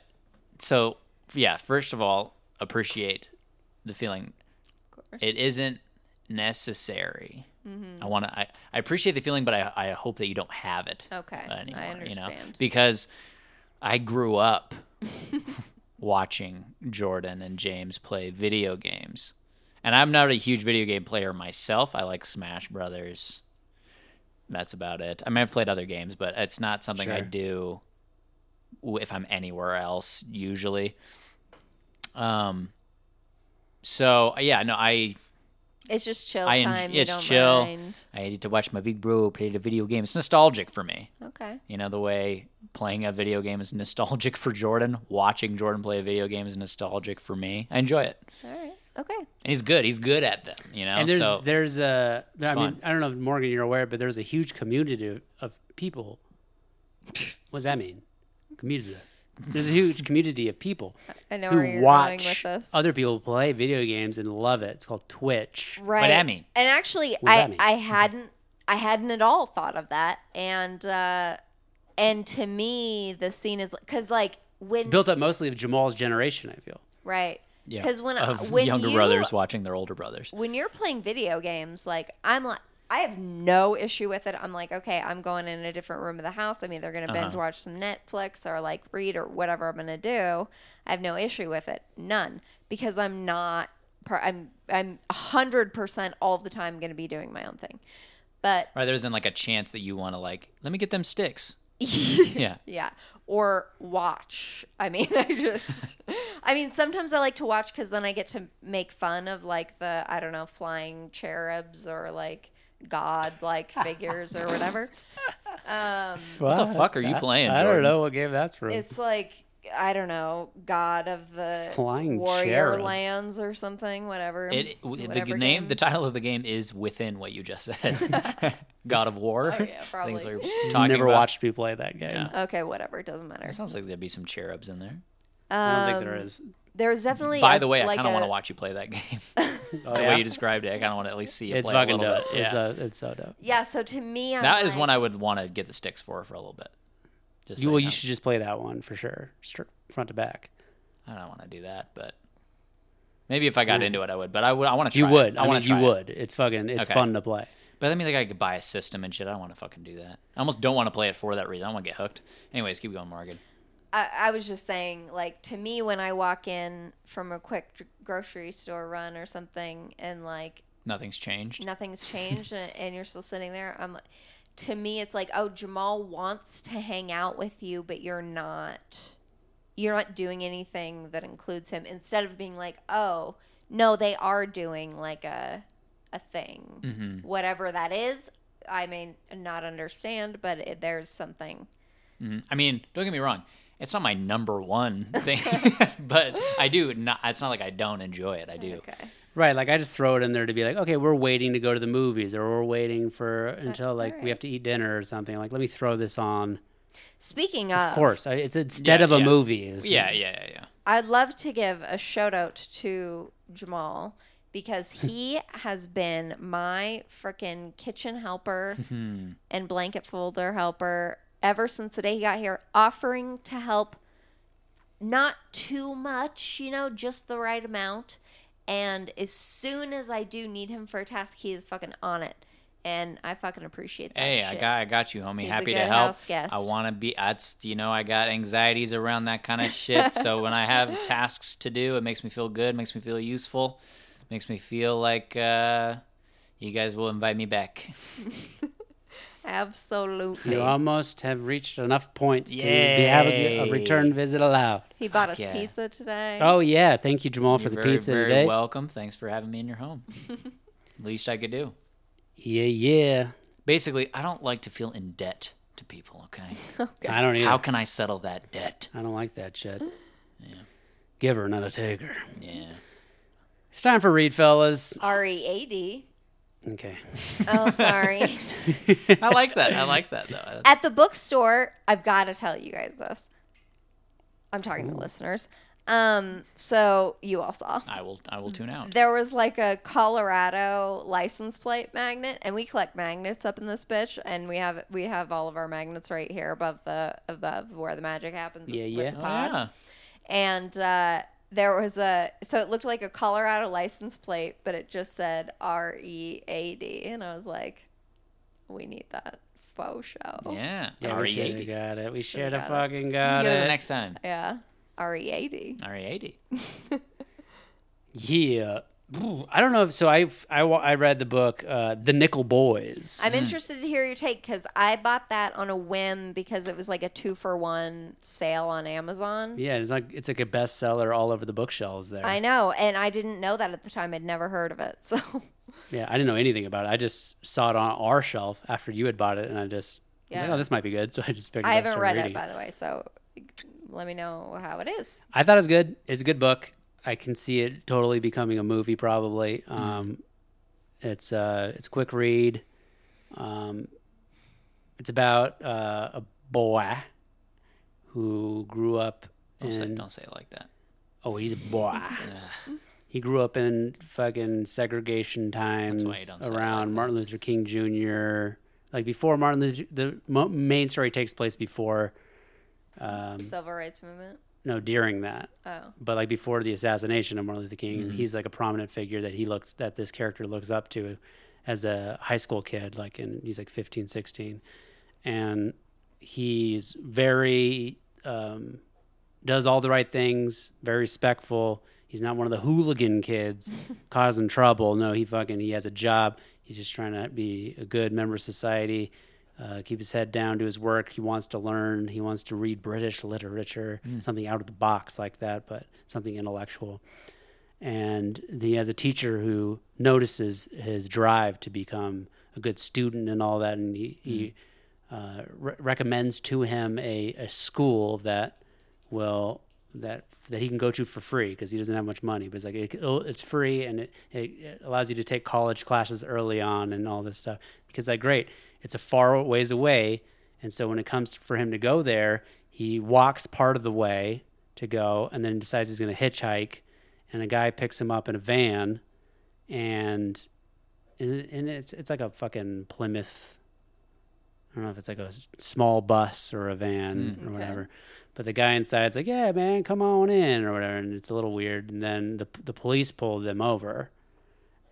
S4: so yeah. First of all, appreciate the feeling. It isn't necessary.
S5: Mm-hmm.
S4: I want to. I, I appreciate the feeling, but I I hope that you don't have it.
S5: Okay, I
S4: anymore, You know?
S5: understand.
S4: Because I grew up watching Jordan and James play video games. And I'm not a huge video game player myself. I like Smash Brothers. That's about it. I mean, I've played other games, but it's not something I
S6: Sure.
S4: do w- if I'm anywhere else usually. Um. So uh, yeah, no, I
S5: It's just chill
S4: I en-
S5: time. you
S4: it's
S5: don't
S4: chill.
S5: mind.
S4: I need to watch my big bro play the video game. It's nostalgic for me.
S5: Okay.
S4: You know, the way playing a video game is nostalgic for Jordan, watching Jordan play a video game is nostalgic for me. I enjoy it.
S5: All right. Okay.
S4: And he's good. He's good at them, you know?
S6: And there's
S4: so,
S6: there's a there, I mean
S4: fun.
S6: I don't know if Morgan you're aware, but there's a huge community of, of people. what does that mean? Community. There's a huge community of people
S5: I know where
S6: who
S5: you're
S6: watch
S5: going with this.
S6: other people play video games and love it. It's called Twitch.
S5: right.
S4: that mean?
S5: And actually,
S6: does that
S5: I
S6: mean?
S5: I hadn't I hadn't at all thought of that. And uh and to me, the scene is because like when
S6: It's built up mostly of Jamal's generation. I feel.
S5: right.
S4: yeah,
S5: Because when
S4: of
S5: when
S4: younger
S5: you,
S4: brothers watching their older brothers.
S5: when you're playing video games, like I'm like I have no issue with it. I'm like, okay, I'm going in a different room of the house. I'm either gonna binge watch some Netflix or like read or whatever I'm gonna do. I have no issue with it, none, because I'm not. par- I'm I'm hundred percent all the time gonna be doing my own thing, but
S4: Right, there isn't like a chance that you want to like, let me get them sticks. yeah.
S5: Yeah. Or watch. I mean, I just, I mean, sometimes I like to watch because then I get to make fun of like the, I don't know, flying cherubs or like god like figures or whatever.
S4: What the fuck are you playing,
S6: I
S4: Jordan?
S6: don't know what game that's from.
S5: It's like, I don't know, god of the
S6: Flying
S5: warrior
S6: cherubs.
S5: lands or something, whatever.
S4: It, w- the
S5: whatever
S4: name,
S5: game.
S4: the title of the game is within what you just said. God of War.
S5: Oh, yeah, probably.
S4: Things we're just talking
S6: Never
S4: about.
S6: watched me play that game.
S4: Yeah.
S5: Okay, whatever. It doesn't matter.
S4: It sounds like there'd be some cherubs in there.
S6: I don't think there is.
S5: There's definitely.
S4: By
S5: a-
S4: the way, I
S5: like
S4: kind of want
S5: a- Oh,
S4: to watch you play that game. the way you described it, I kind of want to at least see you
S6: It's
S4: play
S6: fucking
S4: a little
S6: dope.
S4: bit.
S6: It's
S4: Yeah.
S6: uh, it's so dope.
S5: Yeah, so to me, I'm
S4: that is
S5: like-
S4: one I would want to get the sticks for for a little bit. Just so
S6: You, well,
S4: know.
S6: you should just play that one for sure, Start front to back.
S4: I don't want to do that, but maybe if I got into it, I would. But I would. I want to.
S6: You
S4: try
S6: would.
S4: It.
S6: I,
S4: I, want
S6: mean,
S4: to.
S6: you would. It's fucking. It's
S4: Okay.
S6: fun to play.
S4: But that means I gotta buy a system and shit. I don't want to fucking do that. I almost don't want to play it for that reason. I want to get hooked. Anyways, keep going, Morgan.
S5: I, I was just saying, like to me, when I walk in from a quick dr- grocery store run or something, and like
S4: Nothing's changed.
S5: nothing's changed, and, and you're still sitting there, I'm like, to me, it's like, oh, Jamal wants to hang out with you, but you're not, you're not doing anything that includes him. Instead of being like, oh, no, they are doing like a a thing, whatever that is. I may not understand, but it, there's something.
S4: I mean, don't get me wrong. It's not my number one thing, but I do. Not, it's not like I don't enjoy it. I do.
S5: Okay.
S6: Right, like I just throw it in there to be like, okay, we're waiting to go to the movies, or we're waiting for until like we have to eat dinner or something. Like, let me throw this on.
S5: Speaking
S4: Uh,
S5: of,
S6: Of course, I- it's instead
S4: Yeah,
S6: of a
S4: yeah.
S6: movie. is-
S4: Yeah, yeah, yeah, yeah.
S5: I'd love to give a shout out to Jamal because he has been my freaking kitchen helper and blanket folder helper ever since the day he got here, offering to help not too much, you know, just the right amount. And as soon as I do need him for a task, he is fucking on it. And I fucking appreciate that.
S4: Hey, I
S5: shit.
S4: got, I got you, homie.
S5: He's a
S4: Happy to
S5: good
S4: help.
S5: house guest.
S4: I want to be. That's you know, I got anxieties around that kind of shit. so when I have tasks to do, it makes me feel good. Makes me feel useful. Makes me feel like uh, you guys will invite me back.
S5: Absolutely.
S6: You almost have reached enough points to be- have a, a
S4: Yay.
S6: return visit allowed.
S5: He bought us
S4: yeah.
S5: pizza today.
S6: Oh yeah, thank you, Jamal, for the
S4: You're very,
S6: pizza
S4: very
S6: today.
S4: welcome. Thanks for having me in your home. Least I could do.
S6: Yeah, yeah.
S4: Basically, I don't like to feel in debt to people. Okay,
S6: I don't either.
S4: how can I settle that debt?
S6: I don't like that shit. Yeah. Giver, not a taker.
S4: Yeah.
S6: It's time for read, fellas.
S5: R E A D.
S6: Okay.
S5: Oh, sorry.
S4: I like that. I like that though.
S5: At the bookstore, I've got to tell you guys this. I'm talking to listeners. Um, so you all saw.
S4: I will. I will tune out.
S5: There was like a Colorado license plate magnet, and we collect magnets up in this bitch, and we have we have all of our magnets right here above the above where the magic happens.
S6: Yeah,
S5: with
S6: yeah.
S5: the
S6: Oh,
S5: pod.
S4: Yeah.
S5: and uh, there was a so it looked like a Colorado license plate, but it just said R E A D, and I was like, we need that faux show.
S4: Yeah.
S6: Yeah, we should have
S4: RE80.
S6: got it. We should have
S5: got it.
S6: fucking got
S4: Get it the
S6: it.
S4: next time.
S5: Yeah, R E A D.
S4: RE80.
S6: Yeah. Ooh, I don't know if so. I, I, wa- I read the book, uh, The Nickel Boys.
S5: I'm interested to hear your take because I bought that on a whim because it was like a two for one sale on Amazon.
S6: yeah, it's like it's like a bestseller all over the bookshelves there.
S5: I know, and I didn't know that at the time. I'd never heard of it, so
S6: yeah, I didn't know anything about it. I just saw it on our shelf after you had bought it, and I just was like,
S5: Yeah.
S6: oh, this might be good. So I just picked it
S5: I
S6: up.
S5: haven't
S6: started
S5: read it
S6: reading
S5: by the way. So let me know how it is.
S6: I thought it was good. It's a good book. I can see it totally becoming a movie, probably.
S4: Mm.
S6: Um, It's uh, it's a quick read. Um, it's about uh, a boy who grew up
S4: Don't say,
S6: in
S4: Oh, don't say it like that.
S6: oh, he's a boy. he grew up in fucking segregation times
S4: why you don't say it like
S6: around Martin Luther King Jr. Like before Martin Luther, the mo- main story takes place before. Um,
S5: Civil rights movement.
S6: no, during that
S5: Oh,
S6: but like before the assassination of Martin Luther King, and he's like a prominent figure that he looks that this character looks up to as a high school kid, like and he's like 15, 16. and he's very um, does all the right things, very respectful. He's not one of the hooligan kids causing trouble. No, he fucking he has a job. He's just trying to be a good member of society. Uh, keep his head down, do his work. He wants to learn. He wants to read British literature, something out of the box like that, but something intellectual. And he has a teacher who notices his drive to become a good student and all that, and he, he uh, re- recommends to him a, a school that will that that he can go to for free because he doesn't have much money. But it's like it, it'll- it's free and it, it it allows you to take college classes early on and all this stuff. Because like great, it's a far ways away, and so when it comes for him to go there, he walks part of the way to go, and then decides he's going to hitchhike, and a guy picks him up in a van, and and, and it's it's like a fucking Plymouth. I don't know if it's like a s- small bus or a van or whatever, but the guy inside's like, "Yeah, man, come on in" or whatever, and it's a little weird. And then the the police pull them over,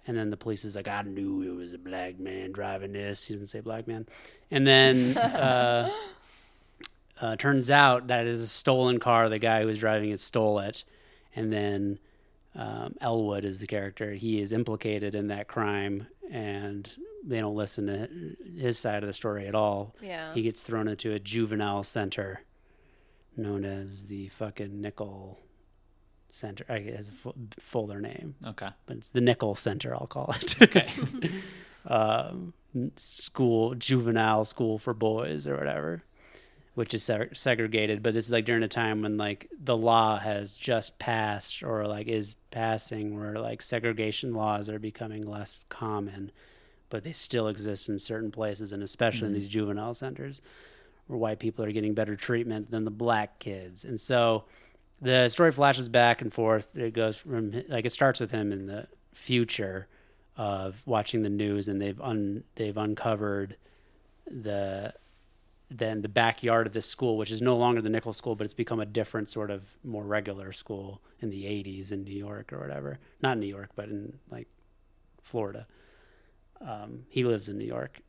S6: and then the police is like, "I knew it was a black man driving this." He doesn't say black man, and then. Uh, uh, turns out that is a stolen car. The guy who was driving it stole it, and then um, Elwood is the character. He is implicated in that crime, and they don't listen to his side of the story at all.
S5: Yeah.
S6: he gets thrown into a juvenile center known as the fucking Nickel Center. I guess it's a full, fuller name,
S4: Okay.
S6: but it's the Nickel Center. I'll call it. Um,
S4: Okay.
S6: school, juvenile school for boys or whatever, which is seg- segregated. But this is like during a time when like the law has just passed or like is passing, where like segregation laws are becoming less common, but they still exist in certain places and especially in these juvenile centers where white people are getting better treatment than the black kids. And so the story flashes back and forth. It goes from like it starts with him in the future of watching the news, and they've un they've uncovered the then the backyard of this school, which is no longer the Nickel School, but it's become a different sort of more regular school in the '80s in New York or whatever. Not in New York, but in like Florida. Um, he lives in New York,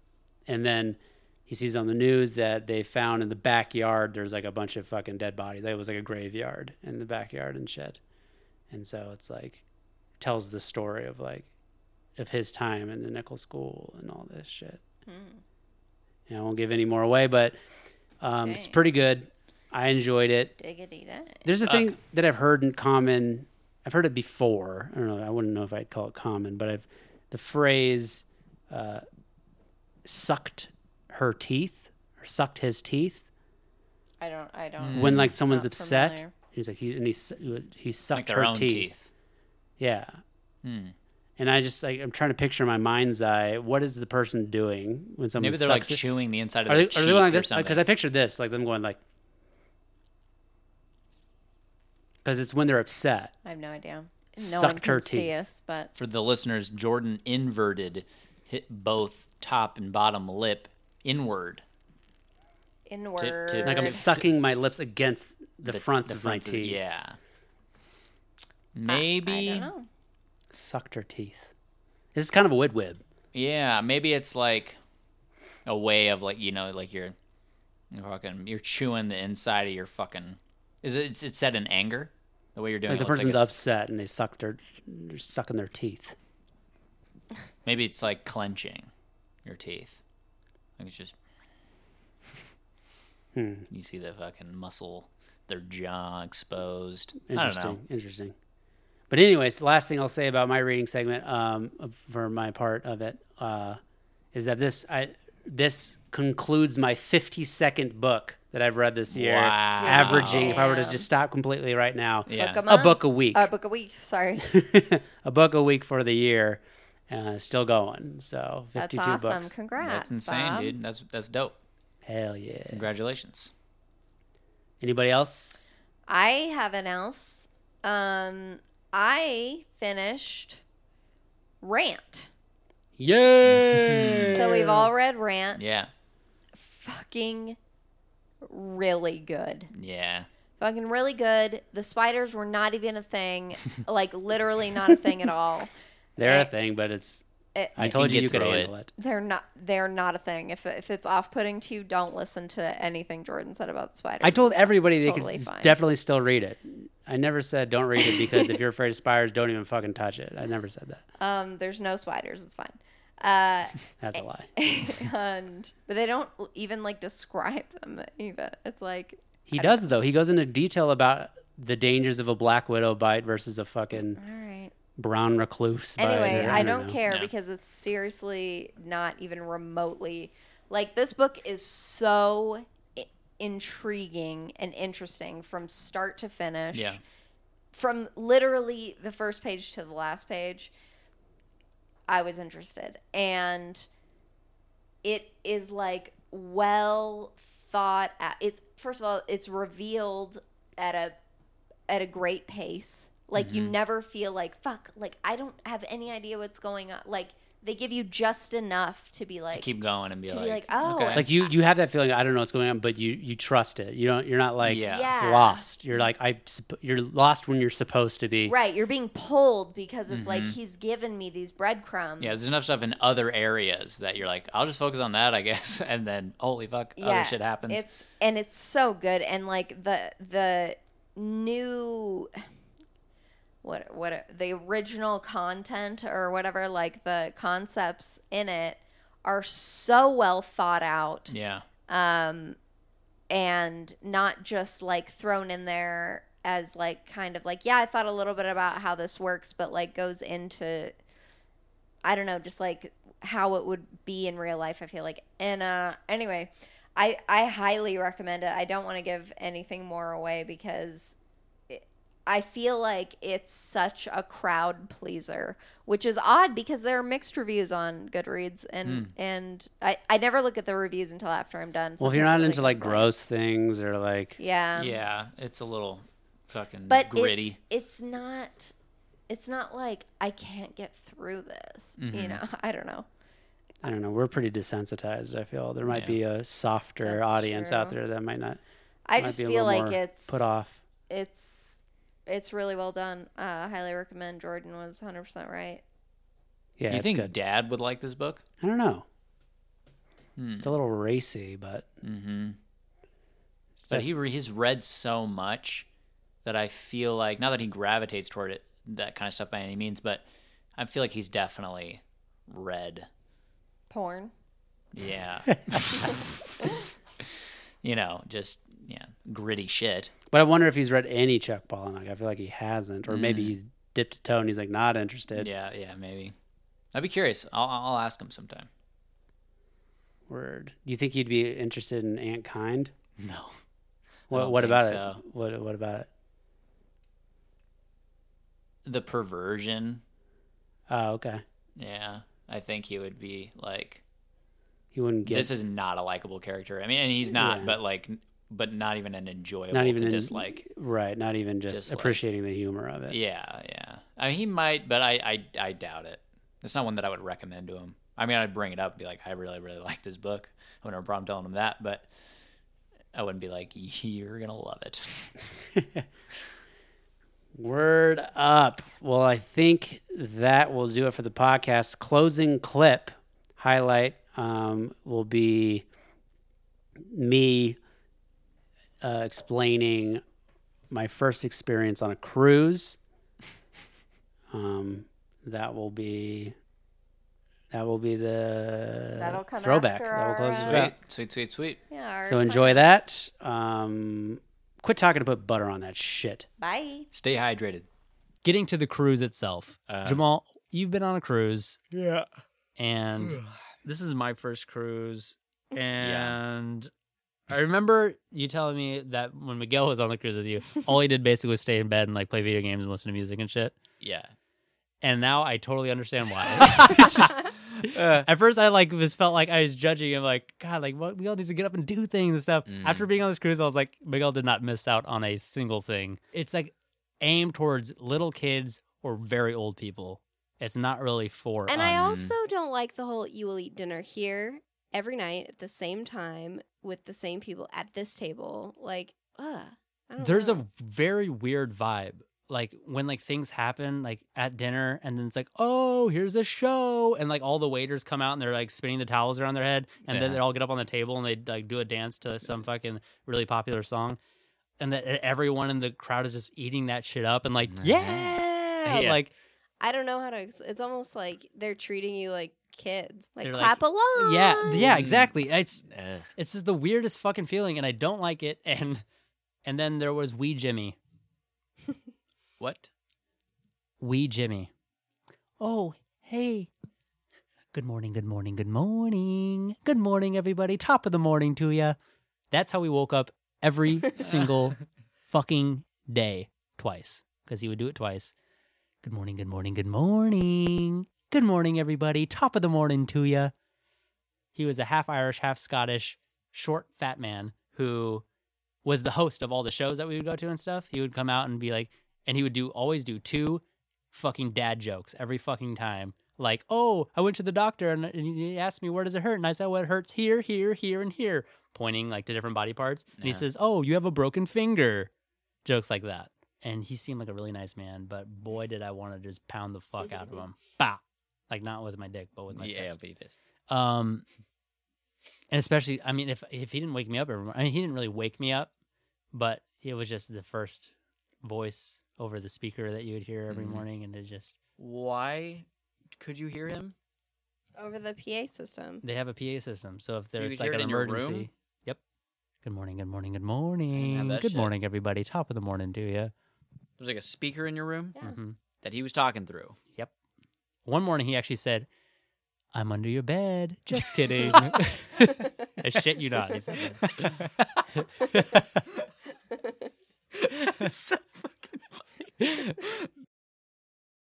S6: and then he sees on the news that they found in the backyard there's like a bunch of fucking dead bodies. That was like a graveyard in the backyard and shit. And so it's like tells the story of like of his time in the nickel school and all this shit. And I won't give any more away, but um, it's
S5: Dang.
S6: pretty good. I enjoyed it.
S5: Diggity dang.
S6: There's a thing that I've heard in common. I've heard it before. I don't know. I wouldn't know if I'd call it common, but I've the phrase uh, "sucked her teeth" or "sucked his teeth"
S5: I don't. I don't.
S6: Mm.
S4: Mm.
S6: when like someone's
S5: Not
S6: upset.
S5: familiar.
S6: He's like he and he su- he sucked
S4: like their
S6: her
S4: own
S6: teeth.
S4: teeth. Hmm.
S6: Yeah. And I just like I'm trying to picture in my mind's eye what is the person doing when someone
S4: Maybe they're like
S6: sucks it?
S4: chewing the inside of
S6: Are
S4: their
S6: they,
S4: cheek
S6: are they going like
S4: or
S6: this?
S4: something.
S6: Because I pictured this, like them going like, because it's when they're upset.
S5: I have no idea. No one
S6: Sucked
S5: can
S6: her
S5: see
S6: teeth.
S5: us, but
S4: For the listeners, Jordan inverted hit both top and bottom lip inward.
S5: inward.
S6: Like I'm
S4: Dude.
S6: sucking my lips against the, fronts
S4: the
S6: of my
S4: fronts
S6: teeth.
S4: Yeah.
S5: I
S4: Maybe.
S5: don't know.
S6: Sucked her teeth. This is kind of a wid wib.
S4: Yeah, maybe it's like a way of like you know like you're, you're fucking you're chewing the inside of your fucking. Is it? It's, it's said in anger. The way you're doing
S6: Like
S4: it
S6: the
S4: looks
S6: person's
S4: like it's-
S6: upset and they sucked their, they're sucking their teeth.
S4: Maybe it's like clenching your teeth. Like it's just.
S6: Hmm.
S4: You see the fucking muscle, their jaw exposed. I don't
S6: Interesting.
S4: know.
S6: Interesting. But anyways, the last thing I'll say about my reading segment, um, for my part of it, uh, is that this I this concludes my 50 second book that I've read this year,
S4: Wow.
S6: averaging. If I were to
S5: Damn.
S6: just stop completely right now,
S4: Yeah.
S5: Book 'em
S6: a
S5: up.
S6: book a week,
S5: Uh, book a week. Sorry.
S6: a book a week for the year, uh, still going. So 52
S5: That's awesome.
S6: books.
S5: Congrats.
S4: That's insane,
S5: Bob.
S4: dude. That's that's dope.
S6: Hell yeah!
S4: Congratulations.
S6: Anybody else?
S5: I have an else. Um, I finished Rant.
S6: Yay!
S5: So we've all read Rant.
S4: Yeah.
S5: Fucking really good.
S4: Yeah.
S5: Fucking really good. The spiders were not even a thing. like literally not a thing at all.
S6: They're a thing, but it's.
S5: It-
S6: I
S4: You
S6: told
S4: can
S6: you
S4: get
S6: you could
S4: through
S6: handle it.
S5: They're not. They're not a thing. If if it's off putting to you, don't listen to anything Jordan said about the spiders.
S6: I told everybody they
S5: Totally
S6: could
S5: fine.
S6: definitely still read it. I never said don't read it because if you're afraid of spiders, don't even fucking touch it. I never said that.
S5: Um, there's no spiders. It's fine. Uh,
S6: That's a lie.
S5: and but they don't even like describe them even. It's like
S6: He does though. He goes into detail about the dangers of a black widow bite versus a fucking
S5: all right.
S6: brown recluse. bite,
S5: Anyway,
S6: or
S5: I don't
S6: know.
S5: care
S4: Yeah.
S5: because it's seriously not even remotely like this book is so I- intriguing and interesting from start to finish.
S4: Yeah.
S5: From literally the first page to the last page, I was interested. And it is like well thought out. It's first of all, it's revealed at a at a great pace. Like
S4: Mm-hmm.
S5: you never feel like fuck. Like I don't have any idea what's going on. Like they give you just enough to be like
S4: keep going and be
S5: To
S4: like,
S5: be like, oh,
S4: okay.
S6: like you you have that feeling i don't know what's going on but you you trust it you don't you're not like
S4: Yeah.
S5: Yeah.
S6: lost you're like i supp- you're lost when you're supposed to be
S5: right. You're being pulled because it's like he's given me these breadcrumbs.
S4: Mm-hmm. yeah, there's enough stuff in other areas that you're like, I'll just focus on that, I guess. And then, holy fuck, other shit happens.
S5: It's and it's so good and like the the new what what the original content or whatever like the concepts in it are so well thought out Um,
S4: yeah.
S5: and not just like thrown in there as like kind of like yeah i thought a little bit about how this works but like goes into i don't know just like how it would be in real life i feel like and uh anyway i i highly recommend it i don't want to give anything more away because it- I feel like it's such a crowd pleaser, which is odd because there are mixed reviews on Goodreads, and
S6: Hmm.
S5: and I, I never look at the reviews until after I'm done.
S6: well if
S5: so
S6: you're
S5: I
S6: not
S5: don't really
S6: into like
S5: complain.
S6: gross things or like
S5: Yeah.
S4: yeah, it's a little fucking
S5: um, But
S4: gritty.
S5: it's it's not it's not like I can't get through this.
S6: Mm-hmm.
S5: You know, I don't know.
S6: i don't know we're pretty desensitized i feel there might
S4: Yeah.
S6: be a softer
S5: That's
S6: audience out
S5: true.
S6: there that might not
S5: I
S6: might
S5: just
S6: be a
S5: feel
S6: little
S5: like
S6: more
S5: it's
S6: put off
S5: it's it's really well done. Uh, I highly recommend. Jordan was 100 percent right.
S6: yeah
S4: you
S6: it's
S4: think
S6: good
S4: dad would like this book?
S6: i don't know
S4: Hmm.
S6: it's a little racy but
S4: Mm-hmm. But he re- he's read so much that I feel like not that he gravitates toward it that kind of stuff by any means, but I feel like he's definitely read.
S5: Porn.
S4: Yeah. you know, just yeah, gritty shit.
S6: but i wonder if he's read any chuck palahniuk i feel like he hasn't or maybe he's dipped a toe and he's like not interested
S4: Hmm. Yeah, yeah, maybe. I'd be curious. I'll I'll ask him sometime.
S6: Word. Do you think you'd be interested in Ant Kind?
S4: No.
S6: What
S4: don't
S6: What
S4: think
S6: about
S4: so.
S6: it? What What about it?
S4: The perversion.
S6: Oh, okay.
S4: Yeah. I think he would be like
S6: You wouldn't get
S4: this is not a likable character. I mean, and he's not,
S6: Yeah.
S4: but like but not even an enjoyable
S6: not even
S4: to
S6: in-
S4: dislike.
S6: Right. Not even just,
S4: Dislike.
S6: appreciating the humor of it.
S4: Yeah, yeah. I mean, he might, but I, I, I doubt it. It's not one that I would recommend to him. I mean, I'd bring it up, and be like, I really, really like this book. I wouldn't have a problem telling him that, but I wouldn't be like, you're gonna love it.
S6: Word up. Well, I think that will do it for the podcast. Closing clip highlight um, will be me uh, explaining my first experience on a cruise. Um, that will be that will be the
S5: That'll come
S6: throwback.
S5: after
S6: that will close
S5: our,
S6: us
S5: uh,
S6: out.
S4: sweet, sweet, sweet, sweet.
S5: Yeah. our
S6: So enjoy that. Um, quit talking to put butter on that shit.
S5: Bye.
S4: Stay hydrated. Um,
S8: getting to the cruise itself. Jamal, you've been on a cruise. Yeah. And this is my first cruise. And I remember you telling me that when Miguel was on the cruise with you, all he did basically was stay in bed and like play video games and listen to music and shit.
S4: Yeah,
S8: And now I totally understand why. At first, I like was felt like I was judging him, like God, like what Miguel needs to get up and do things and stuff. After being on this cruise, I was like, Miguel did not miss out on a single thing. It's like aimed towards little kids or very old people. It's not really for
S2: And
S8: us.
S6: Um,
S2: I also don't like the whole you will eat dinner here every night at the same time with the same people at this table. Like, ugh. I don't
S8: There's
S2: know.
S8: a very weird vibe. Like when like things happen like at dinner and then it's like, "Oh, here's a show." And like all the waiters come out and they're like spinning the towels around their head and then
S4: Yeah.
S8: they all get up on the table and they like do a dance to some fucking really popular song. And that e, everyone in the crowd is just eating that shit up and like, "Yeah!"
S4: Yeah.
S8: Like,
S2: I don't know how to. Ex- it's almost like they're treating you like kids. Like
S8: They're like,
S2: clap along.
S8: yeah,
S2: Mm.
S8: yeah, exactly. It's
S4: Eh.
S8: it's just the weirdest fucking feeling and I don't like it and and then there was Wee Jimmy.
S4: what?
S8: Wee Jimmy. Oh, hey. Good morning, good morning, good morning. Good morning, everybody. Top of the morning to you. That's how we woke up every single fucking day twice because he would do it twice. Good morning, good morning, good morning. Good morning, everybody. Top of the morning to you. He was a half Irish, half Scottish, short, fat man who was the host of all the shows that we would go to and stuff. He would come out and be like, and he would do always do two fucking dad jokes every fucking time. Like, oh, I went to the doctor and and he asked me where does it hurt, and I said, well, it hurts here, here, here, and here, pointing like to different body parts. And he
S4: Yeah.
S8: says, oh, you have a broken finger, jokes like that. And he seemed like a really nice man, but boy, did I want to just pound the fuck out of him, bah, like not with my dick, but with my
S4: yeah,
S8: fist.
S4: beat this.
S8: Um, and especially, I mean, if if he didn't wake me up, every morning, I mean, he didn't really wake me up, but it was just the first voice over the speaker that you would hear every
S4: Mhm.
S8: morning, and it just
S4: Why could you hear him?
S2: over the PA system.
S8: they have a PA system, so if there's
S4: could
S8: like
S4: hear it
S8: an
S4: in your room?
S8: emergency, yep. Good morning, good morning, good morning,
S4: that
S8: good
S4: shit.
S8: morning, everybody. Top of the morning to you.
S4: There's like a speaker in your room
S2: Yeah.
S4: that he was talking through.
S8: One morning, he actually said, "I'm under your bed." Just kidding. I shit you not. He said that.
S4: it's so fucking funny.